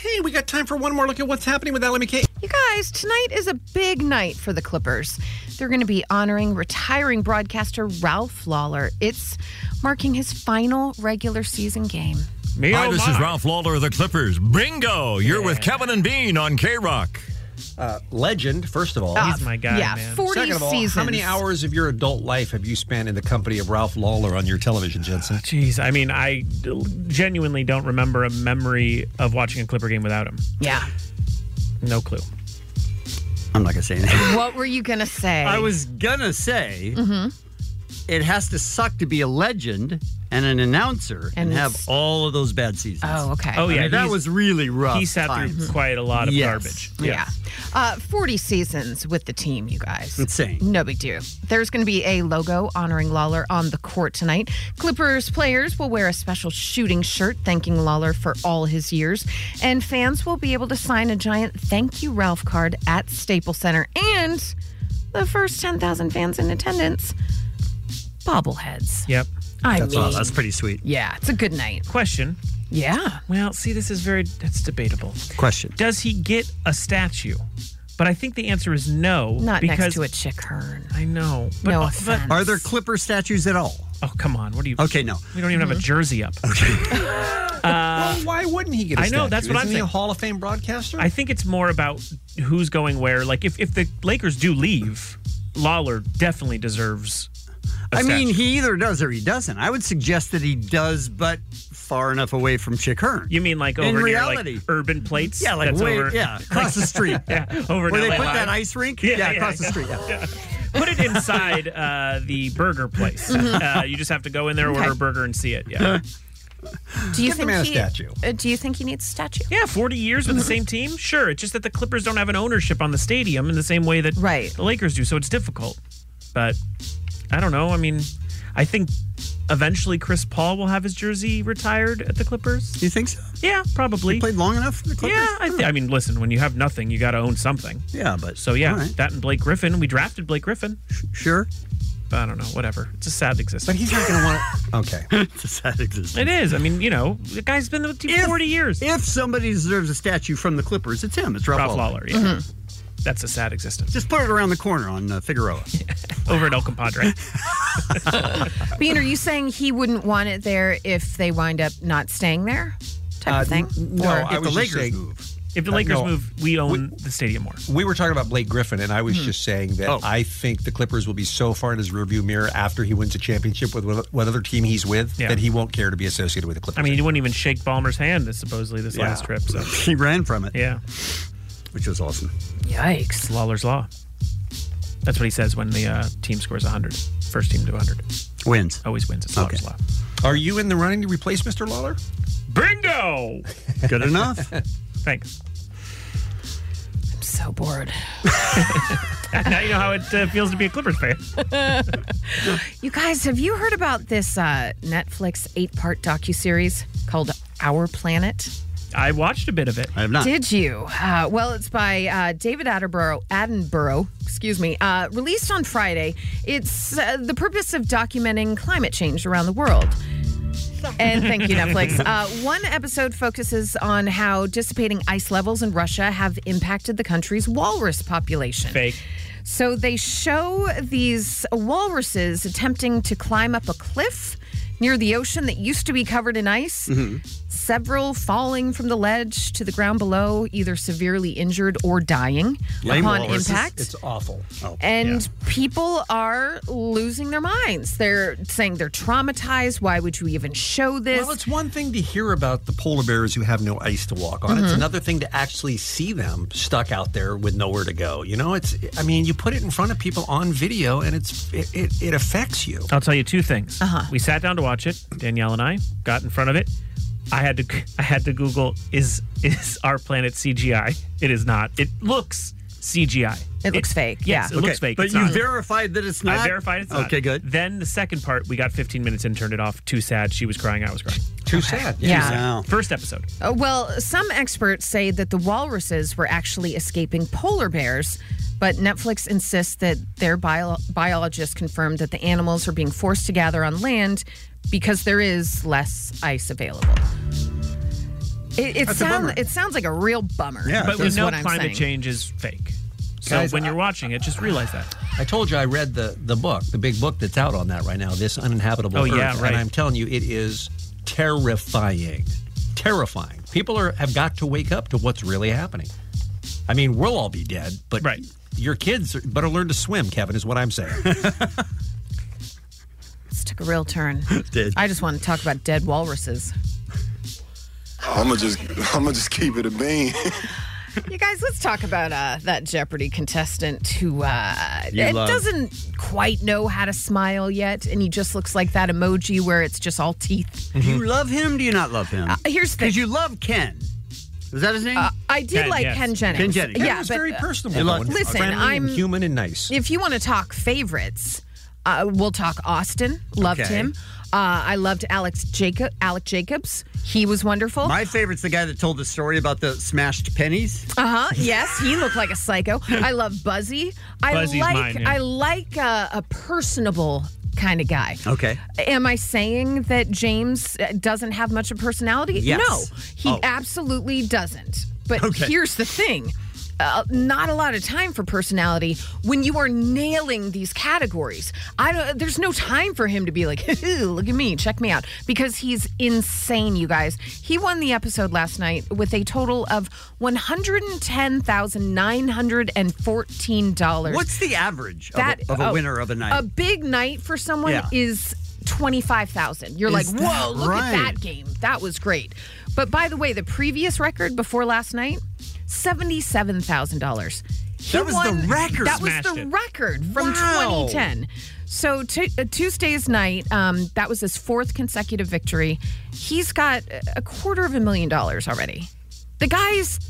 Speaker 8: Hey, we got time for one more look at what's happening with Ally McKay.
Speaker 11: You guys, tonight is a big night for the Clippers. They're going to be honoring retiring broadcaster Ralph Lawler. It's marking his final regular season game.
Speaker 9: Hi, this is Ralph Lawler of the Clippers. Bingo! You're with Kevin and Bean on K Rock.
Speaker 10: Uh, legend, first of all.
Speaker 11: Uh, He's my guy, yeah, man. 40
Speaker 10: Second of all, How
Speaker 11: seasons.
Speaker 10: many hours of your adult life have you spent in the company of Ralph Lawler on your television, Jensen?
Speaker 5: Jeez, I mean, I genuinely don't remember a memory of watching a Clipper game without him.
Speaker 11: Yeah.
Speaker 5: No clue.
Speaker 10: I'm not going to say anything.
Speaker 11: what were you going to say?
Speaker 10: I was going to say
Speaker 11: hmm
Speaker 10: it has to suck to be a legend and an announcer and,
Speaker 11: And
Speaker 10: have
Speaker 11: it's-
Speaker 10: all of those bad seasons.
Speaker 11: Oh, okay.
Speaker 10: I
Speaker 11: Oh, yeah,
Speaker 10: mean, that
Speaker 11: he's-
Speaker 10: was really rough.
Speaker 5: he sat through
Speaker 10: times.
Speaker 5: quite a lot of
Speaker 10: Yes.
Speaker 5: garbage.
Speaker 11: Yeah. Uh, 40 seasons with the team, you guys.
Speaker 10: Insane.
Speaker 11: No big deal. There's going to be a logo honoring Lawler on the court tonight. Clippers players will wear a special shooting shirt thanking Lawler for all his years. And fans will be able to sign a giant Thank You Ralph card at Staples Center. And the first 10,000 fans in attendance, bobbleheads.
Speaker 5: Yep.
Speaker 11: I That's mean- awesome.
Speaker 10: That's pretty sweet.
Speaker 11: Yeah, it's a good night.
Speaker 5: Question.
Speaker 11: Yeah.
Speaker 5: Well, see, this is very, that's debatable.
Speaker 10: Question.
Speaker 5: Does he get a statue? But I think the answer is no.
Speaker 11: Not
Speaker 5: because,
Speaker 11: next to a chick hearn.
Speaker 5: I know. But,
Speaker 11: No
Speaker 5: uh,
Speaker 11: offense.
Speaker 10: Are there Clipper statues at all?
Speaker 5: Oh, come on. What are you?
Speaker 10: Okay, no.
Speaker 5: We don't even
Speaker 11: Mm-hmm.
Speaker 5: have a jersey up. uh,
Speaker 10: well, why wouldn't he get a
Speaker 5: I know, that's
Speaker 10: statue?
Speaker 5: what I'm
Speaker 10: Isn't he a
Speaker 5: thinking.
Speaker 10: Hall of Fame broadcaster?
Speaker 5: I think it's more about who's going where. Like if, if the Lakers do leave, Lawler definitely deserves. a
Speaker 10: I mean,
Speaker 5: statue.
Speaker 10: he either does or he doesn't. I would suggest that he does, but far enough away from Chick Hearn.
Speaker 5: you mean like
Speaker 10: in
Speaker 5: over
Speaker 10: reality.
Speaker 5: near like urban plates?
Speaker 10: Yeah, like
Speaker 5: That's
Speaker 10: way,
Speaker 5: over-
Speaker 10: yeah, across the street.
Speaker 5: yeah, over
Speaker 10: where
Speaker 5: in
Speaker 10: they
Speaker 5: LA.
Speaker 10: put that ice rink. Yeah,
Speaker 5: Yeah,
Speaker 10: across
Speaker 5: yeah.
Speaker 10: the street. Yeah.
Speaker 5: Put it inside uh, the burger place.
Speaker 11: Mhm.
Speaker 5: Uh, you just have to go in there, order a burger, and see it.
Speaker 10: Yeah.
Speaker 5: Yeah.
Speaker 11: Do you
Speaker 5: Give the
Speaker 11: think
Speaker 5: man a
Speaker 11: he,
Speaker 5: statue.
Speaker 11: uh, do you think he needs a statue?
Speaker 5: Yeah, 40 years with the same team? Sure. It's just that the Clippers don't have an ownership on the stadium in the same way that the Lakers do, so it's difficult. But I don't know. I mean, I think eventually Chris Paul will have his jersey retired at the Clippers.
Speaker 10: You think so?
Speaker 5: Yeah, probably.
Speaker 10: He played long enough for the Clippers?
Speaker 5: Yeah, I, th- I mean, listen, when you have nothing, you got to own something.
Speaker 10: Yeah, but
Speaker 5: So, yeah,
Speaker 10: all right.
Speaker 5: that and Blake Griffin. We drafted Blake Griffin.
Speaker 10: Sure.
Speaker 5: I don't know, whatever. It's a sad existence.
Speaker 10: But he's not going to want Okay. it's a sad existence.
Speaker 5: It is. I mean, you know, the guy's been with the team 40 years.
Speaker 10: If somebody deserves a statue from the Clippers, it's him. It's Ralph,
Speaker 5: Ralph Lawler, yeah. Mhm.
Speaker 11: Mm-hmm.
Speaker 5: That's a sad existence.
Speaker 10: Just put it around the corner on uh, Figueroa.
Speaker 5: Over at El Compadre.
Speaker 11: Bean, are you saying he wouldn't want it there if they wind up not staying there? Type
Speaker 5: Uh,
Speaker 11: of thing?
Speaker 8: no,
Speaker 11: Or-
Speaker 8: I was just saying-
Speaker 5: If the
Speaker 8: Uh,
Speaker 5: Lakers
Speaker 8: no.
Speaker 5: move, we own the stadium more.
Speaker 8: We were talking about Blake Griffin, and I was
Speaker 5: Hmm.
Speaker 8: just saying that
Speaker 5: Oh.
Speaker 8: I think the Clippers will be so far in his rearview mirror after he wins a championship with what- what other team he's with
Speaker 5: Yeah.
Speaker 8: that he won't care to be associated with the Clippers.
Speaker 5: I mean, he wouldn't even shake Ballmer's hand supposedly this
Speaker 8: Yeah.
Speaker 5: last trip. So
Speaker 10: he ran from it.
Speaker 5: Yeah.
Speaker 10: which was awesome.
Speaker 5: Yikes. Lawler's Law. That's what he says when the uh, team scores 100. First team to 100.
Speaker 10: Wins.
Speaker 5: Always wins. It's Lawler's Law.
Speaker 8: Are you in the running to replace Mr. Lawler?
Speaker 5: Bingo!
Speaker 10: Good enough.
Speaker 5: Thanks.
Speaker 28: I'm so bored.
Speaker 5: now you know how it uh, feels to be a Clippers fan.
Speaker 11: you guys, have you heard about this uh, Netflix eight-part docuseries called Our Planet?
Speaker 5: I watched a bit of it. I
Speaker 10: have
Speaker 11: Did you? Uh, well, it's by uh, David Attenborough. Attenborough, excuse me. Uh, released on Friday. It's uh, the purpose of documenting climate change around the world. And thank you, Netflix. Uh, one episode focuses on how dissipating ice levels in Russia have impacted the country's walrus population.
Speaker 5: Fake.
Speaker 11: So they show these walruses attempting to climb up a cliff near the ocean that used to be covered in ice.
Speaker 29: Mm-hmm.
Speaker 10: Mm-hmm.
Speaker 11: Several falling from the ledge to the ground below, either severely injured or dying upon impact.
Speaker 29: It's awful. Oh,
Speaker 11: And people are losing their minds. They're saying they're traumatized. Why would you even show this?
Speaker 10: Well, it's
Speaker 8: one thing to
Speaker 10: hear about the polar bears who have no ice to walk
Speaker 8: on.
Speaker 11: Mm-hmm.
Speaker 8: It's
Speaker 10: Mhm.
Speaker 8: another thing to actually see them stuck out there with nowhere to go. You know, it's I mean, you put it in front of people on video and it's it, it, it affects you.
Speaker 5: I'll tell you two things. Uh-huh. We sat down to watch it. Danielle and I got in front of it. I had to I had to Google is is our planet CGI? It is not. It looks CGI.
Speaker 11: It looks fake.
Speaker 5: Yes,
Speaker 11: yeah.
Speaker 5: it looks fake.
Speaker 10: But
Speaker 5: It's
Speaker 10: you
Speaker 5: not.
Speaker 10: verified that it's not.
Speaker 5: I verified it's not.
Speaker 10: Okay, good.
Speaker 5: Then the second part, we got 15 minutes and turned it off. Too sad. She was crying. I was crying.
Speaker 8: Too sad.
Speaker 11: Yeah.
Speaker 5: Too sad.
Speaker 11: Wow.
Speaker 5: First episode.
Speaker 11: Uh, well, some experts say that the walruses were actually escaping polar bears, but Netflix insists that their bio- biologists confirmed that the animals are being forced to gather on land because there is less ice available. It, it
Speaker 5: That's a
Speaker 11: sounds
Speaker 5: bummer.
Speaker 11: it sounds like a real bummer.
Speaker 5: but we
Speaker 11: is
Speaker 5: know
Speaker 11: what I'm
Speaker 5: climate
Speaker 11: saying.
Speaker 5: change is fake. So
Speaker 8: Guys,
Speaker 5: when
Speaker 8: I-
Speaker 5: you're watching it, just realize that.
Speaker 8: I told you I read the the book, the big book that's out on that right now, this uninhabitable
Speaker 5: Oh,
Speaker 8: Earth.
Speaker 5: yeah, right.
Speaker 8: And I'm telling you, it is terrifying. Terrifying. People are have got to wake up to what's really happening. I mean, we'll all be dead, but right. your kids are- better learn to swim, Kevin, is what I'm saying.
Speaker 11: This took a real turn.
Speaker 8: did.
Speaker 11: I just want to talk about dead walruses.
Speaker 18: I'ma just I'ma just keep it a bean.
Speaker 11: You guys, let's talk about uh, that Jeopardy contestant who uh,
Speaker 18: You
Speaker 11: it
Speaker 18: love.
Speaker 11: doesn't quite know how to smile yet, and he just looks like that emoji where it's just all teeth.
Speaker 10: Do you love him? Do you not love him?
Speaker 11: Here's the
Speaker 10: Because you love Ken. Is that his name?
Speaker 11: Uh, I did like Ken Jennings.
Speaker 10: Ken Jennings.
Speaker 11: Yeah, but, uh,
Speaker 10: You love-
Speaker 11: Listen,
Speaker 8: Friendly
Speaker 11: I'm
Speaker 8: and human and nice.
Speaker 11: If you want to talk favorites, uh, we'll talk Austin. Loved
Speaker 10: Okay.
Speaker 11: him. Uh, I loved Alex Jacob. Alec Jacobs. He was wonderful.
Speaker 10: My favorite's the guy that told the story about the smashed pennies.
Speaker 11: Uh huh. Yes, he looked like a psycho. I love Buzzy. I
Speaker 10: Buzzy's
Speaker 11: like
Speaker 10: mine, yeah.
Speaker 11: I like uh, a personable kind of guy.
Speaker 10: Okay.
Speaker 11: Am I saying that James uh, doesn't have much of personality?
Speaker 10: Yes.
Speaker 11: No, he
Speaker 10: Oh.
Speaker 11: absolutely doesn't. But
Speaker 10: Okay.
Speaker 11: here's the thing. Uh, not a lot of time for personality when you are nailing these categories. I don't. uh, There's no time for him to be like, "Ooh, "Look at me, check me out," because he's insane, you guys. He won the episode last night with a total of one hundred and ten thousand nine hundred and fourteen dollars. oh,
Speaker 10: What's the average of a- of a winner of a night?
Speaker 11: A big night for someone
Speaker 10: Yeah.
Speaker 11: is twenty five thousand. You're
Speaker 10: Is
Speaker 11: like,
Speaker 10: that
Speaker 11: whoa, look
Speaker 10: right?
Speaker 11: at that game. That was great. But by the way, the previous record before last night, seventy seven thousand dollars.
Speaker 10: That was the record.
Speaker 11: That was
Speaker 10: Smashed
Speaker 11: the
Speaker 10: it.
Speaker 11: record from
Speaker 10: Wow.
Speaker 11: 2010. So Tu- uh, Tuesday's night, um, that was his fourth consecutive victory. He's got a- a quarter of a million dollars already. The guy's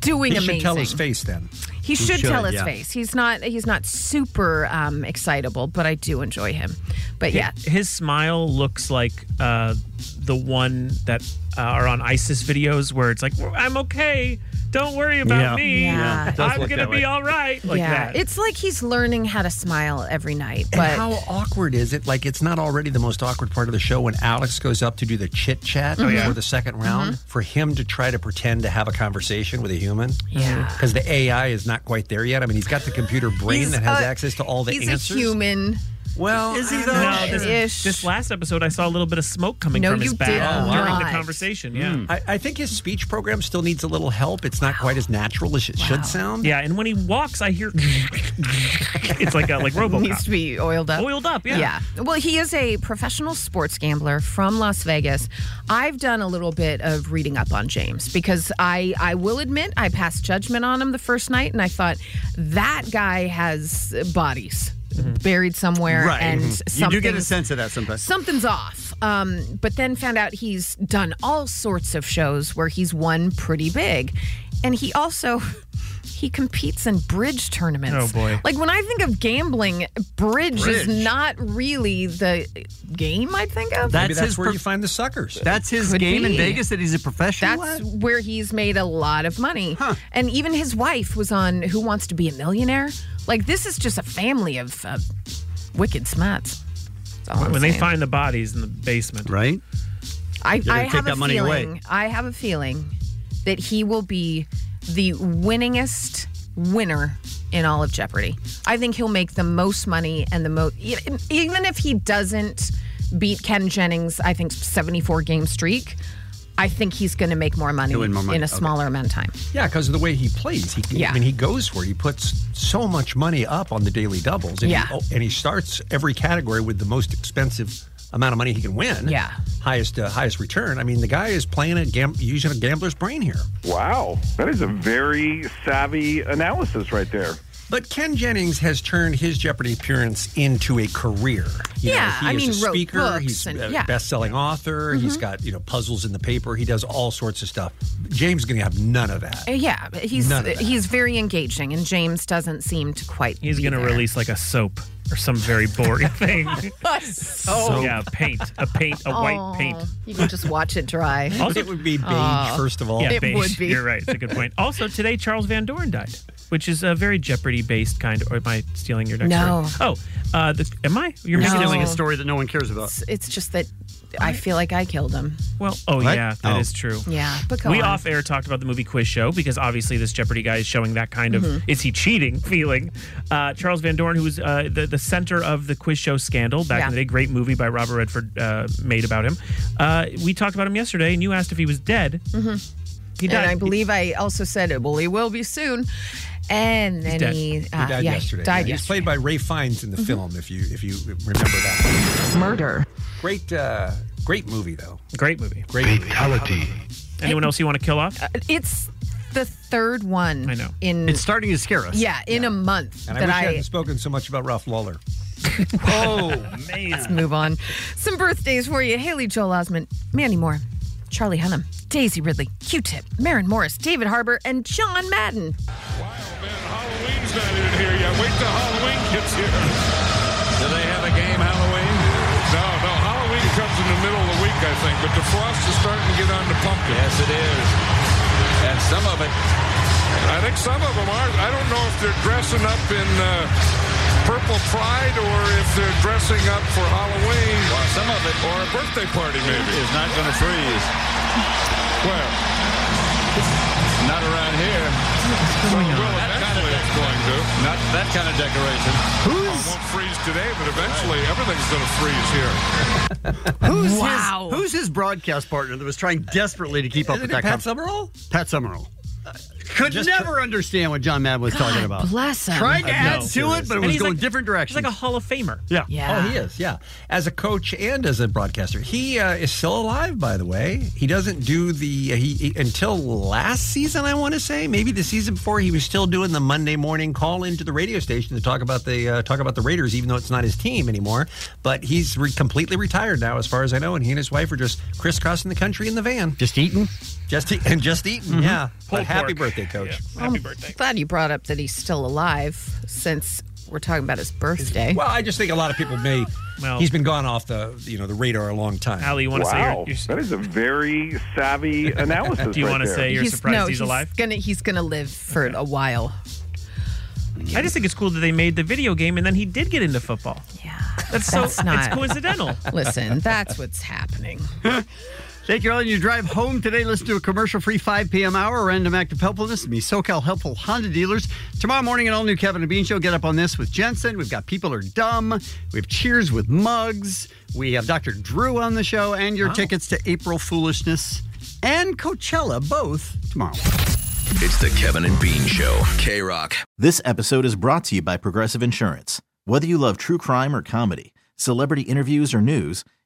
Speaker 11: doing
Speaker 8: he
Speaker 11: amazing.
Speaker 8: should tell his face then.
Speaker 11: He should, tell his
Speaker 8: yeah.
Speaker 11: face. He's not he's not super um, excitable, but I do enjoy him. But
Speaker 5: Hi-
Speaker 11: yeah,
Speaker 5: his, smile looks like uh, the one that uh, are on ISIS videos where it's like, I'm okay. Don't worry about
Speaker 11: Yeah.
Speaker 5: me.
Speaker 11: Yeah. It does
Speaker 5: I'm
Speaker 11: look
Speaker 5: gonna
Speaker 11: that
Speaker 5: be
Speaker 11: way.
Speaker 5: all right. Like
Speaker 11: yeah,
Speaker 5: that.
Speaker 11: it's like he's learning how to smile every night.
Speaker 8: And
Speaker 11: But
Speaker 8: how awkward is it? Like, it's not already the most awkward part of the show when Alex goes up to do the chit chat
Speaker 11: Oh, yeah.
Speaker 8: for the second round for him to try to pretend to have a conversation with a human.
Speaker 11: Yeah.
Speaker 8: Because the AI is not quite there yet. I mean, he's got the computer brain
Speaker 11: He's
Speaker 8: that has
Speaker 11: a-
Speaker 8: access to all the
Speaker 11: he's
Speaker 8: answers.
Speaker 11: a human.
Speaker 8: Well,
Speaker 5: is he
Speaker 8: though?
Speaker 5: No, this, this last episode, I saw a little bit of smoke coming
Speaker 8: No,
Speaker 5: from his
Speaker 8: you
Speaker 5: back
Speaker 8: did
Speaker 5: during the
Speaker 8: not.
Speaker 5: conversation. Yeah.
Speaker 8: I, I think his speech program still needs a little help. It's not quite as natural as it should sound.
Speaker 5: Yeah, and when he walks, I hear it's like a like Robocop.
Speaker 11: Needs to be oiled up.
Speaker 5: Oiled up, yeah.
Speaker 11: Well, he is a professional sports gambler from Las Vegas. I've done a little bit of reading up on James because I I will admit I passed judgment on him the first night and I thought that guy has bodies buried somewhere
Speaker 10: Mm-hmm. Right. Mm-hmm.
Speaker 11: and
Speaker 10: you do get a
Speaker 11: something's-
Speaker 10: sense of that sometimes.
Speaker 11: Something's off. Um, but then found out he's done all sorts of shows where he's won pretty big. And he also he competes in bridge tournaments.
Speaker 5: Oh, boy.
Speaker 11: Like when I think of gambling, bridge,
Speaker 5: Bridge.
Speaker 11: is not really the game I think of.
Speaker 8: find the suckers.
Speaker 10: That's his
Speaker 11: Could
Speaker 10: game in
Speaker 11: be.
Speaker 10: Vegas that he's a professional
Speaker 11: That's
Speaker 10: at?
Speaker 11: where he's made a lot of money. And even his wife was on Who Wants to Be a Millionaire. Like this is just a family of uh, wicked smarts. all I'm
Speaker 5: When they
Speaker 11: saying.
Speaker 5: find the bodies in the basement,
Speaker 10: right?
Speaker 11: I,
Speaker 5: You're gonna
Speaker 11: I
Speaker 5: take
Speaker 11: have
Speaker 5: that
Speaker 11: a
Speaker 5: money away.
Speaker 11: feeling. I have a feeling that he will be the winningest winner in all of Jeopardy. I think he'll make the most money and the most. Even if he doesn't beat Ken Jennings, I think seventy-four game streak. I think he's going to make more money,
Speaker 8: He'll win more money.
Speaker 11: in a
Speaker 8: Okay.
Speaker 11: smaller amount of time.
Speaker 8: Yeah, because of the way he plays. He,
Speaker 11: Yeah.
Speaker 8: I mean, he goes for it. He puts so much money up on the daily doubles. And
Speaker 11: Yeah.
Speaker 8: He, oh, and he starts every category with the most expensive amount of money he can win.
Speaker 11: Yeah.
Speaker 8: Highest uh, highest return. I mean, the guy is playing a gam- using a gambler's brain here.
Speaker 27: Wow, that is a very savvy analysis right there.
Speaker 8: But Ken Jennings has turned his Jeopardy appearance into a career.
Speaker 11: Yeah,
Speaker 8: he
Speaker 11: I
Speaker 8: is
Speaker 11: mean,
Speaker 8: a
Speaker 11: wrote
Speaker 8: speaker.
Speaker 11: books
Speaker 8: he's
Speaker 11: and-
Speaker 8: a
Speaker 11: yeah. Mm-hmm.
Speaker 8: best-selling author. He's got you know puzzles in the paper. He does all sorts of stuff. James is going to have none of that.
Speaker 11: Uh, Yeah, he's
Speaker 8: None of that.
Speaker 11: he's very engaging, and James doesn't seem to quite.
Speaker 5: he's going to release like a soap or some very boring thing.
Speaker 11: so
Speaker 5: yeah, paint, a paint, a white paint.
Speaker 11: You can just watch Oh. it dry. Oh.
Speaker 5: Yeah,
Speaker 11: it
Speaker 5: beige.
Speaker 11: would be.
Speaker 5: You're right. It's a good point. Also, today Charles Van Doren died, which is a very Jeopardy-based kind. Or am I stealing your next
Speaker 11: No.
Speaker 5: story? Oh, uh, the, am I?
Speaker 11: You're
Speaker 5: You're making
Speaker 11: stealing
Speaker 5: a
Speaker 11: a
Speaker 5: story
Speaker 10: that no one cares about.
Speaker 11: It's, it's just that I feel like I killed him.
Speaker 5: Well, Oh yeah, that is
Speaker 11: Oh.
Speaker 5: true.
Speaker 11: Yeah, but go
Speaker 5: we
Speaker 11: on.
Speaker 5: off air talked about the movie quiz show because obviously this Jeopardy guy is showing that kind of
Speaker 11: Mhm.
Speaker 5: is he cheating feeling. Uh, Charles Van Doren, who was uh, the the center of the quiz show scandal back
Speaker 11: Yeah.
Speaker 5: in the day, great movie by Robert Redford uh, made about him. Uh, we talked about him yesterday, and you asked if he was dead.
Speaker 11: Mm-hmm.
Speaker 5: He died.
Speaker 11: And I believe I also said, "Well, he will be soon," and then
Speaker 8: dead.
Speaker 11: he, uh,
Speaker 8: he died
Speaker 11: yeah,
Speaker 8: yesterday.
Speaker 11: Died
Speaker 8: yeah. He's
Speaker 11: yesterday.
Speaker 8: played by Ray Fiennes in the film. If you if you remember that
Speaker 11: murder.
Speaker 8: Great uh, great movie though.
Speaker 5: Great movie.
Speaker 8: Great uh, fatality.
Speaker 5: Anyone else you want to kill off?
Speaker 11: It's the third one. I know. In
Speaker 8: It's starting to scare us.
Speaker 11: yeah, in a month
Speaker 8: And I
Speaker 11: that
Speaker 8: wish I hadn't spoken so much about Ralph Lawler.
Speaker 11: Let's move on. Some birthdays for you. Haley Joel Osment, Mandy Moore, Charlie Hunnam, Daisy Ridley, Q-Tip, Marin Morris, David Harbour, and John Madden.
Speaker 23: Halloween's not in here yet. Wait till Halloween gets here. Do they have a game Halloween? No, no. Halloween comes in the middle of the week, I think. But the frost is starting to get on the pumpkin. Yes, it is. And some of it. I think some of them are. I don't know if they're dressing up in uh, purple pride or if they're dressing up for Halloween. Well, some of it. Or a birthday party, maybe. It's not going to freeze. Where? Not around here. Well, that kind of it's going to. Not that kind of decoration. Who's? won't freeze today, but eventually everything's going to freeze here.
Speaker 10: Who's his, who's his broadcast partner that was trying desperately to keep up
Speaker 8: Isn't
Speaker 10: with
Speaker 8: it
Speaker 10: that?
Speaker 8: Pat
Speaker 10: Summerall. Pat Summerall. Could never understand what John Madden was talking about.
Speaker 11: Bless him.
Speaker 10: Trying
Speaker 5: Uh,
Speaker 10: to
Speaker 8: I
Speaker 10: add
Speaker 8: know.
Speaker 10: to it, but it
Speaker 8: And
Speaker 10: was
Speaker 8: he's
Speaker 10: going
Speaker 8: like-
Speaker 10: different directions.
Speaker 5: He's like a Hall of Famer.
Speaker 8: Yeah.
Speaker 10: Yeah.
Speaker 8: Oh, he is. Yeah. As a coach and as a broadcaster, he uh, is still alive. By the way, he doesn't do the uh, he, he- until last season. I want to say maybe the season before he was still doing the Monday morning call into the radio station to talk about the uh, talk about the Raiders, even though it's not his team anymore. But he's re- completely retired now, as far as I know. And he and his wife are just crisscrossing the country in the van, just eating, Mm-hmm. just eat and just eating.
Speaker 11: Mhm.
Speaker 8: Yeah.
Speaker 11: Pulled
Speaker 8: But happy
Speaker 11: pork.
Speaker 8: birthday, coach.
Speaker 11: Happy birthday. Glad you brought up that he's still alive since we're talking about his birthday.
Speaker 8: Well, I just think a lot of people may.
Speaker 5: Well,
Speaker 8: he's been gone off the you know the radar a long time.
Speaker 5: Ali, you wanna say your- Wow, your-
Speaker 27: That is a very savvy analysis.
Speaker 5: Do you
Speaker 27: right
Speaker 5: wanna
Speaker 27: there.
Speaker 5: say you're surprised
Speaker 11: no,
Speaker 5: he's alive?
Speaker 11: Gonna, he's going to live for a while.
Speaker 5: I just think it's cool that they made the video game and then he did get into football. Yeah. That's so
Speaker 11: That's not-
Speaker 5: it's coincidental.
Speaker 11: Listen, that's what's happening.
Speaker 10: Thank you all. On your drive home today, listen to a commercial free 5 p.m. hour, random act of helpfulness, and be SoCal helpful Honda dealers. Tomorrow morning, an all new Kevin and Bean show. Get up on this with Jensen. We've got People Are Dumb. We have Cheers with Mugs. We have Dr. Drew on the show, and your tickets to April Foolishness and Coachella both tomorrow.
Speaker 14: It's the Kevin and Bean Show. K Rock.
Speaker 21: This episode is brought to you by Progressive Insurance. Whether you love true crime or comedy, celebrity interviews or news,